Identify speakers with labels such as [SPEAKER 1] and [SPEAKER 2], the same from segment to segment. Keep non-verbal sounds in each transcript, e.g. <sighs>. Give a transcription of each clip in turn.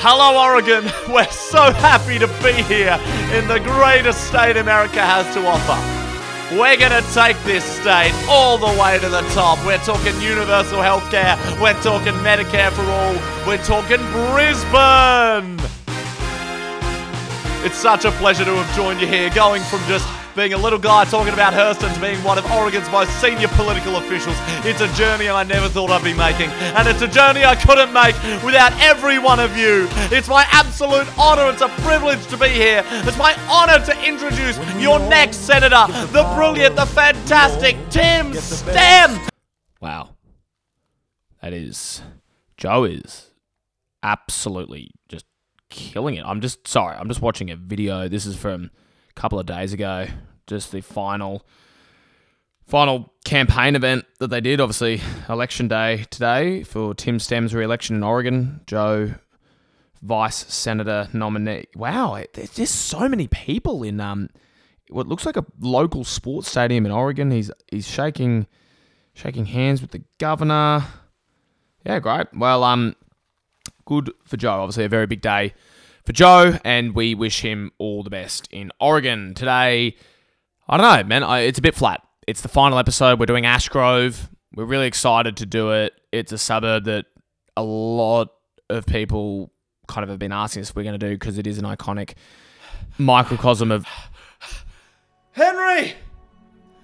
[SPEAKER 1] Hello, Oregon. <laughs> We're so happy to be here in the greatest state America has to offer. We're going to take this state all the way to the top. We're talking universal healthcare. We're talking Medicare for all. We're talking Brisbane. It's such a pleasure to have joined you here, going from just being a little guy talking about Hurston to being one of Oregon's most senior political officials. It's a journey I never thought I'd be making, and it's a journey I couldn't make without every one of you. It's my absolute honor, it's a privilege to be here. It's my honor to introduce your next senator, the brilliant, the fantastic Tim Stem.
[SPEAKER 2] Wow. That is. Joe is absolutely just killing it. I'm just sorry. I'm just watching a video. This is from a couple of days ago. Just the final. Final campaign event that they did, obviously, election day today for Tim Stem's re election in Oregon. Joe, vice senator nominee. Wow, it- there's just so many people in um, what looks like a local sports stadium in Oregon. He's he's shaking shaking hands with the governor. Yeah, great. Well, um, good for Joe. Obviously, a very big day for Joe, and we wish him all the best in Oregon today. I don't know, man. I, it's a bit flat. It's the final episode. We're doing Ash Grove. We're really excited to do it. It's a suburb that a lot of people kind of have been asking us if we're going to do because it is an iconic microcosm of.
[SPEAKER 1] Henry!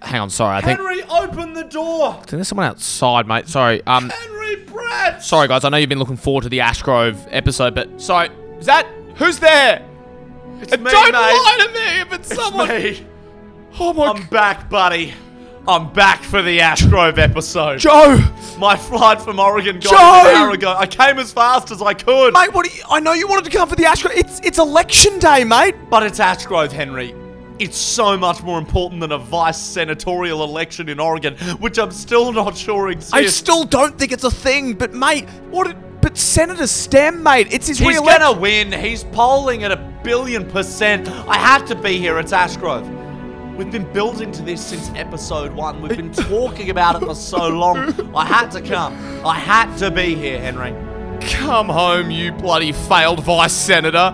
[SPEAKER 2] Hang on, sorry. I think
[SPEAKER 1] Henry, open the door!
[SPEAKER 2] I think there's someone outside, mate. Sorry. Um,
[SPEAKER 1] Henry Brad!
[SPEAKER 2] sorry guys. I know you've been looking forward to the Ash Grove episode, but sorry. Is that who's there?
[SPEAKER 1] It's me,
[SPEAKER 2] Don't
[SPEAKER 1] mate.
[SPEAKER 2] lie to me if it's,
[SPEAKER 1] It's
[SPEAKER 2] someone.
[SPEAKER 1] me.
[SPEAKER 2] Oh my
[SPEAKER 1] I'm back, buddy. I'm back for the Ash Grove episode.
[SPEAKER 2] Joe,
[SPEAKER 1] My flight from Oregon got
[SPEAKER 2] Joe!
[SPEAKER 1] an hour ago. I came as fast as I could.
[SPEAKER 2] mate, what? Are you, I know you wanted to come for the Ash Grove. It's it's election day, mate.
[SPEAKER 1] But it's Ash Grove, Henry. It's so much more important than a vice senatorial election in Oregon, which I'm still not sure
[SPEAKER 2] I
[SPEAKER 1] exists.
[SPEAKER 2] still don't think it's a thing, but mate, what? Did, but Senator Stem, mate, it's his
[SPEAKER 1] He's
[SPEAKER 2] re-election.
[SPEAKER 1] gonna win. He's polling at a billion percent. I had to be here. It's Ash Grove. We've been building to this since episode one. We've been talking about it for so long. I had to come. I had to be here, Henry.
[SPEAKER 2] Come home, you bloody failed vice senator.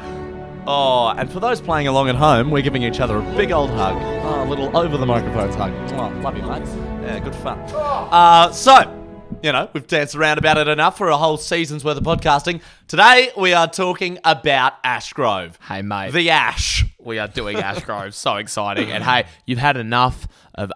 [SPEAKER 1] Oh, and for those playing along at home, we're giving each other a big old hug. Oh, a little over the microphones hug. Oh, love you, mate. Yeah, good fun. Uh, so, you know, we've danced around about it enough for a whole season's worth of podcasting. Today, we are talking about Ash Grove.
[SPEAKER 2] Hey, mate.
[SPEAKER 1] The Ash.
[SPEAKER 2] We are doing Ash Grove. so exciting. And hey, you've had enough of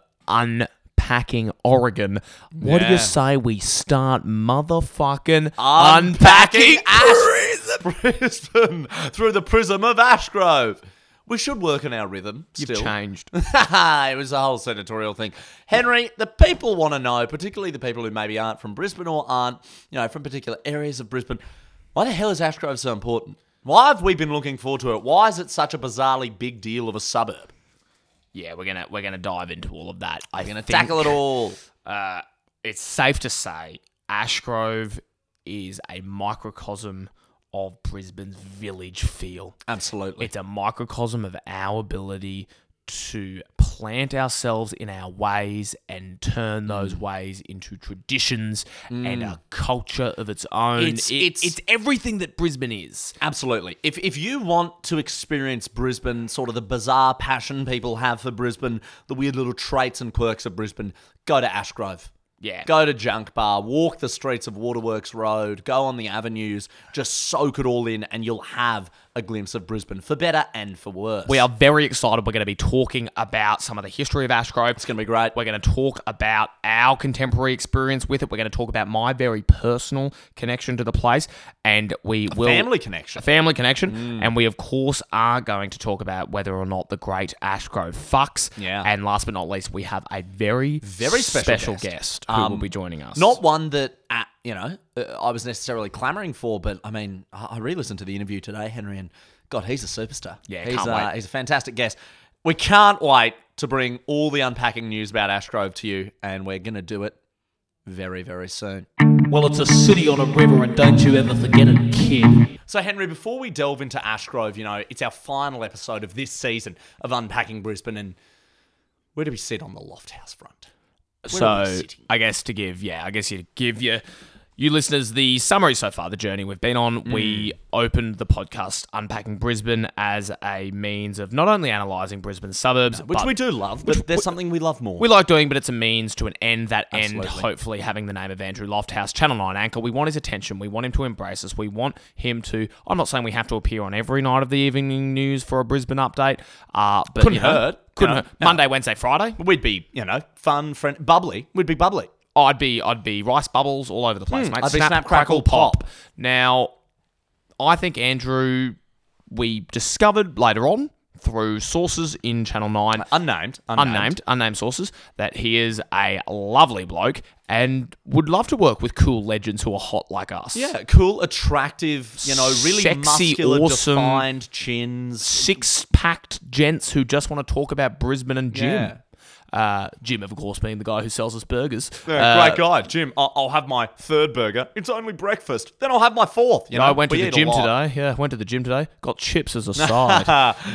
[SPEAKER 2] unpacking Oregon. What do
[SPEAKER 1] Yeah.
[SPEAKER 2] you say we start motherfucking
[SPEAKER 1] Unpacking
[SPEAKER 2] unpacking,
[SPEAKER 1] Ash-
[SPEAKER 2] Ash?
[SPEAKER 1] <laughs> Prism through the prism of Ash Grove. We should work on our rhythm
[SPEAKER 2] You've
[SPEAKER 1] still.
[SPEAKER 2] changed.
[SPEAKER 1] <laughs> it was a whole senatorial thing. Henry, the people want to know, particularly the people who maybe aren't from Brisbane or aren't, you know, from particular areas of Brisbane, why the hell is Ash Grove so important? Why have we been looking forward to it? Why is it such a bizarrely big deal of a suburb?
[SPEAKER 2] Yeah, we're gonna we're gonna dive into all of that. I'm gonna
[SPEAKER 1] Tackle it all.
[SPEAKER 2] Uh, it's safe to say Ashgrove is a microcosm of Brisbane's village feel.
[SPEAKER 1] Absolutely.
[SPEAKER 2] It's a microcosm of our ability to plant ourselves in our ways and turn those ways into traditions and a culture of its own.
[SPEAKER 1] It's- it's-
[SPEAKER 2] Mm. it's everything that Brisbane is.
[SPEAKER 1] Absolutely. If if you want to experience Brisbane, sort of the bizarre passion people have for Brisbane, the weird little traits and quirks of Brisbane, go to Ashgrove.
[SPEAKER 2] Yeah.
[SPEAKER 1] Go to Junk Bar, walk the streets of Waterworks Road, go on the avenues, just soak it all in, and you'll have a glimpse of Brisbane for better and for worse.
[SPEAKER 2] We are very excited. We're going to be talking about some of the history of Ashgrove. It's
[SPEAKER 1] going to be great.
[SPEAKER 2] We're going to talk about our contemporary experience with it. We're going to talk about my very personal connection to the place, and we will
[SPEAKER 1] Family connection.
[SPEAKER 2] a family connection, and we of course are going to talk about whether or not the great Ashgrove fucks.
[SPEAKER 1] Yeah.
[SPEAKER 2] And last but not least, we have a very
[SPEAKER 1] Very special guest.
[SPEAKER 2] guest, Um, who will be joining us.
[SPEAKER 1] Not one that, uh, you know, uh, I was necessarily clamoring for, but I mean, I I re-listened to the interview today, Henry, and God, he's a superstar.
[SPEAKER 2] Yeah,
[SPEAKER 1] he's,
[SPEAKER 2] can't
[SPEAKER 1] uh,
[SPEAKER 2] wait.
[SPEAKER 1] he's a fantastic guest. We can't wait to bring all the unpacking news about Ashgrove to you, and we're gonna do it very, very soon.
[SPEAKER 3] Well, it's a city on a river, and don't you ever forget it, kid.
[SPEAKER 1] So, Henry, before we delve into Ashgrove, you know, it's our final episode of this season of unpacking Brisbane, and where do we sit on the Loft House front? Where are we
[SPEAKER 2] so
[SPEAKER 1] sitting?
[SPEAKER 2] I guess to give, yeah, I guess you give your you listeners, the summary so far, the journey we've been on, we opened the podcast Unpacking Brisbane as a means of not only analysing Brisbane suburbs,
[SPEAKER 1] Which
[SPEAKER 2] but
[SPEAKER 1] we do love, but there's something we love more.
[SPEAKER 2] we like doing, but it's a means to an end. That end,
[SPEAKER 1] Absolutely.
[SPEAKER 2] hopefully, having the name of Andrew Lofthouse, Channel 9 anchor. We want his attention. We want him to embrace us. We want him to. I'm not saying we have to appear on every night of the evening news for a Brisbane update. Uh, but
[SPEAKER 1] Couldn't
[SPEAKER 2] you know,
[SPEAKER 1] hurt,
[SPEAKER 2] Couldn't
[SPEAKER 1] you know.
[SPEAKER 2] hurt. Monday, Wednesday, Friday.
[SPEAKER 1] We'd be, you know, fun, friend, bubbly. We'd be bubbly.
[SPEAKER 2] I'd be I'd be rice bubbles all over the place, mate.
[SPEAKER 1] Hmm, I'd be snap, crackle, pop.
[SPEAKER 2] Now, I think Andrew, we discovered later on through sources in Channel Nine,
[SPEAKER 1] Unnamed. Unnamed.
[SPEAKER 2] unnamed, unnamed, sources, that he is a lovely bloke and would love to work with cool legends who are hot like us.
[SPEAKER 1] Yeah, cool, attractive, you know, really
[SPEAKER 2] Sexy,
[SPEAKER 1] muscular,
[SPEAKER 2] awesome-
[SPEAKER 1] defined chins.
[SPEAKER 2] six packed gents who just want to talk about Brisbane and Jim.
[SPEAKER 1] Yeah.
[SPEAKER 2] Uh, Jim, of course, being the guy who sells us burgers.
[SPEAKER 1] Yeah,
[SPEAKER 2] Uh,
[SPEAKER 1] great guy, Jim. I'll, I'll have my third burger. It's only breakfast. Then I'll have my fourth. You know,
[SPEAKER 2] I went to
[SPEAKER 1] we
[SPEAKER 2] the
[SPEAKER 1] eat a
[SPEAKER 2] gym
[SPEAKER 1] lot.
[SPEAKER 2] today. Yeah, went to the gym today. Got chips as a side.
[SPEAKER 1] <laughs>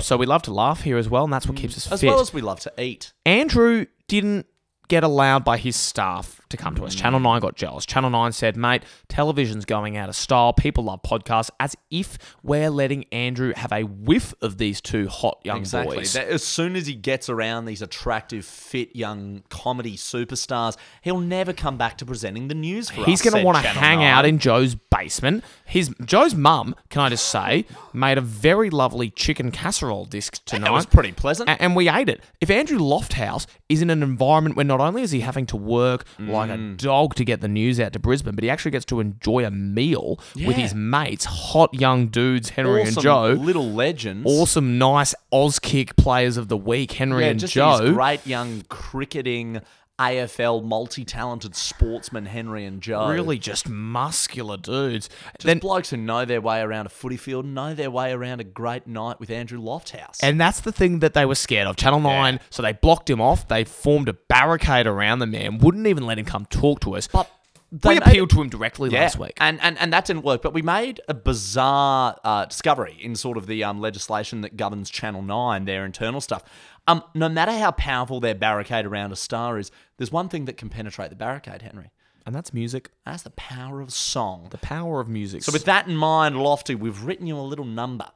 [SPEAKER 2] so we love to laugh here as well, and that's what keeps us
[SPEAKER 1] Uh. As
[SPEAKER 2] fit.
[SPEAKER 1] well as we love to eat.
[SPEAKER 2] Andrew didn't get allowed by his staff to come to
[SPEAKER 1] Mm.
[SPEAKER 2] us. Channel 9 got jealous. Channel 9 said, mate, television's going out of style. People love podcasts, as if we're letting Andrew have a whiff of these two hot young
[SPEAKER 1] Exactly.
[SPEAKER 2] boys.
[SPEAKER 1] That- as soon as he gets around these attractive, fit young comedy superstars, he'll never come back to presenting the news for
[SPEAKER 2] He's
[SPEAKER 1] us.
[SPEAKER 2] going to
[SPEAKER 1] said
[SPEAKER 2] want to
[SPEAKER 1] Channel
[SPEAKER 2] hang
[SPEAKER 1] 9.
[SPEAKER 2] out in Joe's basement. His Joe's mum, can I just say, made a very lovely chicken casserole disc tonight.
[SPEAKER 1] That was pretty pleasant.
[SPEAKER 2] A- and we ate it. If Andrew Lofthouse is in an environment where not only is he having to work like a
[SPEAKER 1] Mm.
[SPEAKER 2] dog to get the news out to Brisbane, but he actually gets to enjoy a meal with
[SPEAKER 1] Yeah.
[SPEAKER 2] his mates, hot young dudes, Henry
[SPEAKER 1] awesome
[SPEAKER 2] and Joe.
[SPEAKER 1] little legends.
[SPEAKER 2] Awesome, nice Auskick players of the week, Henry
[SPEAKER 1] yeah,
[SPEAKER 2] and
[SPEAKER 1] just
[SPEAKER 2] Joe.
[SPEAKER 1] these great young cricketing AFL multi-talented sportsmen, Henry and Joe.
[SPEAKER 2] Really just muscular dudes.
[SPEAKER 1] Just blokes who know their way around a footy field, know their way around a great night with Andrew Lofthouse.
[SPEAKER 2] And that's the thing that they were scared of. Channel 9, so they blocked him off. They formed a barricade around the man, wouldn't even let him come talk to us.
[SPEAKER 1] But
[SPEAKER 2] we
[SPEAKER 1] they made
[SPEAKER 2] appealed to him directly last week.
[SPEAKER 1] And, and and that didn't work. But we made a bizarre uh, discovery in sort of the um, legislation that governs Channel Nine, their internal stuff. Um, no matter how powerful their barricade around a star is, there's one thing that can penetrate the barricade, Henry.
[SPEAKER 2] And that's music.
[SPEAKER 1] That's the power of song.
[SPEAKER 2] The power of music.
[SPEAKER 1] So with that in mind, Lofty, we've written you a little number.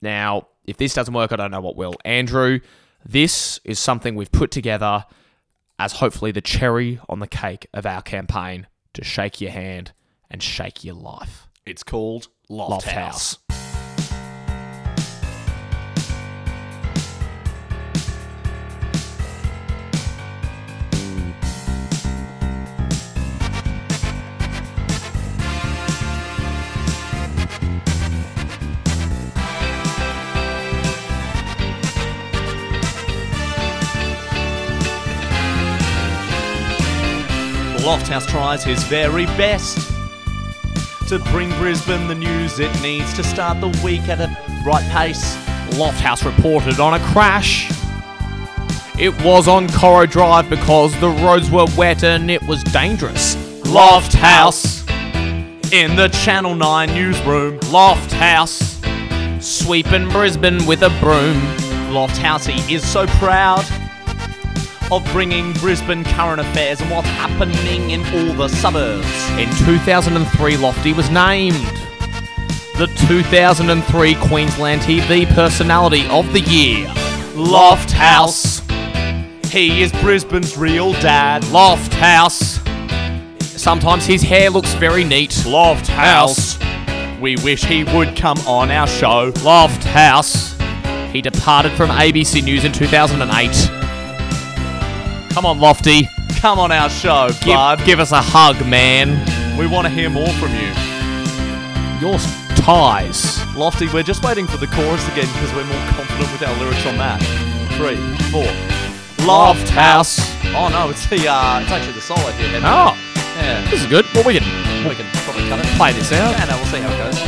[SPEAKER 2] now, if this doesn't work, I don't know what will. Andrew, this is something we've put together as hopefully the cherry on the cake of our campaign to shake your hand and shake your life.
[SPEAKER 1] It's called Loft,
[SPEAKER 2] Loft
[SPEAKER 1] House.
[SPEAKER 2] House.
[SPEAKER 1] Lofthouse tries his very best to bring Brisbane the news it needs to start the week at a right pace.
[SPEAKER 2] Lofthouse reported on a crash. It was on Coro Drive because the roads were wet and it was dangerous. Lofthouse,
[SPEAKER 1] In the Channel 9 newsroom,
[SPEAKER 2] Lofthouse, sweeping Brisbane with a broom.
[SPEAKER 1] Lofthousey is so proud of bringing Brisbane current affairs and what's happening in all the suburbs.
[SPEAKER 2] In 2003, Lofty was named the 2003 Queensland TV Personality of the Year. Lofthouse,
[SPEAKER 1] He is Brisbane's real dad.
[SPEAKER 2] Lofthouse. Sometimes his hair looks very neat.
[SPEAKER 1] Lofthouse. We wish he would come on our show.
[SPEAKER 2] Loft House. He departed from ABC News in 2008. Come on, Lofty.
[SPEAKER 1] Come on our show,
[SPEAKER 2] Give,
[SPEAKER 1] bud.
[SPEAKER 2] give us a hug, man.
[SPEAKER 1] We want to hear more from you.
[SPEAKER 2] Your s- ties.
[SPEAKER 1] Lofty, we're just waiting for the chorus again because we're more confident with our lyrics on that. Three, four.
[SPEAKER 2] Loft House.
[SPEAKER 1] Oh no, it's the uh, it's actually the solo here. Henry.
[SPEAKER 2] Oh,
[SPEAKER 1] Yeah.
[SPEAKER 2] this is good. Well, we can
[SPEAKER 1] We can probably cut it.
[SPEAKER 2] play this out.
[SPEAKER 1] Yeah, no, we'll see how it goes.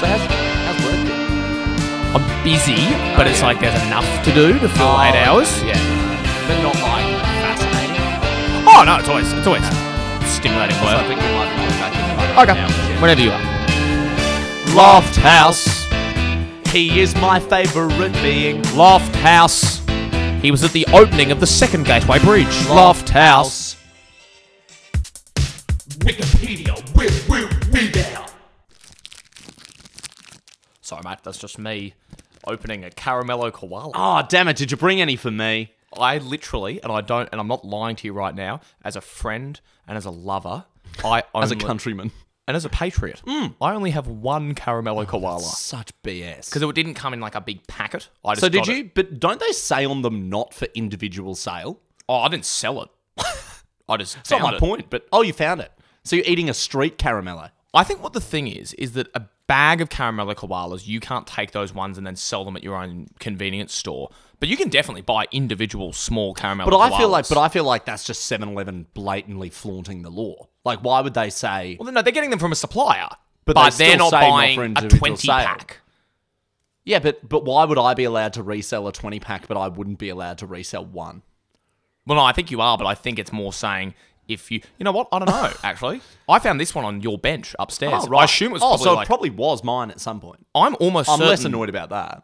[SPEAKER 1] So how's how's work? been?
[SPEAKER 2] I'm busy, but
[SPEAKER 1] Oh,
[SPEAKER 2] it's
[SPEAKER 1] yeah.
[SPEAKER 2] like there's enough to do to fill
[SPEAKER 1] Oh,
[SPEAKER 2] eight
[SPEAKER 1] okay.
[SPEAKER 2] hours. Yeah.
[SPEAKER 1] But not like fascinating.
[SPEAKER 2] Oh no, it's always it's always stimulating
[SPEAKER 1] So I
[SPEAKER 2] work.
[SPEAKER 1] think we might be going back in the photo now.
[SPEAKER 2] Okay, whenever you are.
[SPEAKER 1] Loft House. He is my favourite being.
[SPEAKER 2] Loft House. He was at the opening of the second Gateway Bridge. Loft House.
[SPEAKER 1] Wicked
[SPEAKER 2] Matt. That's just me opening a caramello koala.
[SPEAKER 1] Oh, damn it. Did you bring any for me?
[SPEAKER 2] I literally, and I don't, and I'm not lying to you right now. As a friend and as a lover, I only,
[SPEAKER 1] As a countryman.
[SPEAKER 2] and as a patriot, I only have one caramello koala
[SPEAKER 1] Such BS.
[SPEAKER 2] because it didn't come in like a big packet. I just
[SPEAKER 1] So did
[SPEAKER 2] got it-
[SPEAKER 1] you? But don't they say on them not for individual sale?
[SPEAKER 2] Oh, I didn't sell it. <laughs> I just
[SPEAKER 1] That's not
[SPEAKER 2] found
[SPEAKER 1] my
[SPEAKER 2] it.
[SPEAKER 1] point. But oh, you found it. So you're eating a street caramello.
[SPEAKER 2] I think what the thing is is that a bag of caramello koalas, you can't take those ones and then sell them at your own convenience store. But you can definitely buy individual small caramello.
[SPEAKER 1] But I feel like, but I feel like that's just 7-Eleven blatantly flaunting the law. Like, why would they say?
[SPEAKER 2] well, no, they're getting them from a supplier,
[SPEAKER 1] But
[SPEAKER 2] but,
[SPEAKER 1] they
[SPEAKER 2] they are
[SPEAKER 1] still
[SPEAKER 2] not
[SPEAKER 1] say not
[SPEAKER 2] buying
[SPEAKER 1] for
[SPEAKER 2] a
[SPEAKER 1] individual
[SPEAKER 2] twenty
[SPEAKER 1] sale.
[SPEAKER 2] pack.
[SPEAKER 1] Yeah, but but why would I be allowed to resell a twenty pack, but I wouldn't be allowed to resell one?
[SPEAKER 2] Well, no, I think you are, but I think it's more saying if you, you know what? I
[SPEAKER 1] <laughs>
[SPEAKER 2] don't know. actually, I found this one on your bench upstairs. I assume it's
[SPEAKER 1] oh,
[SPEAKER 2] probably
[SPEAKER 1] so
[SPEAKER 2] like
[SPEAKER 1] it probably was mine at some point.
[SPEAKER 2] I'm almost
[SPEAKER 1] I'm less
[SPEAKER 2] certain-
[SPEAKER 1] annoyed about that.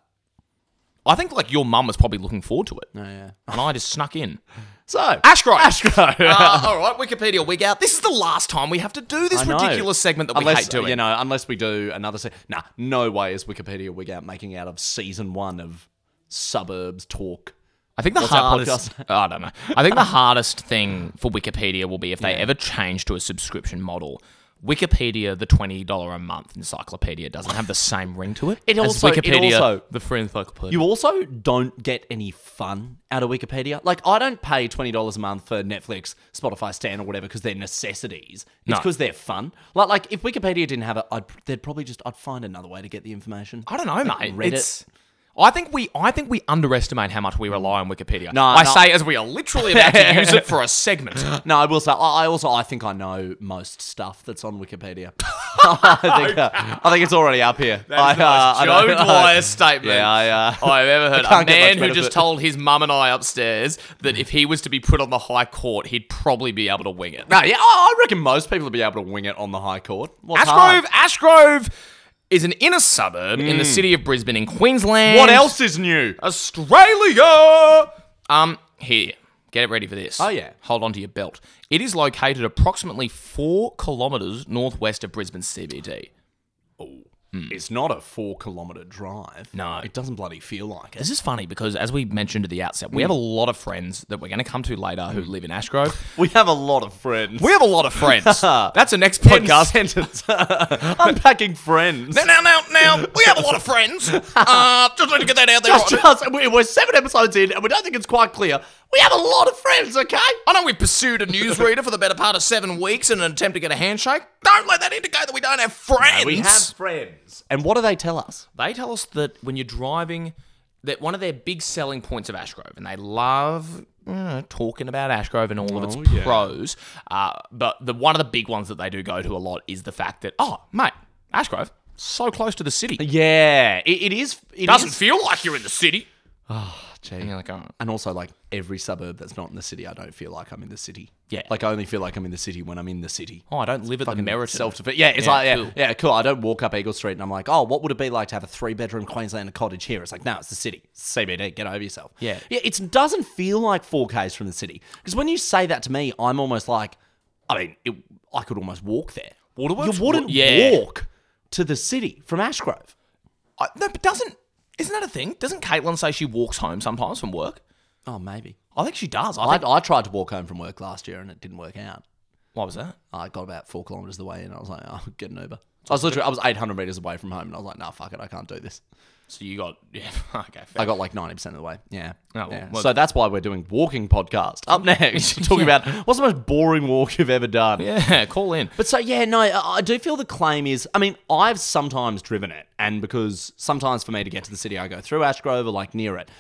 [SPEAKER 2] I think like your mum was probably looking forward to it,
[SPEAKER 1] Oh, yeah.
[SPEAKER 2] and I just snuck in.
[SPEAKER 1] So
[SPEAKER 2] Ashgrove.
[SPEAKER 1] Ashgrove. <laughs>
[SPEAKER 2] uh, all right, Wikipedia wig out. This is the last time we have to do this
[SPEAKER 1] I know.
[SPEAKER 2] ridiculous segment that we
[SPEAKER 1] unless,
[SPEAKER 2] hate doing.
[SPEAKER 1] You know, unless we do another. Se- nah, no way is Wikipedia Wig Out making out of season one of Suburbs Talk.
[SPEAKER 2] I think the
[SPEAKER 1] our
[SPEAKER 2] hardest. <laughs> I don't know.
[SPEAKER 1] <laughs>
[SPEAKER 2] I think the hardest thing for Wikipedia will be if they ever change to a subscription model. Wikipedia, the twenty dollar a month encyclopedia, doesn't have the same ring to it.
[SPEAKER 1] It
[SPEAKER 2] as
[SPEAKER 1] also- it
[SPEAKER 2] Wikipedia,
[SPEAKER 1] also-
[SPEAKER 2] the free encyclopedia.
[SPEAKER 1] You also don't get any fun out of Wikipedia. Like, I don't pay $20 a month for Netflix, Spotify, Stan, or whatever because they're necessities. It's
[SPEAKER 2] No.
[SPEAKER 1] because they're fun. Like, like, if Wikipedia didn't have it, I'd, they'd probably just, I'd find another way to get the information.
[SPEAKER 2] I don't know, mate.
[SPEAKER 1] Reddit.
[SPEAKER 2] It's, I think we I think we underestimate how much we rely on Wikipedia.
[SPEAKER 1] No,
[SPEAKER 2] I
[SPEAKER 1] no.
[SPEAKER 2] say as we are literally about to use it for a segment.
[SPEAKER 1] No, I will say. I I also I think I know most stuff that's on Wikipedia. <laughs>
[SPEAKER 2] <laughs>
[SPEAKER 1] I think uh, I think it's already up here. <laughs> I,
[SPEAKER 2] That's nice.
[SPEAKER 1] uh, <laughs> I
[SPEAKER 2] Joe
[SPEAKER 1] don't-
[SPEAKER 2] Dwyer's statement.
[SPEAKER 1] Yeah, I, uh,
[SPEAKER 2] Oh, have ever heard.
[SPEAKER 1] can't get
[SPEAKER 2] A man
[SPEAKER 1] much
[SPEAKER 2] who
[SPEAKER 1] benefit.
[SPEAKER 2] just told his mum and I upstairs that if he was to be put on the High Court, he'd probably be able to wing it.
[SPEAKER 1] No, yeah, I I reckon most people would be able to wing it on the High Court. What's hard?
[SPEAKER 2] Ashgrove, Ashgrove is an inner suburb in the city of Brisbane in Queensland.
[SPEAKER 1] What else is new?
[SPEAKER 2] Australia. Um, here, get it ready for this.
[SPEAKER 1] Oh, yeah.
[SPEAKER 2] hold on to your belt. It is located approximately four kilometres northwest of Brisbane CBD.
[SPEAKER 1] Mm. It's not a four-kilometer drive.
[SPEAKER 2] No.
[SPEAKER 1] it doesn't bloody feel like it.
[SPEAKER 2] This is funny because, as we mentioned at the outset, we have a lot of friends that we're going to come to later who live in Ashgrove.
[SPEAKER 1] We have a lot of friends.
[SPEAKER 2] Mm. We have a lot of friends. <laughs> That's the next
[SPEAKER 1] End
[SPEAKER 2] podcast.
[SPEAKER 1] sentence. <laughs> Unpacking friends.
[SPEAKER 2] Now, now, now, now, we have a lot of <laughs> friends. Uh, just need to get that out there.
[SPEAKER 1] Just,
[SPEAKER 2] <laughs>
[SPEAKER 1] just, we- we're seven episodes in, and we don't think it's quite clear. We have a lot of friends, okay?
[SPEAKER 2] I know we've pursued a newsreader for the better part of seven weeks in an attempt to get a handshake. Don't let that indicate that we don't have friends.
[SPEAKER 1] We have friends. And what do they tell us?
[SPEAKER 2] They tell us that when you're driving, that one of their big selling points of Ashgrove, and they love you know, talking about Ashgrove and all of its pros, uh, but the one of the big ones that they do go to a lot is the fact that oh mate, Ashgrove, so close to the city, it
[SPEAKER 1] Yeah, it, it is. It
[SPEAKER 2] doesn't
[SPEAKER 1] is-
[SPEAKER 2] feel like you're in the city.
[SPEAKER 1] Gee.
[SPEAKER 2] And you're like, oh,
[SPEAKER 1] and also like every suburb that's not in the city, I don't feel like I'm in the city.
[SPEAKER 2] Yeah.
[SPEAKER 1] like I only feel like I'm in the city when I'm in the city.
[SPEAKER 2] oh, I don't live at the Meriton.
[SPEAKER 1] Self defense. Yeah, it's
[SPEAKER 2] Yeah,
[SPEAKER 1] like yeah,
[SPEAKER 2] cool.
[SPEAKER 1] yeah, cool. I don't walk up Eagle Street and I'm like, oh, what would it be like to have a three bedroom Queenslander cottage here? It's like, no, it's the city, it's CBD. Get over yourself.
[SPEAKER 2] Yeah.
[SPEAKER 1] yeah. It doesn't feel like four Ks from the city because when you say that to me, I'm almost like, I mean, it, I could almost walk there.
[SPEAKER 2] Waterworks?
[SPEAKER 1] You wouldn't
[SPEAKER 2] Yeah.
[SPEAKER 1] walk to the city from Ashgrove.
[SPEAKER 2] I- no, but doesn't isn't that a thing? Doesn't Caitlin say she walks home sometimes from work?
[SPEAKER 1] Oh, maybe.
[SPEAKER 2] I think she does. I,
[SPEAKER 1] I,
[SPEAKER 2] think.
[SPEAKER 1] I tried to walk home from work last year and it didn't work out.
[SPEAKER 2] What was that?
[SPEAKER 1] I got about four kilometers of the way in. I was like, oh, get an Uber. I was literally, I was 800 meters away from home, and I was like, nah, fuck it, I can't do this.
[SPEAKER 2] So you got <laughs> yeah. Okay, fair.
[SPEAKER 1] I got like 90% of the way. Yeah.
[SPEAKER 2] Oh, well,
[SPEAKER 1] Yeah.
[SPEAKER 2] well-
[SPEAKER 1] so that's why we're doing walking podcast.
[SPEAKER 2] <laughs>
[SPEAKER 1] Up next, talking about what's the most boring walk you've ever done.
[SPEAKER 2] yeah, <laughs> call in.
[SPEAKER 1] But so yeah, no, I I do feel the claim is. I mean, I've sometimes driven it, and because sometimes for me to get to the city, I go through Ashgrove or like near it.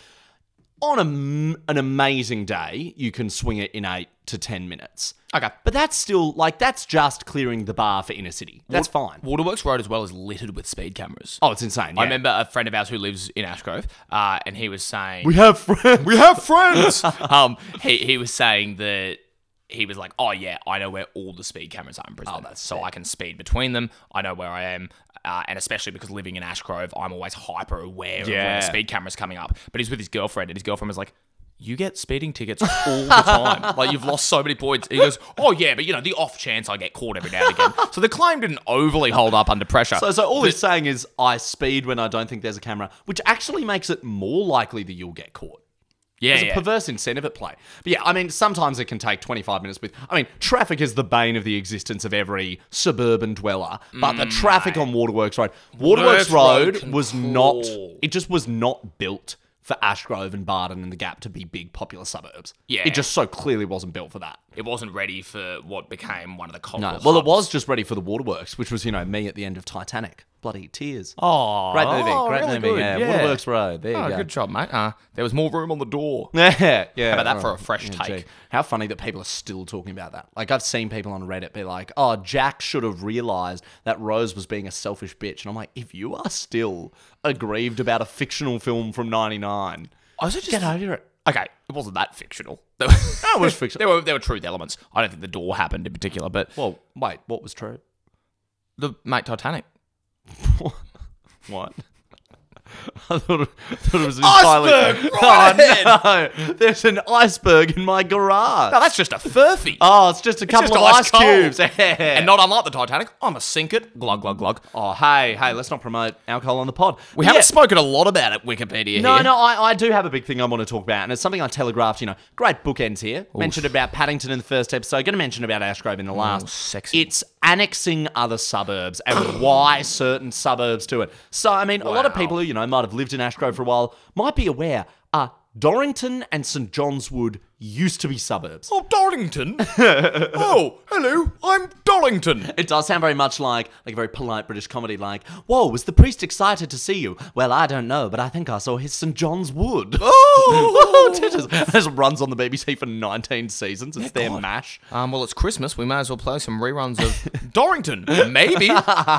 [SPEAKER 1] On a m an amazing day, you can swing it in eight to ten minutes.
[SPEAKER 2] Okay.
[SPEAKER 1] but that's still like that's just clearing the bar for inner city. That's fine.
[SPEAKER 2] Waterworks Road as well is littered with speed cameras.
[SPEAKER 1] Oh, it's insane. yeah.
[SPEAKER 2] I remember a friend of ours who lives in Ashgrove, uh, and he was saying
[SPEAKER 1] we have friends. <laughs> We have friends.
[SPEAKER 2] <laughs> um, he, he was saying that he was like, oh yeah, I know where all the speed cameras are in
[SPEAKER 1] Oh,
[SPEAKER 2] Brisbane, so I can speed between them. I know where I am, uh, and especially because living in Ashgrove, I'm always hyper aware of when
[SPEAKER 1] Yeah.
[SPEAKER 2] the speed camera's coming up. But he's with his girlfriend, and his girlfriend was like, you get speeding tickets all
[SPEAKER 1] <laughs>
[SPEAKER 2] the time. like you've lost so many points. He goes, oh yeah, but you know the off chance I get caught every now and again. So the claim didn't overly hold up under pressure.
[SPEAKER 1] So, so all he's saying is I speed when I don't think there's a camera, which actually makes it more likely that you'll get caught.
[SPEAKER 2] yeah,
[SPEAKER 1] There's
[SPEAKER 2] yeah.
[SPEAKER 1] a perverse incentive at play. But yeah, I mean, sometimes it can take 25 minutes with. I mean, traffic is the bane of the existence of every suburban dweller. But the traffic on Waterworks Road, Waterworks
[SPEAKER 2] Mm, Waterworks Road
[SPEAKER 1] Road
[SPEAKER 2] can
[SPEAKER 1] was not.
[SPEAKER 2] crawl.
[SPEAKER 1] It just was not built for Ashgrove and Barton and the Gap to be big popular suburbs.
[SPEAKER 2] Yeah.
[SPEAKER 1] It just so clearly wasn't built for that.
[SPEAKER 2] it wasn't ready for what became one of the cultural.
[SPEAKER 1] No. Well, it was just ready for the Waterworks, which was, you know, me at the end of Titanic. Bloody tears.
[SPEAKER 2] Oh,
[SPEAKER 1] Great movie.
[SPEAKER 2] oh,
[SPEAKER 1] great
[SPEAKER 2] really
[SPEAKER 1] movie.
[SPEAKER 2] good,
[SPEAKER 1] Yeah. Waterworks Road. There you
[SPEAKER 2] Oh,
[SPEAKER 1] go.
[SPEAKER 2] good job, mate. Uh, there was more room on the door.
[SPEAKER 1] <laughs> Yeah, yeah. How
[SPEAKER 2] about that for a fresh take?
[SPEAKER 1] How funny that people are still talking about that. Like I've seen people on Reddit be like, "Oh, Jack should have realized that Rose was being a selfish bitch," and I'm like, if you are still aggrieved about a fictional film from '99,
[SPEAKER 2] I also just
[SPEAKER 1] get over it.
[SPEAKER 2] okay. It wasn't that fictional. <laughs> That
[SPEAKER 1] was fictional.
[SPEAKER 2] There were there were truth elements. I don't think the door happened in particular, but
[SPEAKER 1] Well, wait, what was true?
[SPEAKER 2] the mate Titanic.
[SPEAKER 1] What? <laughs> I thought it, thought it was entirely.
[SPEAKER 2] Iceberg,
[SPEAKER 1] <laughs> oh no! There's an iceberg in my garage.
[SPEAKER 2] No, that's just a furphy.
[SPEAKER 1] Oh, it's just a couple
[SPEAKER 2] just
[SPEAKER 1] of
[SPEAKER 2] Uh, ice
[SPEAKER 1] ice,
[SPEAKER 2] cold.
[SPEAKER 1] cubes. <laughs>
[SPEAKER 2] and not unlike the Titanic, I'm a sink it. Glug glug glug.
[SPEAKER 1] oh, hey, hey, let's not promote alcohol on the pod.
[SPEAKER 2] We
[SPEAKER 1] have
[SPEAKER 2] haven't spoken a lot about it, Wikipedia.
[SPEAKER 1] No,
[SPEAKER 2] here.
[SPEAKER 1] no, I, I do have a big thing I want to talk about, and it's something I telegraphed. You know, great bookends here. Mentioned about Paddington in the first episode. Going to mention about Ashgrove in the last.
[SPEAKER 2] sexy.
[SPEAKER 1] It's annexing other suburbs
[SPEAKER 2] <gasps>
[SPEAKER 1] and why certain suburbs do it. So, I mean, a lot of people who you know might have lived in Ashgrove for a while might be aware. Uh, Dorrington and St John's Wood used to be suburbs.
[SPEAKER 2] Oh,
[SPEAKER 1] <laughs>
[SPEAKER 2] Darlington. oh, hello. I'm Darlington.
[SPEAKER 1] It does sound very much like like a very polite British comedy, like, "Whoa, was the priest excited to see you?" Well, I don't know, but I think I saw his St John's Wood. <laughs> Oh, titters! This runs on the BBC for 19 seasons. It's their mash.
[SPEAKER 2] <laughs> Um, well, it's Christmas. We may as well play some reruns
[SPEAKER 1] <laughs>
[SPEAKER 2] of Dorrington. Maybe.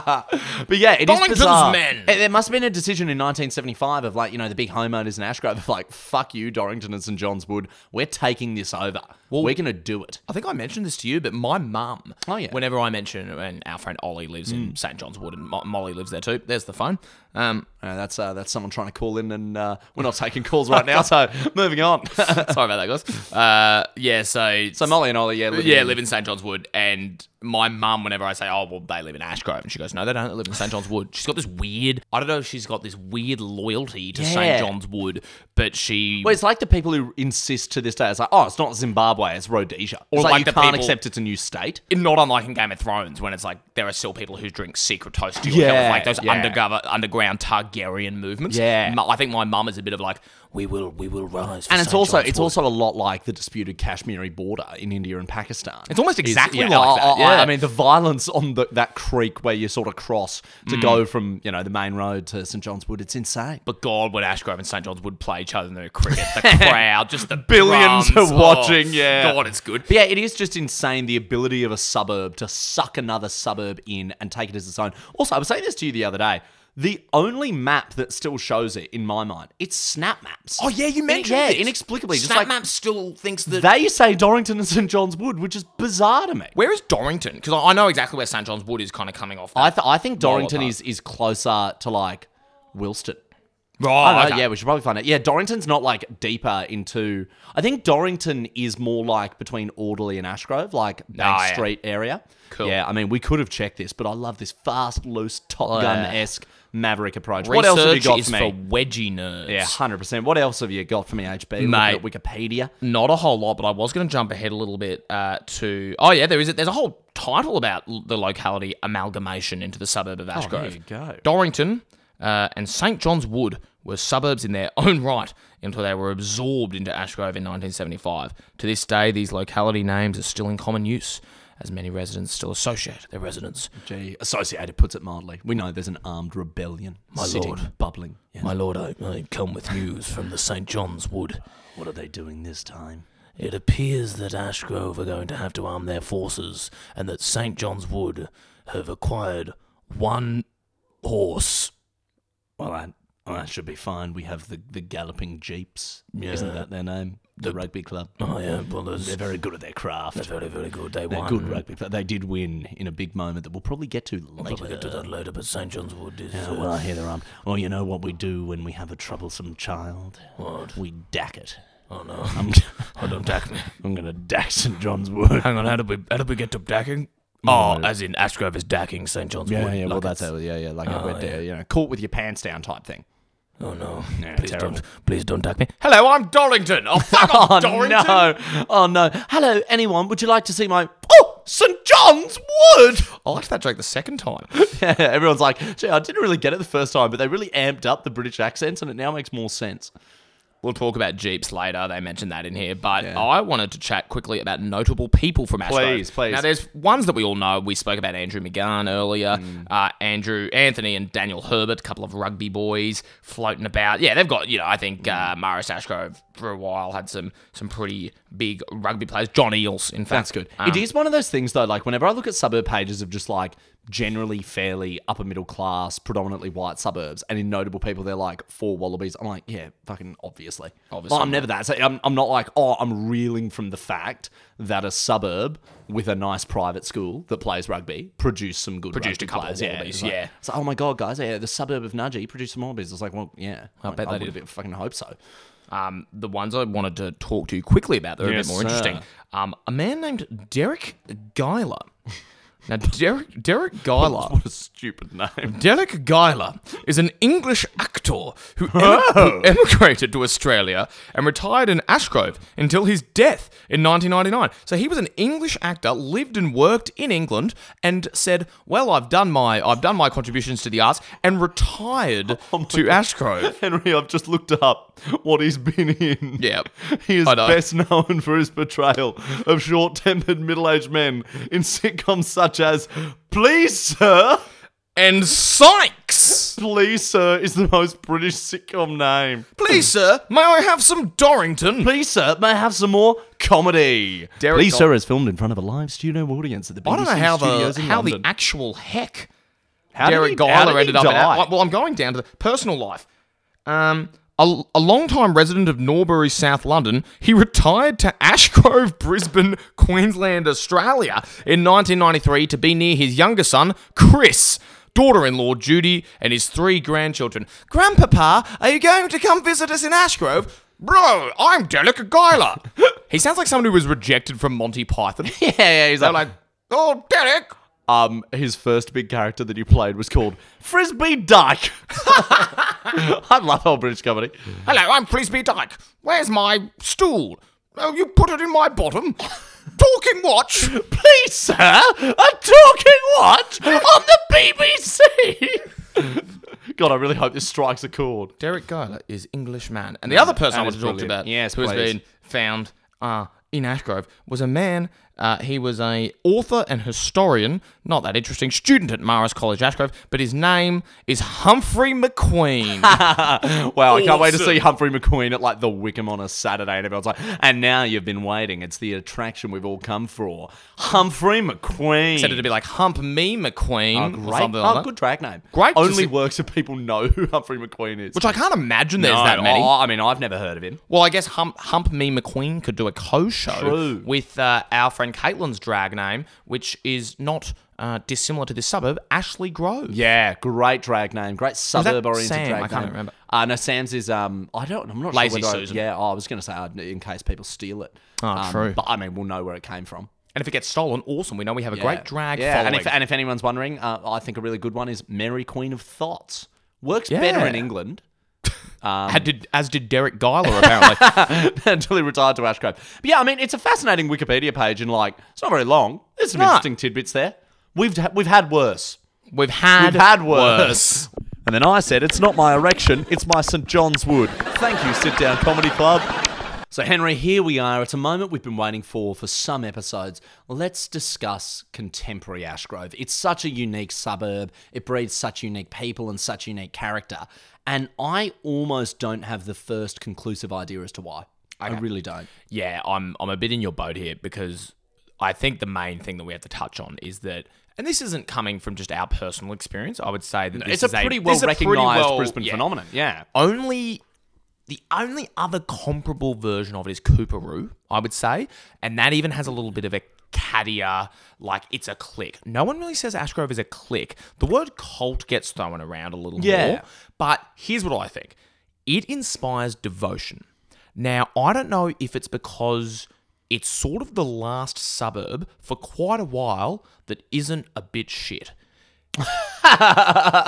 [SPEAKER 1] But yeah, it is
[SPEAKER 2] Donington's
[SPEAKER 1] bizarre.
[SPEAKER 2] men.
[SPEAKER 1] Eh, There must have been a decision in 1975 of like, you know, the big homeowners in Ashgrove, of like, "Fuck you, Dorrington and St John's Wood. We're taking this over. We're gonna do it."
[SPEAKER 2] I think I mentioned this to you, but my mum.
[SPEAKER 1] Oh, yeah. Mm.
[SPEAKER 2] Whenever I mention, and our friend Ollie lives in St John's Wood, and Mo- Molly lives there too. There's the phone. Um, <laughs>
[SPEAKER 1] Uh, that's uh, that's someone trying to call in, and uh, we're not taking calls right now. <laughs> So moving on.
[SPEAKER 2] sorry about that, guys. Uh, yeah. So.
[SPEAKER 1] so Molly and Ollie, yeah, living
[SPEAKER 2] Uh, yeah,
[SPEAKER 1] in-
[SPEAKER 2] live in St John's Wood, and my mum. Whenever I say, "Oh, well, they live in Ashgrove," and she goes, "No, they don't. They live in St John's Wood." She's got this weird. I don't know. if She's got this weird loyalty to
[SPEAKER 1] Yeah.
[SPEAKER 2] St John's Wood, but she
[SPEAKER 1] Well, it's like the people who insist to this day, it's like, oh, it's not Zimbabwe, it's Rhodesia. Or like,
[SPEAKER 2] like
[SPEAKER 1] you
[SPEAKER 2] the
[SPEAKER 1] can't
[SPEAKER 2] people-
[SPEAKER 1] accept it's a new state.
[SPEAKER 2] not unlike in Game of Thrones when it's like there are still people who drink secret toast to your
[SPEAKER 1] Yeah,
[SPEAKER 2] yeah, like those
[SPEAKER 1] yeah.
[SPEAKER 2] undercover underground Targaryen movements.
[SPEAKER 1] Yeah.
[SPEAKER 2] Ma- I think my mum is a bit of like we will we will rise. for
[SPEAKER 1] And it's
[SPEAKER 2] St.
[SPEAKER 1] also
[SPEAKER 2] John's
[SPEAKER 1] it's
[SPEAKER 2] Wood."
[SPEAKER 1] also a lot like the disputed Kashmiri border in India and Pakistan.
[SPEAKER 2] It's almost exactly
[SPEAKER 1] yeah,
[SPEAKER 2] like
[SPEAKER 1] I-
[SPEAKER 2] that.
[SPEAKER 1] I, I
[SPEAKER 2] yeah.
[SPEAKER 1] mean, the violence on the, that creek where you sort of cross to
[SPEAKER 2] Mm.
[SPEAKER 1] go from you know the main road to St John's Wood, it's insane.
[SPEAKER 2] but God, when Ashgrove and St John's would play each other in
[SPEAKER 1] <laughs>
[SPEAKER 2] the cricket, the crowd, just the
[SPEAKER 1] Billions
[SPEAKER 2] drums.
[SPEAKER 1] are watching,
[SPEAKER 2] Oh,
[SPEAKER 1] yeah.
[SPEAKER 2] God, it's good.
[SPEAKER 1] But yeah, it is just insane the ability of a suburb to suck another suburb in and take it as its own. Also, I was saying this to you the other day. The only map that still shows it in my mind, it's Snap Maps.
[SPEAKER 2] Oh yeah, you mentioned
[SPEAKER 1] yeah,
[SPEAKER 2] it.
[SPEAKER 1] inexplicably, just
[SPEAKER 2] Snap
[SPEAKER 1] like-
[SPEAKER 2] Map still thinks that.
[SPEAKER 1] They say Dorrington and St John's Wood, which is bizarre to me.
[SPEAKER 2] where is Dorrington? Because I I know exactly where St John's Wood is kind of coming off. That.
[SPEAKER 1] I, th- I think Dorrington
[SPEAKER 2] apart.
[SPEAKER 1] is, is closer to like Wilston.
[SPEAKER 2] right,
[SPEAKER 1] I don't know,
[SPEAKER 2] Oh, okay.
[SPEAKER 1] Uh, Yeah, we should probably find out. Yeah, Dorrington's not like deeper into. I think Dorrington is more like between Orderly and Ashgrove, like Bank
[SPEAKER 2] yeah.
[SPEAKER 1] Street area.
[SPEAKER 2] Cool.
[SPEAKER 1] Yeah, I mean, we could have checked this, but I love this fast, loose, Top Gun esque Maverick approach.
[SPEAKER 2] Oh, Research
[SPEAKER 1] what else have you got
[SPEAKER 2] is
[SPEAKER 1] for
[SPEAKER 2] for
[SPEAKER 1] me?
[SPEAKER 2] wedgie nerds.
[SPEAKER 1] yeah, 100%. What else have you got for me, HB? Looking
[SPEAKER 2] Mate.
[SPEAKER 1] at Wikipedia.
[SPEAKER 2] not a whole lot, but I was going to jump ahead a little bit uh, to. Oh yeah, there is. A, there's a whole title about l- the locality amalgamation into the suburb of Ashgrove.
[SPEAKER 1] there Oh, you go.
[SPEAKER 2] Dorrington uh, and St John's Wood were suburbs in their <laughs> own right until they were absorbed into Ashgrove in 1975. To this day, these locality names are still in common use, as many residents still associate their residence.
[SPEAKER 1] Gee, Associated puts it mildly. We know there's an armed rebellion. My
[SPEAKER 2] lord.
[SPEAKER 1] Bubbling. Yeah.
[SPEAKER 2] My lord, I, I come with news from the St John's Wood.
[SPEAKER 1] What are they doing this time?
[SPEAKER 2] It appears that Ashgrove are going to have to arm their forces, and that St. John's Wood have acquired one horse.
[SPEAKER 1] Well, I, well, that should be fine. We have the, the Galloping Jeeps. Isn't that their name? The, rugby club.
[SPEAKER 2] Oh, yeah, well, there's
[SPEAKER 1] They're very good at their craft. They're
[SPEAKER 2] very, very good. They won.
[SPEAKER 1] good rugby. But they did win in a big moment that we'll probably get to later.
[SPEAKER 2] We'll get to that later, but St. John's Wood is.
[SPEAKER 1] Oh, well, I hear they're armed. Well, you know what we do when we have a troublesome child? What? We dack it.
[SPEAKER 2] Oh no,
[SPEAKER 1] <laughs>
[SPEAKER 2] I'm, I don't dack me.
[SPEAKER 1] I'm gonna dax St John's
[SPEAKER 2] <laughs>
[SPEAKER 1] Wood.
[SPEAKER 2] Hang on, how did we how did we get to dacking? Oh, as in Ashgrove is dacking St John's
[SPEAKER 1] Yeah,
[SPEAKER 2] Wood.
[SPEAKER 1] yeah, well,
[SPEAKER 2] Like
[SPEAKER 1] that's
[SPEAKER 2] it's-
[SPEAKER 1] how, yeah, yeah, like
[SPEAKER 2] Oh,
[SPEAKER 1] a wet,
[SPEAKER 2] yeah.
[SPEAKER 1] uh, you know, caught with your pants down type thing.
[SPEAKER 2] Oh no,
[SPEAKER 1] Yeah,
[SPEAKER 2] please
[SPEAKER 1] terrible.
[SPEAKER 2] don't, please don't dack me. Hello, I'm Dorrington. <laughs> Oh fuck, off,
[SPEAKER 1] Oh
[SPEAKER 2] Dorrington.
[SPEAKER 1] no! Oh no! Hello, anyone? Would you like to see my oh St John's Wood? <laughs>
[SPEAKER 2] I liked that joke the second time.
[SPEAKER 1] Yeah, everyone's like, gee, I didn't really get it the first time, but they really amped up the British accents, and it now makes more sense.
[SPEAKER 2] We'll talk about Jeeps later. They mentioned that in here. But I wanted to chat quickly about notable people from Ashgrove.
[SPEAKER 1] Please, please.
[SPEAKER 2] Now, there's ones that we all know. We spoke about Andrew McGann earlier.
[SPEAKER 1] Mm.
[SPEAKER 2] Uh, Andrew Anthony and Daniel Herbert, a couple of rugby boys floating about. Yeah, they've got, you know, I think
[SPEAKER 1] Mm.
[SPEAKER 2] uh, Maris Ashgrove for a while had some some pretty big rugby players. John Eels, in fact.
[SPEAKER 1] That's good.
[SPEAKER 2] Um,
[SPEAKER 1] it is one of those things though. Like whenever I look at suburb pages of just like generally fairly upper middle class, predominantly white suburbs, and in notable people, they're like four wallabies. I'm like, yeah, fucking obviously.
[SPEAKER 2] Obviously.
[SPEAKER 1] Like, I'm never that. So I'm, I'm not like, oh, I'm reeling from the fact that a suburb with a nice private school that plays rugby produced some good
[SPEAKER 2] Produced a
[SPEAKER 1] rugby
[SPEAKER 2] couple
[SPEAKER 1] players.
[SPEAKER 2] of
[SPEAKER 1] Yeah,
[SPEAKER 2] wallabies,
[SPEAKER 1] it's like-
[SPEAKER 2] yeah.
[SPEAKER 1] It's like, oh my god, guys, yeah, the suburb of Nudgee produced some wallabies. It's like, well, yeah, I,
[SPEAKER 2] bet
[SPEAKER 1] I
[SPEAKER 2] they
[SPEAKER 1] would
[SPEAKER 2] did.
[SPEAKER 1] have fucking hope so.
[SPEAKER 2] um, the ones I wanted to talk to you quickly about. They're
[SPEAKER 1] Yes,
[SPEAKER 2] a bit more
[SPEAKER 1] sir.
[SPEAKER 4] uh,
[SPEAKER 2] interesting. Um, a man named Derek Geiler. Now, Derek Derek Geiler.
[SPEAKER 1] a stupid name.
[SPEAKER 2] <laughs> Derek Geiler is an English actor
[SPEAKER 4] <laughs>
[SPEAKER 2] who, em-
[SPEAKER 4] Oh.
[SPEAKER 2] who emigrated to Australia and retired in Ashgrove until his death in 1999. So he was an English actor, lived and worked in England, and said, "Well, I've done my I've done my contributions to the arts," and
[SPEAKER 4] <laughs>
[SPEAKER 2] retired
[SPEAKER 4] Oh
[SPEAKER 2] to Ashgrove.
[SPEAKER 4] Henry, I've just looked up what he's been in.
[SPEAKER 2] Yeah, uh,
[SPEAKER 4] He is
[SPEAKER 2] I know.
[SPEAKER 4] best known for his portrayal of short tempered middle aged men in sitcoms such as Please Sir.
[SPEAKER 2] and Sykes.
[SPEAKER 4] Please Sir is the most British sitcom name.
[SPEAKER 2] Please, sir, may I have some Dorrington?
[SPEAKER 4] Please Sir, may I have some more comedy?
[SPEAKER 2] Derek
[SPEAKER 1] Please,
[SPEAKER 2] Gol-
[SPEAKER 1] sir, is filmed in front of a live studio audience at the BBC
[SPEAKER 2] I don't know how
[SPEAKER 1] studios
[SPEAKER 2] the
[SPEAKER 1] in
[SPEAKER 2] how
[SPEAKER 1] London.
[SPEAKER 2] the actual heck
[SPEAKER 4] How did
[SPEAKER 2] Derek
[SPEAKER 4] he- how did
[SPEAKER 2] Geiler
[SPEAKER 4] he
[SPEAKER 2] ended up. In,
[SPEAKER 4] die?
[SPEAKER 2] well, I'm going down to the personal life. Um, a, a long-time resident of Norbury, South London, he retired to Ashgrove, Brisbane, Queensland, Australia in 1993 to be near his younger son, Chris, daughter-in-law Judy, and his three grandchildren. Grandpapa, are you going to come visit us in Ashgrove? Bro, I'm
[SPEAKER 4] <laughs>
[SPEAKER 2] Derek Geiler. he sounds like someone who was rejected from Monty Python.
[SPEAKER 1] Yeah, yeah, he's
[SPEAKER 2] They're like, oh, Derek.
[SPEAKER 4] Um, his first big character that he played was called Frisbee Dyke. <laughs> I love old British comedy.
[SPEAKER 2] Hello, I'm Frisbee Dyke. Where's my stool? Oh, you put it in my bottom. <laughs> Talking watch.
[SPEAKER 4] Please, sir, a talking watch on the BBC. God, I really hope this strikes a chord.
[SPEAKER 2] Derek Geiler is English man. And the other person
[SPEAKER 4] that
[SPEAKER 2] I want
[SPEAKER 4] is
[SPEAKER 2] to talk
[SPEAKER 4] brilliant.
[SPEAKER 2] about
[SPEAKER 1] Yes,
[SPEAKER 2] who has
[SPEAKER 1] please.
[SPEAKER 2] been found uh, in Ashgrove was a man. Uh, he was a author and historian, not that interesting, student at Maris College Ashgrove, but his name is Humphrey <laughs> McQueen.
[SPEAKER 1] Wow, I can't wait to
[SPEAKER 2] Awesome.
[SPEAKER 1] see Humphrey McQueen at like the Wickham on a Saturday, and everyone's like, "And now you've been waiting. It's the attraction we've all come for, Humphrey McQueen."
[SPEAKER 2] Said it to be like Hump Me McQueen
[SPEAKER 1] oh,
[SPEAKER 2] or
[SPEAKER 1] great.
[SPEAKER 2] something
[SPEAKER 1] oh,
[SPEAKER 2] like that.
[SPEAKER 1] good drag name.
[SPEAKER 2] Great to
[SPEAKER 1] Only
[SPEAKER 2] see-
[SPEAKER 1] works if people know who Humphrey McQueen is.
[SPEAKER 2] Which I can't imagine there's that many.
[SPEAKER 1] Oh, I mean, I've never heard of him.
[SPEAKER 2] Well, I guess Hump, Hump Me McQueen could do a co-show
[SPEAKER 1] True.
[SPEAKER 2] with uh, our friend Caitlin's drag name, which is not uh, dissimilar to this suburb, Ashley Grove.
[SPEAKER 1] Yeah, great drag name. Great suburb-oriented
[SPEAKER 2] Sam?
[SPEAKER 1] drag name.
[SPEAKER 2] I can't remember.
[SPEAKER 1] Uh, no, Sam's is um, I don't. I'm not
[SPEAKER 2] Lazy
[SPEAKER 1] sure. whether I-
[SPEAKER 2] Susan.
[SPEAKER 1] yeah, oh, I was going to say uh, in case people steal it.
[SPEAKER 2] Oh,
[SPEAKER 1] Um,
[SPEAKER 2] true.
[SPEAKER 1] But I mean, we'll know where it came from.
[SPEAKER 2] And if it gets stolen, awesome. We know we have a
[SPEAKER 1] Yeah.
[SPEAKER 2] great drag
[SPEAKER 1] yeah.
[SPEAKER 2] following.
[SPEAKER 1] And if, and if anyone's wondering, uh, I think a really good one is Mary Queen of Thoughts. Works
[SPEAKER 2] Yeah.
[SPEAKER 1] better in England <laughs>
[SPEAKER 2] Had did, as did Derek <laughs> Geiler, apparently.
[SPEAKER 1] until he retired to Ashgrove. But yeah, I mean, it's a fascinating Wikipedia page, and like, it's not very long. There's some
[SPEAKER 2] No.
[SPEAKER 1] interesting tidbits there. We've we've had worse.
[SPEAKER 2] We've had,
[SPEAKER 1] We've had worse.
[SPEAKER 4] And then I said, it's not my erection, it's my St. John's Wood. Thank you, Sit Down Comedy Club.
[SPEAKER 1] So, Henry, here we are. It's a moment we've been waiting for for some episodes. Let's discuss contemporary Ashgrove. It's such a unique suburb, it breeds such unique people and such unique character. And I almost don't have the first conclusive idea as to why. I really don't.
[SPEAKER 2] yeah, I'm I'm a bit in your boat here because I think the main thing that we have to touch on is that, and this isn't coming from just our personal experience. I would say that this
[SPEAKER 1] it's a
[SPEAKER 2] is
[SPEAKER 1] pretty
[SPEAKER 2] this
[SPEAKER 1] well
[SPEAKER 2] is a pretty
[SPEAKER 1] recognized
[SPEAKER 2] well-
[SPEAKER 1] Brisbane
[SPEAKER 2] yeah.
[SPEAKER 1] phenomenon. <laughs> Yeah.
[SPEAKER 2] only the only other comparable version of it is Kooparoo, I would say, and that even has a little bit of a cattier, like it's a clique. No one really says Ashgrove is a clique. The word cult gets thrown around a little
[SPEAKER 1] Yeah.
[SPEAKER 2] more, but here's what I think: it inspires devotion. Now, I don't know if it's because it's sort of the last suburb for quite a while that isn't a bit shit.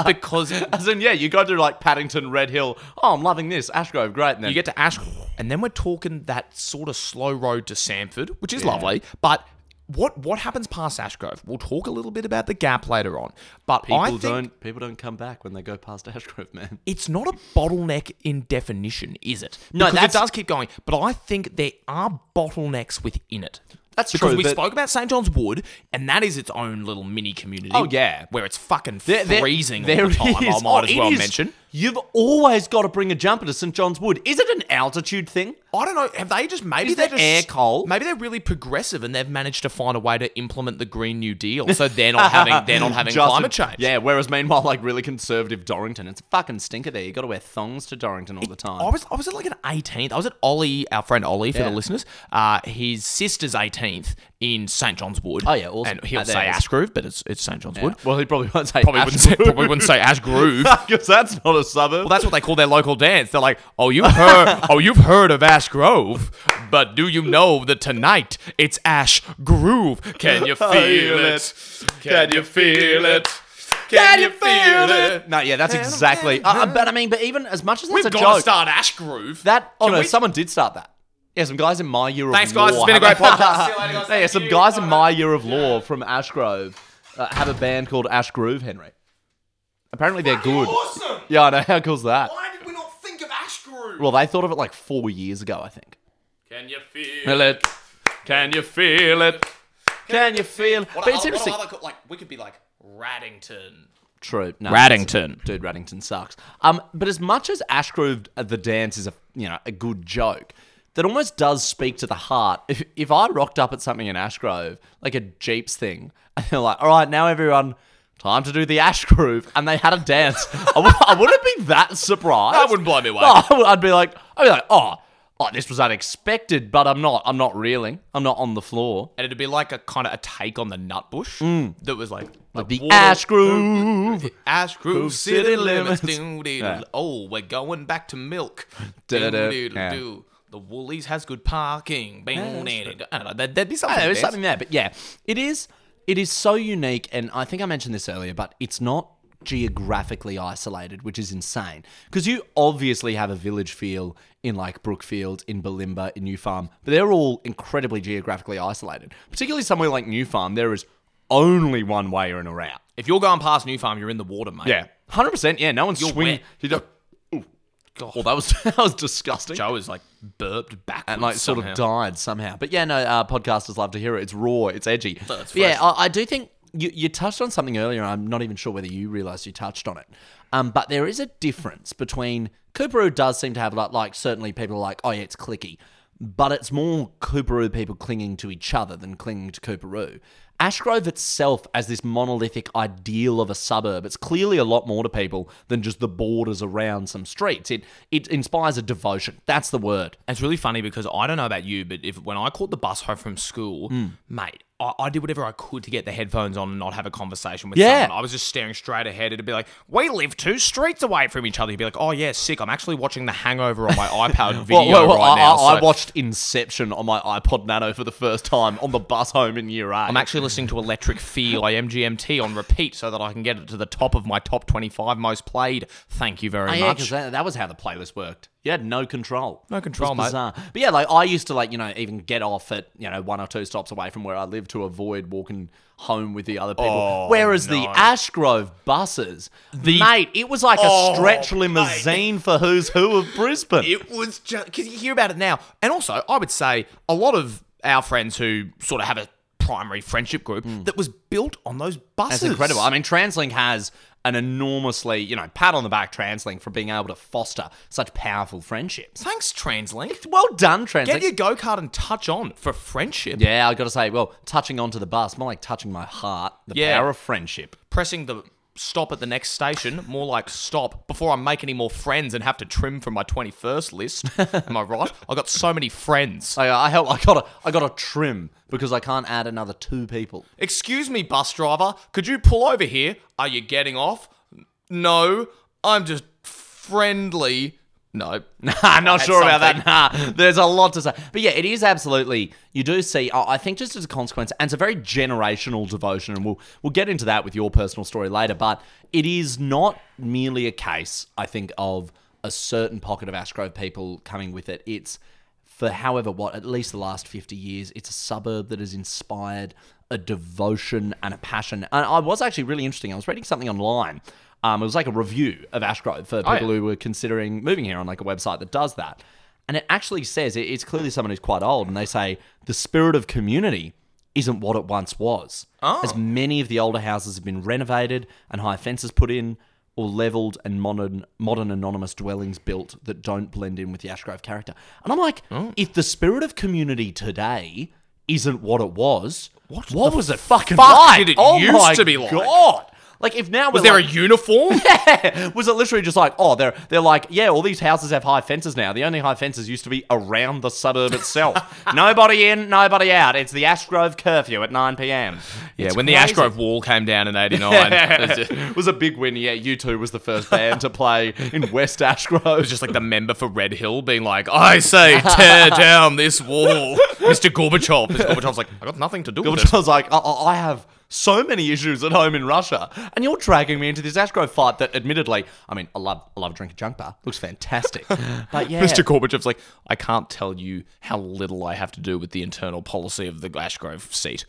[SPEAKER 2] because
[SPEAKER 1] As in, yeah, you go to like Paddington, Red Hill. Oh, I'm loving this. Ashgrove, great. And then
[SPEAKER 2] you get to Ash, and then we're talking that sort of slow road to Sanford, which is lovely. But what what happens past Ashgrove? We'll talk a little bit about the gap later on. But
[SPEAKER 1] people
[SPEAKER 2] I think
[SPEAKER 1] don't people don't come back when they go past Ashgrove, man.
[SPEAKER 2] it's not a bottleneck in definition, is it?
[SPEAKER 1] No,
[SPEAKER 2] because
[SPEAKER 1] that's-
[SPEAKER 2] it does keep going. But I think there are bottlenecks within it.
[SPEAKER 1] <laughs> That's
[SPEAKER 2] because
[SPEAKER 1] true,
[SPEAKER 2] we
[SPEAKER 1] but-
[SPEAKER 2] spoke about St John's Wood, and that is its own little mini community.
[SPEAKER 1] Oh, yeah.
[SPEAKER 2] where it's fucking
[SPEAKER 1] There- there-
[SPEAKER 2] freezing
[SPEAKER 1] there
[SPEAKER 2] all the
[SPEAKER 1] <laughs>
[SPEAKER 2] time.
[SPEAKER 1] is.
[SPEAKER 2] I might
[SPEAKER 1] Oh,
[SPEAKER 2] as
[SPEAKER 1] it
[SPEAKER 2] well
[SPEAKER 1] is.
[SPEAKER 2] mention.
[SPEAKER 1] You've always got to bring a jumper to St John's Wood. Is it an altitude thing?
[SPEAKER 2] I don't know. Have they just maybe
[SPEAKER 1] Is
[SPEAKER 2] they're
[SPEAKER 1] there
[SPEAKER 2] just,
[SPEAKER 1] air coal?
[SPEAKER 2] Maybe they're really progressive and they've managed to find a way to implement the Green New Deal, so they're
[SPEAKER 1] <laughs>
[SPEAKER 2] not having they're not having
[SPEAKER 1] Justin-
[SPEAKER 2] climate change.
[SPEAKER 1] Yeah, whereas meanwhile, like really conservative Dorrington, it's a fucking stinker there. You got to wear thongs to Dorrington all the time.
[SPEAKER 2] I was I was at like an 18th. I was at Ollie, our friend Ollie, for the listeners. Uh, his sister's 18th in St John's Wood.
[SPEAKER 1] Oh, yeah, awesome.
[SPEAKER 2] And he'll
[SPEAKER 1] Uh,
[SPEAKER 2] say
[SPEAKER 1] there it is.
[SPEAKER 2] Ashgrove, but it's it's St John's
[SPEAKER 1] <laughs>
[SPEAKER 2] Wood.
[SPEAKER 1] well, he probably won't say
[SPEAKER 2] Probably wouldn't say
[SPEAKER 1] <laughs>
[SPEAKER 2] probably wouldn't say Ashgrove.
[SPEAKER 1] because that's not a suburb.
[SPEAKER 2] Well, that's what they call their local dance. They're like, "Oh, you've <laughs> heard, oh, you've heard of Ash Grove, but do you know that tonight it's Ash Groove? Can you <laughs> feel it? Can you feel it? Can you feel it?
[SPEAKER 1] No, yeah, that's exactly. Uh, uh, but I mean, but even as much as that's
[SPEAKER 2] We've
[SPEAKER 1] a
[SPEAKER 2] got to
[SPEAKER 1] joke,
[SPEAKER 2] start Ash Groove.
[SPEAKER 1] that oh
[SPEAKER 2] Can
[SPEAKER 1] no,
[SPEAKER 2] we-
[SPEAKER 1] someone did start that. Yeah, some guys in my year
[SPEAKER 2] Thanks,
[SPEAKER 1] of
[SPEAKER 2] guys. It's
[SPEAKER 1] law.
[SPEAKER 2] been a
[SPEAKER 1] have
[SPEAKER 2] great podcast. <laughs> See you later, guys.
[SPEAKER 1] yeah,
[SPEAKER 2] Thank
[SPEAKER 1] some
[SPEAKER 2] you.
[SPEAKER 1] guys in
[SPEAKER 2] Bye.
[SPEAKER 1] my year of law from Ashgrove uh, have a band called Ash Groove Henry. Apparently, they're good.
[SPEAKER 2] Awesome.
[SPEAKER 1] Yeah, I know. <laughs> How cool's that?
[SPEAKER 2] Why did we not think of Ash Groove?
[SPEAKER 1] Well, they thought of it like four years ago, I think.
[SPEAKER 2] Can you feel it?
[SPEAKER 4] Can you feel it?
[SPEAKER 1] Can you feel?
[SPEAKER 2] What
[SPEAKER 1] but it's
[SPEAKER 2] other- what
[SPEAKER 1] interesting.
[SPEAKER 2] other co- like we could be like Raddington.
[SPEAKER 1] True. No,
[SPEAKER 5] Raddington.
[SPEAKER 1] Dude, Raddington sucks. Um, but as much as Ashgrove uh, the dance is a you know a good joke, that almost does speak to the heart. If if I rocked up at something in Ashgrove, like a Jeeps thing, <laughs> and they're like, "All right, now everyone, time to do the Ashgrove," and they had a dance, I, w- I wouldn't be that surprised.
[SPEAKER 2] That wouldn't blow me away.
[SPEAKER 1] No, I would- I'd be like, I'd be like, oh. Oh, this was unexpected, but I'm not. I'm not reeling. I'm not on the floor.
[SPEAKER 2] and it'd be like a kind of a take on the Nutbush that was like like
[SPEAKER 1] Mm. The Ash Groove.
[SPEAKER 2] Ash Groove City,
[SPEAKER 1] City
[SPEAKER 2] Limits. <laughs>
[SPEAKER 1] Limits.
[SPEAKER 2] Doo, doo, Oh, we're going back
[SPEAKER 1] <laughs>
[SPEAKER 2] to milk.
[SPEAKER 1] Da, da, da.
[SPEAKER 2] Doo, doo,
[SPEAKER 1] Yeah.
[SPEAKER 2] doo. The Woolies has good parking. Bing, dee, dee, doo. I don't know. There'd, there'd be something.
[SPEAKER 1] Yeah, there's
[SPEAKER 2] there.
[SPEAKER 1] something there, but yeah, it is. It is so unique, and I think I mentioned this earlier, but it's not geographically isolated, which is insane. Because you obviously have a village feel in like Brookfield, in Balimba, in New Farm, but they're all incredibly geographically isolated. Particularly somewhere like New Farm, there is only one way in or out.
[SPEAKER 2] If you're going past New Farm, you're in the water, mate.
[SPEAKER 1] hundred percent. Yeah, no one's swinging.
[SPEAKER 2] wet.
[SPEAKER 1] You don't,
[SPEAKER 2] God.
[SPEAKER 1] well, that was <laughs> that was disgusting.
[SPEAKER 2] Joe is like burped backwards.
[SPEAKER 1] and like sort
[SPEAKER 2] somehow.
[SPEAKER 1] of died somehow. But yeah, no, uh, podcasters love to hear it. It's raw, it's edgy.
[SPEAKER 2] That's
[SPEAKER 1] But yeah, I, I do think you, you touched on something earlier. I'm not even sure whether you realised you touched on it. Um, but there is a difference between Cooperoo does seem to have like, like certainly people are like, oh yeah, it's clicky, but it's more Cooperoo people clinging to each other than clinging to Cooperoo. Ashgrove itself, as this monolithic ideal of a suburb, it's clearly a lot more to people than just the borders around some streets. It it inspires a devotion. That's the word.
[SPEAKER 2] It's really funny because I don't know about you, but if when I caught the bus home from school,
[SPEAKER 1] Hmm.
[SPEAKER 2] mate, I, I did whatever I could to get the headphones on and not have a conversation with
[SPEAKER 1] Yeah.
[SPEAKER 2] someone. I was just staring straight ahead. It'd be like, we live two streets away from each other. You'd be like, oh yeah, sick. I'm actually watching The
[SPEAKER 1] <laughs>
[SPEAKER 2] Hangover on my iPad
[SPEAKER 1] Well,
[SPEAKER 2] video
[SPEAKER 1] well, well,
[SPEAKER 2] right
[SPEAKER 1] I,
[SPEAKER 2] now.
[SPEAKER 1] I, I
[SPEAKER 2] so
[SPEAKER 1] watched Inception on my iPod Nano for the first time on the bus home in year eight.
[SPEAKER 2] I'm actually listening to Electric Feel by MGMT on repeat so that I can get it to the top of my top 25 most played. Thank you very
[SPEAKER 1] Oh, yeah,
[SPEAKER 2] much.
[SPEAKER 1] because that, that was how the playlist worked. You had no control.
[SPEAKER 2] No control,
[SPEAKER 1] it was
[SPEAKER 2] mate.
[SPEAKER 1] bizarre. But yeah, like I used to like you know even get off at you know one or two stops away from where I live to avoid walking home with the other people. Whereas the Ashgrove buses, mate, it was like a stretch limousine for who's who of Brisbane.
[SPEAKER 2] It was just because you hear about it now, and also I would say a lot of our friends who sort of have a primary friendship group that was built on those buses.
[SPEAKER 1] Hmm. That's incredible. I mean, TransLink has an enormously, you know, pat on the back TransLink for being able to foster such powerful friendships.
[SPEAKER 2] Thanks, TransLink.
[SPEAKER 1] Well done, TransLink.
[SPEAKER 2] Get your go kart and touch on for friendship.
[SPEAKER 1] yeah, I got to say, well, touching onto the bus, more like touching my heart. The
[SPEAKER 2] Yeah.
[SPEAKER 1] power of friendship.
[SPEAKER 2] Pressing the stop at the next station, more like stop before I make any more friends and have to trim from my twenty first
[SPEAKER 1] <laughs>
[SPEAKER 2] list. Am I right? I got so many friends.
[SPEAKER 1] I, I help. I got to. I got to trim because I can't add another two people.
[SPEAKER 2] Excuse me, bus driver. Could you pull over here? Are you getting off? No, I'm just friendly No.
[SPEAKER 1] <laughs> I'm not
[SPEAKER 2] That's
[SPEAKER 1] sure about
[SPEAKER 2] something.
[SPEAKER 1] that. Nah, there's a lot to say. But yeah, it is absolutely. You do see. I I think just as a consequence, and it's a very generational devotion, and we'll we'll get into that with your personal story later. But it is not merely a case, I think, of a certain pocket of Ashgrove people coming with it. It's for however what at least the last 50 years it's a suburb that has inspired a devotion and a passion and i was actually really interesting i was reading something online um, it was like a review of ashgrove for people
[SPEAKER 2] Oh, yeah.
[SPEAKER 1] who were considering moving here on like a website that does that and it actually says it- it's clearly someone who's quite old and they say the spirit of community isn't what it once was
[SPEAKER 2] Oh.
[SPEAKER 1] as many of the older houses have been renovated and high fences put in or leveled and modern modern anonymous dwellings built that don't blend in with the Ashgrove character. And I'm like,
[SPEAKER 2] Oh.
[SPEAKER 1] if the spirit of community today isn't what it was, what, was it fucking
[SPEAKER 2] fuck
[SPEAKER 1] like?
[SPEAKER 2] did it
[SPEAKER 1] oh
[SPEAKER 2] used
[SPEAKER 1] my
[SPEAKER 2] to be like?
[SPEAKER 1] God. Like if now
[SPEAKER 2] Was there a <laughs> uniform?
[SPEAKER 1] yeah. <laughs> Was it literally just like, oh, they're they're like, yeah, all these houses have high fences now. The only high fences used to be around the suburb itself. <laughs> nobody in, nobody out. It's the Ashgrove curfew at 9 p.m.
[SPEAKER 2] yeah,
[SPEAKER 1] It's
[SPEAKER 2] when the
[SPEAKER 1] crazy.
[SPEAKER 2] Ashgrove Wall came down in 89, it
[SPEAKER 1] <laughs>
[SPEAKER 2] was
[SPEAKER 1] it was a big win. Yeah, U2 was the first band to play in West Ashgrove.
[SPEAKER 2] just like the member for Red Hill being like, I say, tear down this wall. Mr. Gorbachev. Mr. Gorbachev's like, I got nothing to do with it.
[SPEAKER 1] Gorbachev was like, <laughs> I-, I I have so many issues at home in Russia, and you're dragging me into this Ashgrove fight that, admittedly, I mean, I love, I love a drink at junk bar. Looks <laughs> fantastic. but yeah,
[SPEAKER 2] Mr. Gorbachev's like, I can't tell you how little I have to do with the internal policy of the Ashgrove seat.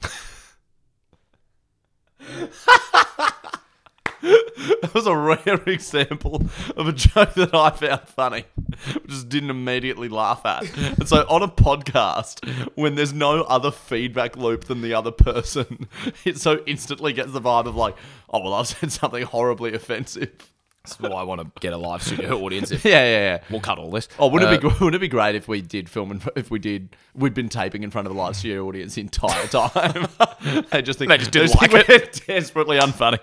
[SPEAKER 1] <laughs> that was a rare <laughs> example of a joke that I found funny, just didn't immediately laugh at. And so, on a podcast, when there's no other feedback loop than the other person, <laughs> it so instantly gets the vibe of like, oh well, I've said something horribly offensive.
[SPEAKER 2] That's why I want to get a live studio audience. If
[SPEAKER 1] Yeah, yeah, yeah.
[SPEAKER 2] We'll cut all this.
[SPEAKER 1] Oh, wouldn't
[SPEAKER 2] Uh,
[SPEAKER 1] it be gr- <laughs> wouldn't it be great if we did film and if we did we'd been taping in front of a live studio audience the entire time? <laughs> they just think
[SPEAKER 2] They just didn't
[SPEAKER 1] think
[SPEAKER 2] like
[SPEAKER 1] we're <laughs> desperately unfunny,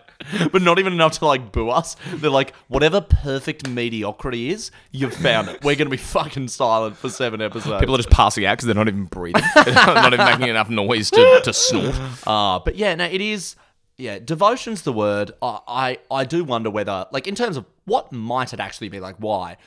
[SPEAKER 1] but not even enough to like boo us. They're like, whatever perfect mediocrity is, you've found it. We're gonna be fucking silent for seven episodes.
[SPEAKER 2] People are just passing out because they're not even breathing. <laughs> they're not even making enough noise to, to snort.
[SPEAKER 1] Uh, but yeah, no, it is. Yeah, devotion's the word. I, I I do wonder whether, like, in terms of what might it actually be like, why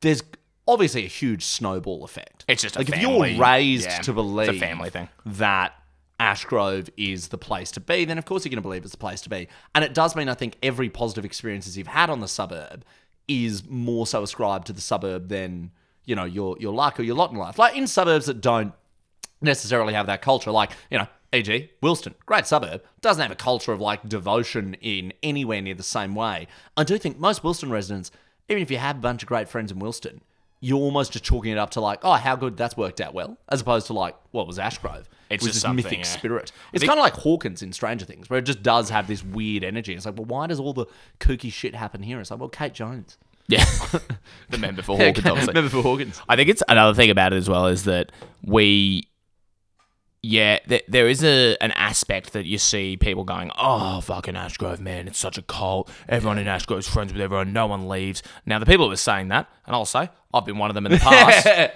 [SPEAKER 1] there's obviously a huge snowball effect.
[SPEAKER 2] It's just a
[SPEAKER 1] like if
[SPEAKER 2] family-
[SPEAKER 1] you're raised
[SPEAKER 2] yeah, it's a
[SPEAKER 1] to believe
[SPEAKER 2] family thing.
[SPEAKER 1] that Ashgrove is the place to be, then of course you're going to believe it's the place to be. And it does mean I think every positive experiences you've had on the suburb is more so ascribed to the suburb than you know your your luck or your lot in life. Like in suburbs that don't necessarily have that culture, like you know. E.g., Wilston, great suburb, doesn't have a culture of like devotion in anywhere near the same way. I do think most Wilston residents, even if you have a bunch of great friends in Wilston, you're almost just chalking it up to like, oh, how good that's worked out well, as opposed to like, what was Ashgrove?
[SPEAKER 2] It's
[SPEAKER 1] was
[SPEAKER 2] just
[SPEAKER 1] this
[SPEAKER 2] something,
[SPEAKER 1] mythic
[SPEAKER 2] yeah.
[SPEAKER 1] spirit. It's kind of like Hawkins in Stranger Things, where it just does have this weird energy. It's like, well, why does all the kooky shit happen here? It's like, well, Kate Jones.
[SPEAKER 2] Yeah. <laughs> the member for Hawkins, obviously.
[SPEAKER 1] <laughs> Remember for Hawkins.
[SPEAKER 2] I think it's another thing about it as well is that we, yeah, th- there is a an aspect that you see people going, oh fucking Ashgrove, man, it's such a cult. Everyone in Ashgrove's friends with everyone. No one leaves. Now the people who are saying that, and I'll say I've been one of them in
[SPEAKER 1] <laughs>
[SPEAKER 2] the past. I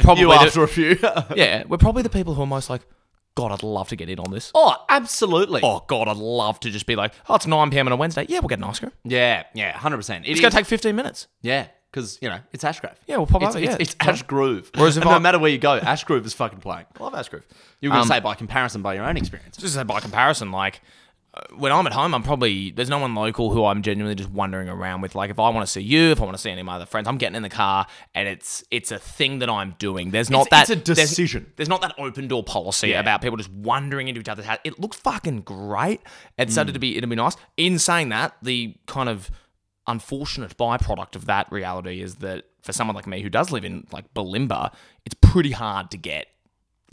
[SPEAKER 2] probably
[SPEAKER 1] You
[SPEAKER 2] do-
[SPEAKER 1] after a few. <laughs>
[SPEAKER 2] yeah, we're probably the people who are most like, God, I'd love to get in on this.
[SPEAKER 1] oh, absolutely.
[SPEAKER 2] Oh God, I'd love to just be like, oh, it's nine p.m. on a Wednesday. Yeah, we'll get an ice cream.
[SPEAKER 1] Yeah, yeah, 100%.
[SPEAKER 2] It's gonna take fifteen minutes.
[SPEAKER 1] Yeah, because you know it's Ashgrove.
[SPEAKER 2] Yeah, we'll pop
[SPEAKER 1] it's,
[SPEAKER 2] over,
[SPEAKER 1] It's,
[SPEAKER 2] yeah.
[SPEAKER 1] it's Ash Groove.
[SPEAKER 2] Whereas if
[SPEAKER 1] And no
[SPEAKER 2] I- Um,
[SPEAKER 1] matter where you go, Ash Groove is fucking playing.
[SPEAKER 2] I love Ashgrove.
[SPEAKER 1] You were gonna say by comparison, by your own experience.
[SPEAKER 2] just say by comparison, like uh, when I'm at home, I'm probably there's no one local who I'm genuinely just wandering around with. Like if I want to see you, if I want to see any of my other friends, I'm getting in the car, and it's it's a thing that I'm doing. There's not
[SPEAKER 1] It's-
[SPEAKER 2] that
[SPEAKER 1] it's a
[SPEAKER 2] there's-
[SPEAKER 1] decision.
[SPEAKER 2] There's, not that open door policy about people just wandering into each other's house. It looks fucking great, and so
[SPEAKER 6] Mm.
[SPEAKER 2] it'd be it'd be nice. In saying that, the kind of unfortunate byproduct of that reality is that for someone like me who does live in like Balimba, it's pretty hard to get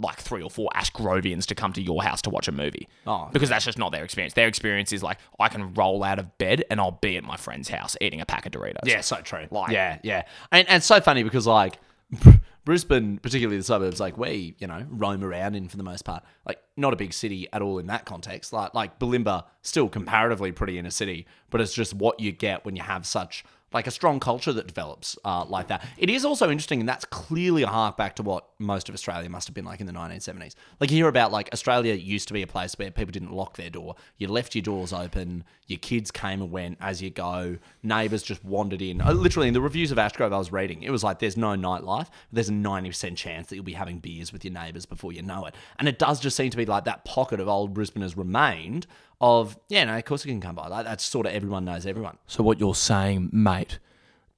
[SPEAKER 2] like three or four Ashgrovians to come to your house to watch a movie.
[SPEAKER 1] Oh.
[SPEAKER 2] Because that's just not their experience. Their experience is like, I can roll out of bed and I'll be at my friend's house eating a pack of Doritos.
[SPEAKER 1] Yeah, so true.
[SPEAKER 2] Like-
[SPEAKER 1] yeah, yeah, and and so funny because like <laughs> Brisbane, particularly the suburbs, like we you know roam around in for the most part. Like not a big city at all in that context. Like like Balimba, still comparatively pretty inner city, but it's just what you get when you have such like a strong culture that develops uh, like that. It is also interesting, and that's clearly a hark back to what most of Australia must have been like in the 1970s. Like you hear about like Australia used to be a place where people didn't lock their door. You left your doors open. Your kids came and went as you go. Neighbours just wandered in. Uh, Literally, in the reviews of Ashgrove I was reading, it was like there's no nightlife. There's a 90% chance that you'll be having beers with your neighbours before you know it. And it does just seem to be like that pocket of old Brisbane has remained of, yeah, no, of course you can come by. Like that's sort of everyone knows everyone.
[SPEAKER 2] So what you're saying, mate,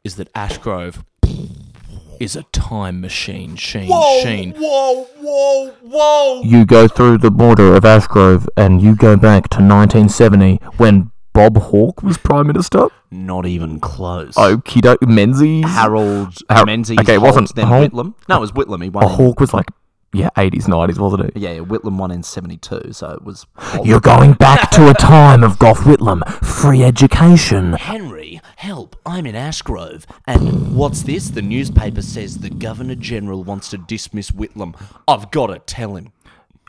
[SPEAKER 2] is that Ashgrove is a time machine, sheen, sheen.
[SPEAKER 4] Whoa, whoa, whoa!
[SPEAKER 6] You go through the border of Ashgrove and you go back to 1970 when Bob Hawke was Prime Minister.
[SPEAKER 1] Not even close.
[SPEAKER 6] Okie doke, Menzies.
[SPEAKER 1] Harold
[SPEAKER 6] Har-
[SPEAKER 1] Menzies.
[SPEAKER 6] okay, it
[SPEAKER 1] Holt,
[SPEAKER 6] wasn't
[SPEAKER 1] then
[SPEAKER 6] Holt.
[SPEAKER 1] Whitlam. No, it was Whitlam. He won.
[SPEAKER 6] Oh,
[SPEAKER 1] in-
[SPEAKER 6] Hawke was like, yeah, 80s, 90s, wasn't it?
[SPEAKER 1] yeah, yeah, Whitlam won in '72, so it was. Holt.
[SPEAKER 6] You're going back
[SPEAKER 1] <laughs>
[SPEAKER 6] to a time of Gough Whitlam, free education.
[SPEAKER 1] Henry, help! I'm in Ashgrove, and what's this? The newspaper says the Governor General wants to dismiss Whitlam. I've got to tell him.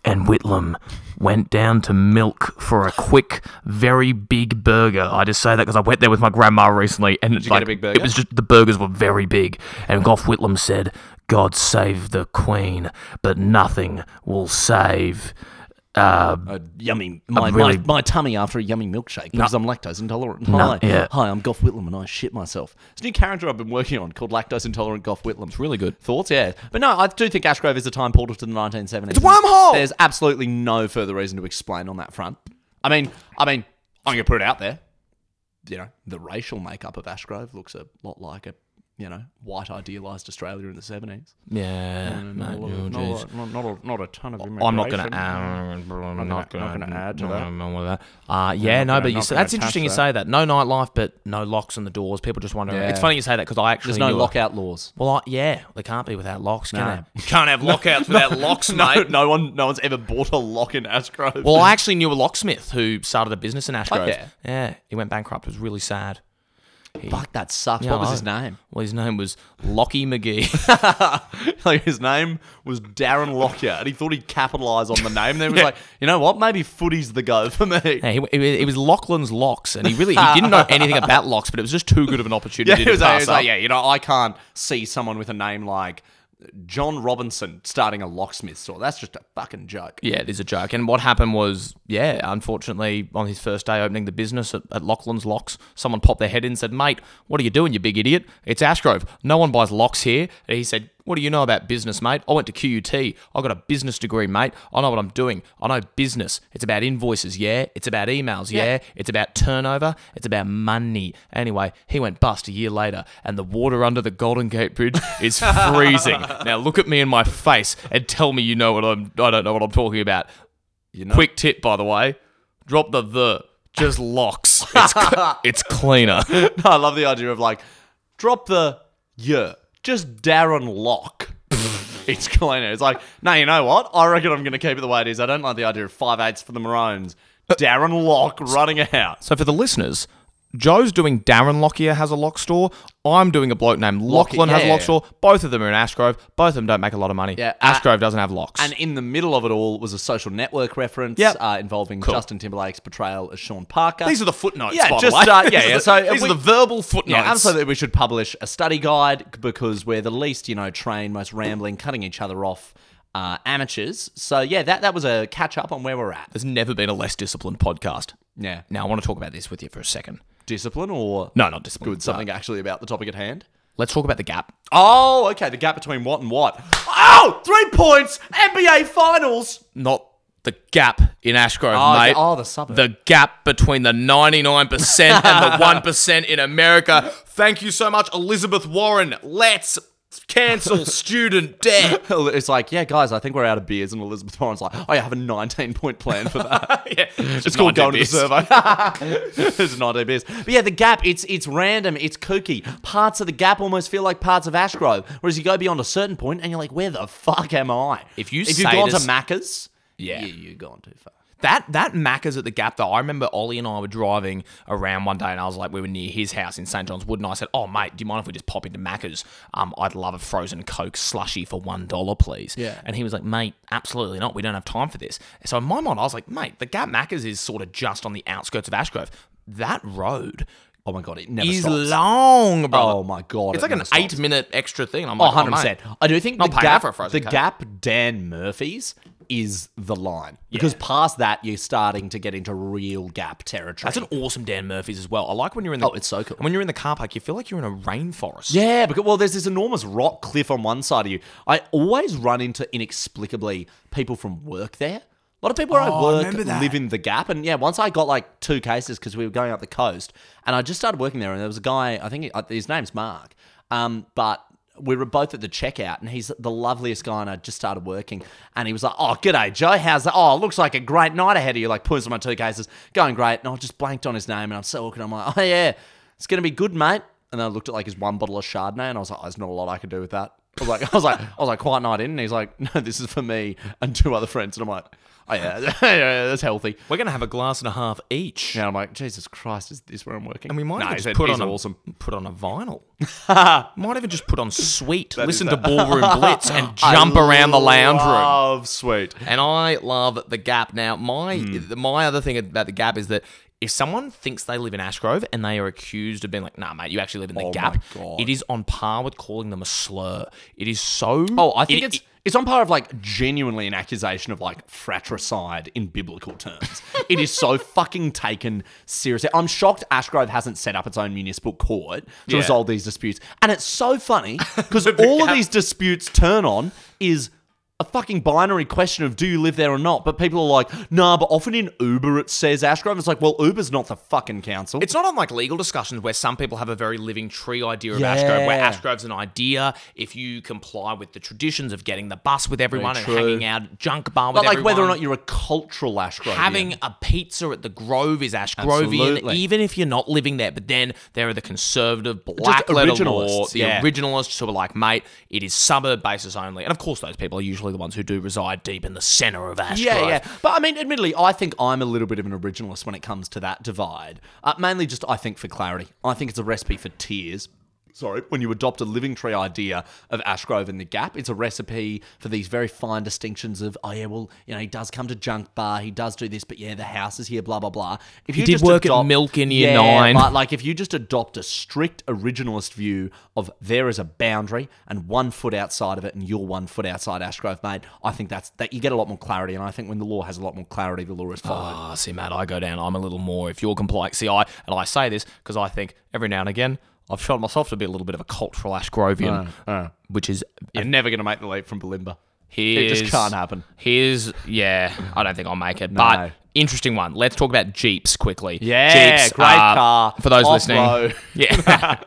[SPEAKER 6] And Whitlam went down to milk for a quick, very big burger. I just say that because I went there with my grandma recently, and it's
[SPEAKER 1] get a
[SPEAKER 6] like,
[SPEAKER 1] big burger?
[SPEAKER 6] it was just the burgers were very big. And Gough Whitlam said, "God save the Queen, but nothing will save." Uh,
[SPEAKER 1] A yummy, my,
[SPEAKER 6] really-
[SPEAKER 1] my, my tummy after a yummy milkshake because I'm lactose intolerant. Hi,
[SPEAKER 6] No, yeah.
[SPEAKER 1] hi, I'm Gough Whitlam, and I shit myself. It's a new character I've been working on called lactose intolerant Gough Whitlam. It's
[SPEAKER 2] really good.
[SPEAKER 1] thoughts, yeah. But no, I do think Ashgrove is a time portal to the 1970s. It's
[SPEAKER 4] wormhole!
[SPEAKER 1] There's absolutely no further reason to explain on that front. I mean, I mean, I'm gonna put it out there. You know, the racial makeup of Ashgrove looks a lot like a you know white idealized Australia in the 70s.
[SPEAKER 2] Yeah, mate,
[SPEAKER 1] not, a
[SPEAKER 2] oh,
[SPEAKER 1] lot-
[SPEAKER 2] jeez.
[SPEAKER 1] not, not a, not a ton of.
[SPEAKER 2] I'm not gonna.
[SPEAKER 1] immigration.
[SPEAKER 2] add. I'm not
[SPEAKER 1] gonna- not
[SPEAKER 2] gonna
[SPEAKER 1] gonna add
[SPEAKER 2] add
[SPEAKER 1] to that.
[SPEAKER 2] that. Uh, yeah, no,
[SPEAKER 1] gonna-
[SPEAKER 2] but you
[SPEAKER 1] not
[SPEAKER 2] say,
[SPEAKER 1] gonna
[SPEAKER 2] that's interesting. You
[SPEAKER 1] touch that.
[SPEAKER 2] say that no nightlife, but no locks on the doors. People just wonder. It's
[SPEAKER 1] Yeah.
[SPEAKER 2] funny you say that because I actually
[SPEAKER 1] There's no
[SPEAKER 2] knew a-
[SPEAKER 1] lockout laws.
[SPEAKER 2] Well, I, yeah, they can't be without locks, can
[SPEAKER 1] No.
[SPEAKER 2] they? You can't have lockouts without locks, mate.
[SPEAKER 1] no one, no one's ever bought a lock in Ashgrove.
[SPEAKER 2] Well, I actually knew a locksmith who started a business in Ashgrove.
[SPEAKER 1] Oh, yeah.
[SPEAKER 2] yeah, he went bankrupt. It was really sad.
[SPEAKER 1] fuck that sucks.
[SPEAKER 2] Yeah,
[SPEAKER 1] what was
[SPEAKER 2] I-
[SPEAKER 1] his name? <laughs>
[SPEAKER 2] Well, his name was Lockie McGee. <laughs>
[SPEAKER 1] like his name was Darren Lockyer, and he thought he'd capitalise on the name. Then he was like, you know what? Maybe footy's the go for me.
[SPEAKER 2] Yeah, he, he, he was Lachlan's locks, and he
[SPEAKER 1] <laughs>
[SPEAKER 2] really he didn't know anything about locks, but it was just too good of an
[SPEAKER 1] Yeah, <laughs>
[SPEAKER 2] opportunity
[SPEAKER 1] he
[SPEAKER 2] to
[SPEAKER 1] was, like, he
[SPEAKER 2] pass
[SPEAKER 1] was
[SPEAKER 2] up.
[SPEAKER 1] like, yeah, you know, I can't see someone with a name like John Robinson starting a locksmith store. That's just a fucking joke.
[SPEAKER 2] Yeah, it is a joke. And what happened was, yeah, unfortunately, on his first day opening the business at, at Lachlan's Locks, someone popped their head in and said, Mate, what are you doing, you big idiot? It's Ashgrove. No one buys locks here. And he said, What do you know about business, mate? I went to QUT. I got a business degree, mate. I know what I'm doing. I know business. It's about invoices, yeah. It's about emails, yeah. It's about turnover. It's about money. Anyway, he went bust a year later, and the water under the Golden Gate Bridge is freezing. now look at me in my face and tell me you know what I'm. I don't know what I'm talking about.
[SPEAKER 1] You know,
[SPEAKER 2] Quick tip, by the way, drop the the. Just locks. It's, cl- it's cleaner.
[SPEAKER 1] No, <laughs> I love the idea of like, drop the yeah, just Darren Lock. <laughs> it's cleaner. It's like, no, you know what? I reckon I'm going to keep it the way it is. I don't like the idea of five eights for the Maroons.
[SPEAKER 2] Uh,
[SPEAKER 1] Darren Lock running a house.
[SPEAKER 2] So for the listeners, Joe's doing Darren Lockyer has a lock store. I'm doing a bloke named Lachlan has a lock
[SPEAKER 1] yeah.
[SPEAKER 2] store. Both of them are in Ashgrove. Both of them don't make a lot of money.
[SPEAKER 1] Yeah, uh,
[SPEAKER 2] Ashgrove doesn't have locks.
[SPEAKER 1] And in the middle of it all was a social network reference
[SPEAKER 2] Yep.
[SPEAKER 1] uh, involving Justin Timberlake's portrayal as Sean Parker.
[SPEAKER 2] These are the footnotes.
[SPEAKER 1] Yeah,
[SPEAKER 2] by
[SPEAKER 1] just,
[SPEAKER 2] the way. <laughs>
[SPEAKER 1] uh, yeah,
[SPEAKER 2] These are
[SPEAKER 1] yeah,
[SPEAKER 2] the-
[SPEAKER 1] so
[SPEAKER 2] these
[SPEAKER 1] we-
[SPEAKER 2] are the verbal footnotes.
[SPEAKER 1] Yeah, absolutely. We should publish a study guide because we're the least, you know, trained, most rambling, cutting each other off uh, amateurs. So yeah, that that was a catch up on where we're at.
[SPEAKER 2] There's never been a less disciplined podcast.
[SPEAKER 1] Yeah,
[SPEAKER 2] Now I want to talk about this with you for a second.
[SPEAKER 1] discipline or
[SPEAKER 2] No, not disciplined. Uh,
[SPEAKER 1] good something actually about the topic at hand.
[SPEAKER 2] Let's talk about the gap.
[SPEAKER 1] Oh, okay, the gap between what and what. Oh, three points, NBA Finals. <laughs>
[SPEAKER 2] Not the gap in Ashgrove,
[SPEAKER 1] Oh,
[SPEAKER 2] mate.
[SPEAKER 1] the- oh, the suburb.
[SPEAKER 2] The gap between the 99%
[SPEAKER 1] <laughs>
[SPEAKER 2] and the 1% in America. Thank you so much, Elizabeth Warren. Let's cancel student
[SPEAKER 1] <laughs>
[SPEAKER 2] debt.
[SPEAKER 1] It's like, yeah, guys, I think we're out of beers, and Elizabeth Warren's like, oh, yeah, I have a 19 point plan for that.
[SPEAKER 2] yeah,
[SPEAKER 1] It's called going to the servo. <laughs> it's not a biz. But yeah, the gap, it's it's random, it's kooky. Parts of the gap almost feel like parts of Ashgrove. Whereas you go beyond a certain point and you're like, where the fuck am I?
[SPEAKER 2] If you
[SPEAKER 1] if
[SPEAKER 2] say
[SPEAKER 1] you've gone
[SPEAKER 2] this-
[SPEAKER 1] to Macca's,
[SPEAKER 2] Yeah.
[SPEAKER 1] you, you've gone too far.
[SPEAKER 2] That that Macca's at the Gap though. I remember Ollie and I were driving around one day, and I was like, we were near his house in St John's Wood, and I said, "Oh mate, do you mind if we just pop into Macca's? Um, I'd love a frozen Coke slushy for one dollar, please."
[SPEAKER 1] Yeah.
[SPEAKER 2] And he was like, "Mate, absolutely not. We don't have time for this." So in my mind, I was like, "Mate, the Gap Macca's is sort of just on the outskirts of Ashgrove. That road."
[SPEAKER 1] Oh my god, it never
[SPEAKER 2] is
[SPEAKER 1] stops.
[SPEAKER 2] long, bro.
[SPEAKER 1] oh my god,
[SPEAKER 2] it's
[SPEAKER 1] it
[SPEAKER 2] like an
[SPEAKER 1] never stops.
[SPEAKER 2] eight minute extra thing. I'm
[SPEAKER 1] Oh,
[SPEAKER 2] like,
[SPEAKER 1] 100
[SPEAKER 2] mate.
[SPEAKER 1] percent. I do think the
[SPEAKER 2] paying that
[SPEAKER 1] gap,
[SPEAKER 2] for a frozen
[SPEAKER 1] the
[SPEAKER 2] cake.
[SPEAKER 1] gap Dan Murphy's is the line because past that you're starting to get into real gap territory.
[SPEAKER 2] That's an awesome Dan Murphy's as well. I like when you're in the
[SPEAKER 1] Oh, it's so cool.
[SPEAKER 2] When you're in the car park, you feel like you're in a rainforest.
[SPEAKER 1] Yeah, because well, there's this enormous rock cliff on one side of you. I always run into inexplicably people from work there. A lot of people where I work live in the gap, and yeah, once I got like two cases because we were going up the coast, and I just started working there, and there was a guy. I think uh, his name's Mark, um, but. We were both at the checkout, and he's the loveliest guy. And I just started working, and he was like, "Oh, g'day, Joe. How's that? Oh, looks like a great night ahead of you." Like, pulls on my two cases, going great. And I just blanked on his name, and I'm so awkward. I'm like, "Oh yeah, it's gonna be good, mate." And then I looked at like his one bottle of Chardonnay, and I was like, oh, "There's not a lot I could do with that." I was like, <laughs> "I was like, I was like, quite night in." And he's like, "No, this is for me and two other friends." And I'm like, "Oh yeah, <laughs> yeah, yeah, that's healthy."
[SPEAKER 2] We're gonna have a glass and a half each.
[SPEAKER 1] And I'm like, "Jesus Christ, is this where I'm working?"
[SPEAKER 2] And we might
[SPEAKER 1] Nah,
[SPEAKER 2] even
[SPEAKER 1] he
[SPEAKER 2] just
[SPEAKER 1] said,
[SPEAKER 2] put
[SPEAKER 1] "He's
[SPEAKER 2] on a,
[SPEAKER 1] awesome.
[SPEAKER 2] put on a <laughs> vinyl. might even just put on sweet. Listen to <laughs> Ballroom Blitz and
[SPEAKER 1] I
[SPEAKER 2] jump around the lounge room.
[SPEAKER 1] Love sweet.
[SPEAKER 2] And I love the Gap. Now, my the, my other thing about the Gap is that if someone thinks they live in Ashgrove and they are accused of being like, "Nah, mate, you actually live in the Gap," it is on par with calling them a slur. It is so.
[SPEAKER 1] Oh, I think
[SPEAKER 2] it-
[SPEAKER 1] it's it's on par of like genuinely an accusation of like fratricide in biblical terms. it is so fucking taken seriously. I'm shocked Ashgrove hasn't set up its own municipal court to resolve these disputes. And it's so funny because all of these disputes turn on is a fucking binary question of do you live there or not. But people are like, nah, but often in Uber it says Ashgrove. It's like, well, Uber's not the fucking council.
[SPEAKER 2] It's not unlike legal discussions where some people have a very living tree idea of Ashgrove, where
[SPEAKER 1] Yeah.
[SPEAKER 2] Ashgrove's an idea. If you comply with the traditions of getting the bus with everyone and
[SPEAKER 1] true.
[SPEAKER 2] hanging out at junk bar with
[SPEAKER 1] but like
[SPEAKER 2] everyone,
[SPEAKER 1] whether or not you're a cultural Ashgrove.
[SPEAKER 2] having a pizza at the Grove is Ashgrovian,
[SPEAKER 1] Absolutely.
[SPEAKER 2] even if you're not living there. But then there are the conservative black letter law,
[SPEAKER 1] originalists,
[SPEAKER 2] the
[SPEAKER 1] yeah.
[SPEAKER 2] originalists who are like, mate, it is suburb basis only. And of course, those people are usually the ones who do reside deep in the centre of Ashgrove.
[SPEAKER 1] Yeah, yeah. But I mean, admittedly, I think I'm a little bit of an originalist when it comes to that divide. Uh, mainly just, I think, for clarity. I think it's a recipe for tears. Sorry, when you adopt a living tree idea of Ashgrove and the Gap, it's a recipe for these very fine distinctions of, oh yeah, well, you know, he does come to junk bar, he does do this, but yeah, the house is here, blah blah blah. If you
[SPEAKER 2] did
[SPEAKER 1] just
[SPEAKER 2] work at
[SPEAKER 1] adopt-
[SPEAKER 2] Milk in year
[SPEAKER 1] Yeah,
[SPEAKER 2] nine.
[SPEAKER 1] Uh, like- like if you just adopt a strict originalist view of there is a boundary and one foot outside of it and you're one foot outside Ashgrove, mate, I think that's that you get a lot more clarity. And I think when the law has a lot more clarity, the law is followed.
[SPEAKER 2] Ah, see, Matt, I go down. I'm a little more. If you're compliant, see, I and I say this because I think every now and again I've shown myself to be a little bit of a cultural Ashgrovian,
[SPEAKER 1] Mm,
[SPEAKER 2] which is
[SPEAKER 1] You're <sighs> never going to make the leap from Balimba.
[SPEAKER 2] here's,
[SPEAKER 1] just can't happen.
[SPEAKER 2] Here's yeah, I don't think I'll make it. But interesting one. Let's talk about Jeeps quickly.
[SPEAKER 1] Yeah,
[SPEAKER 2] Jeeps
[SPEAKER 1] great
[SPEAKER 2] are-
[SPEAKER 1] car.
[SPEAKER 2] for those
[SPEAKER 1] Off-road. <laughs>
[SPEAKER 2] listening. Yeah,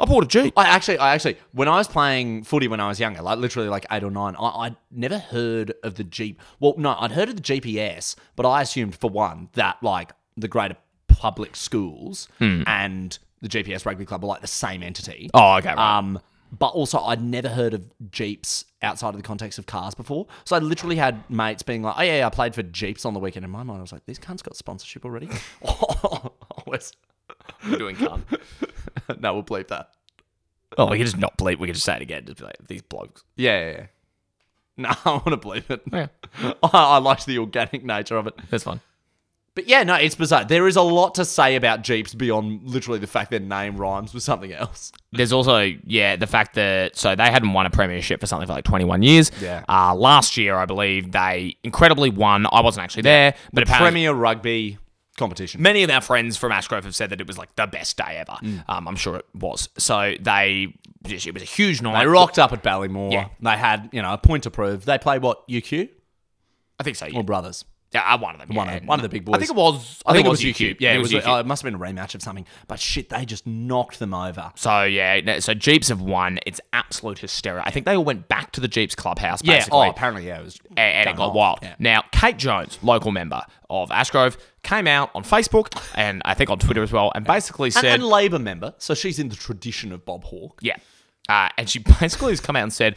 [SPEAKER 2] I bought a Jeep.
[SPEAKER 1] I actually, I actually, when I was playing footy when I was younger, like literally like eight or nine, I, I'd never heard of the Jeep. Well, no, I'd heard of the GPS, but I assumed for one that like the greater public schools and the GPS rugby club were like the same entity.
[SPEAKER 2] Oh, okay. Right.
[SPEAKER 1] Um, but also, I'd never heard of Jeeps outside of the context of cars before. So I literally had mates being like, oh, yeah, yeah, I played for Jeeps on the weekend. In my mind, I was like, these cunts got sponsorship already. Uh, <laughs> Always.
[SPEAKER 2] We're doing cunt.
[SPEAKER 1] <laughs> no, we'll bleep that.
[SPEAKER 2] Oh, we can just not bleep. We can just say it again. Just be like these blokes.
[SPEAKER 1] <laughs> Yeah, yeah, yeah. No, <laughs> I want to believe it.
[SPEAKER 2] Yeah,
[SPEAKER 1] <laughs> I, I liked the organic nature of it.
[SPEAKER 2] that's fine.
[SPEAKER 1] But yeah, no, it's bizarre. There is a lot to say about Jeeps beyond literally the fact their name rhymes with something else.
[SPEAKER 2] There's also yeah the fact that so they hadn't won a premiership for something for like 21 years.
[SPEAKER 1] Yeah.
[SPEAKER 2] Uh, last year I believe they incredibly won. I wasn't actually there, but apparently
[SPEAKER 1] Premier rugby competition.
[SPEAKER 2] many of our friends from Ashgrove have said that it was like the best day ever.
[SPEAKER 1] Mm.
[SPEAKER 2] Um, I'm sure it was. So they just, it was a huge night.
[SPEAKER 1] They rocked up at Ballymore.
[SPEAKER 2] Yeah.
[SPEAKER 1] They had, you know, a point to prove. They played what, UQ?
[SPEAKER 2] I think so. Yeah,
[SPEAKER 1] Or Brothers?
[SPEAKER 2] yeah uh, one of them.
[SPEAKER 1] One,
[SPEAKER 2] yeah.
[SPEAKER 1] of, one of the big boys.
[SPEAKER 2] I think it was. I, think, it was UQ. Yeah, it was UQ.
[SPEAKER 1] oh, it must have been a rematch of something. But shit, they just knocked them over.
[SPEAKER 2] So yeah, no, so Jeeps have won. It's absolute hysteria. I think they all went back to the Jeeps clubhouse.
[SPEAKER 1] Yeah.
[SPEAKER 2] basically.
[SPEAKER 1] Oh, apparently, yeah, it was.
[SPEAKER 2] a- and, it
[SPEAKER 1] done
[SPEAKER 2] got
[SPEAKER 1] off.
[SPEAKER 2] wild.
[SPEAKER 1] Yeah.
[SPEAKER 2] Now, Kate Jones, local member of Ashgrove, came out on Facebook and I think on Twitter as well, and basically
[SPEAKER 1] And,
[SPEAKER 2] said,
[SPEAKER 1] and Labour member, so she's in the tradition of Bob Hawke.
[SPEAKER 2] yeah, uh, and she <laughs> basically has come out and said,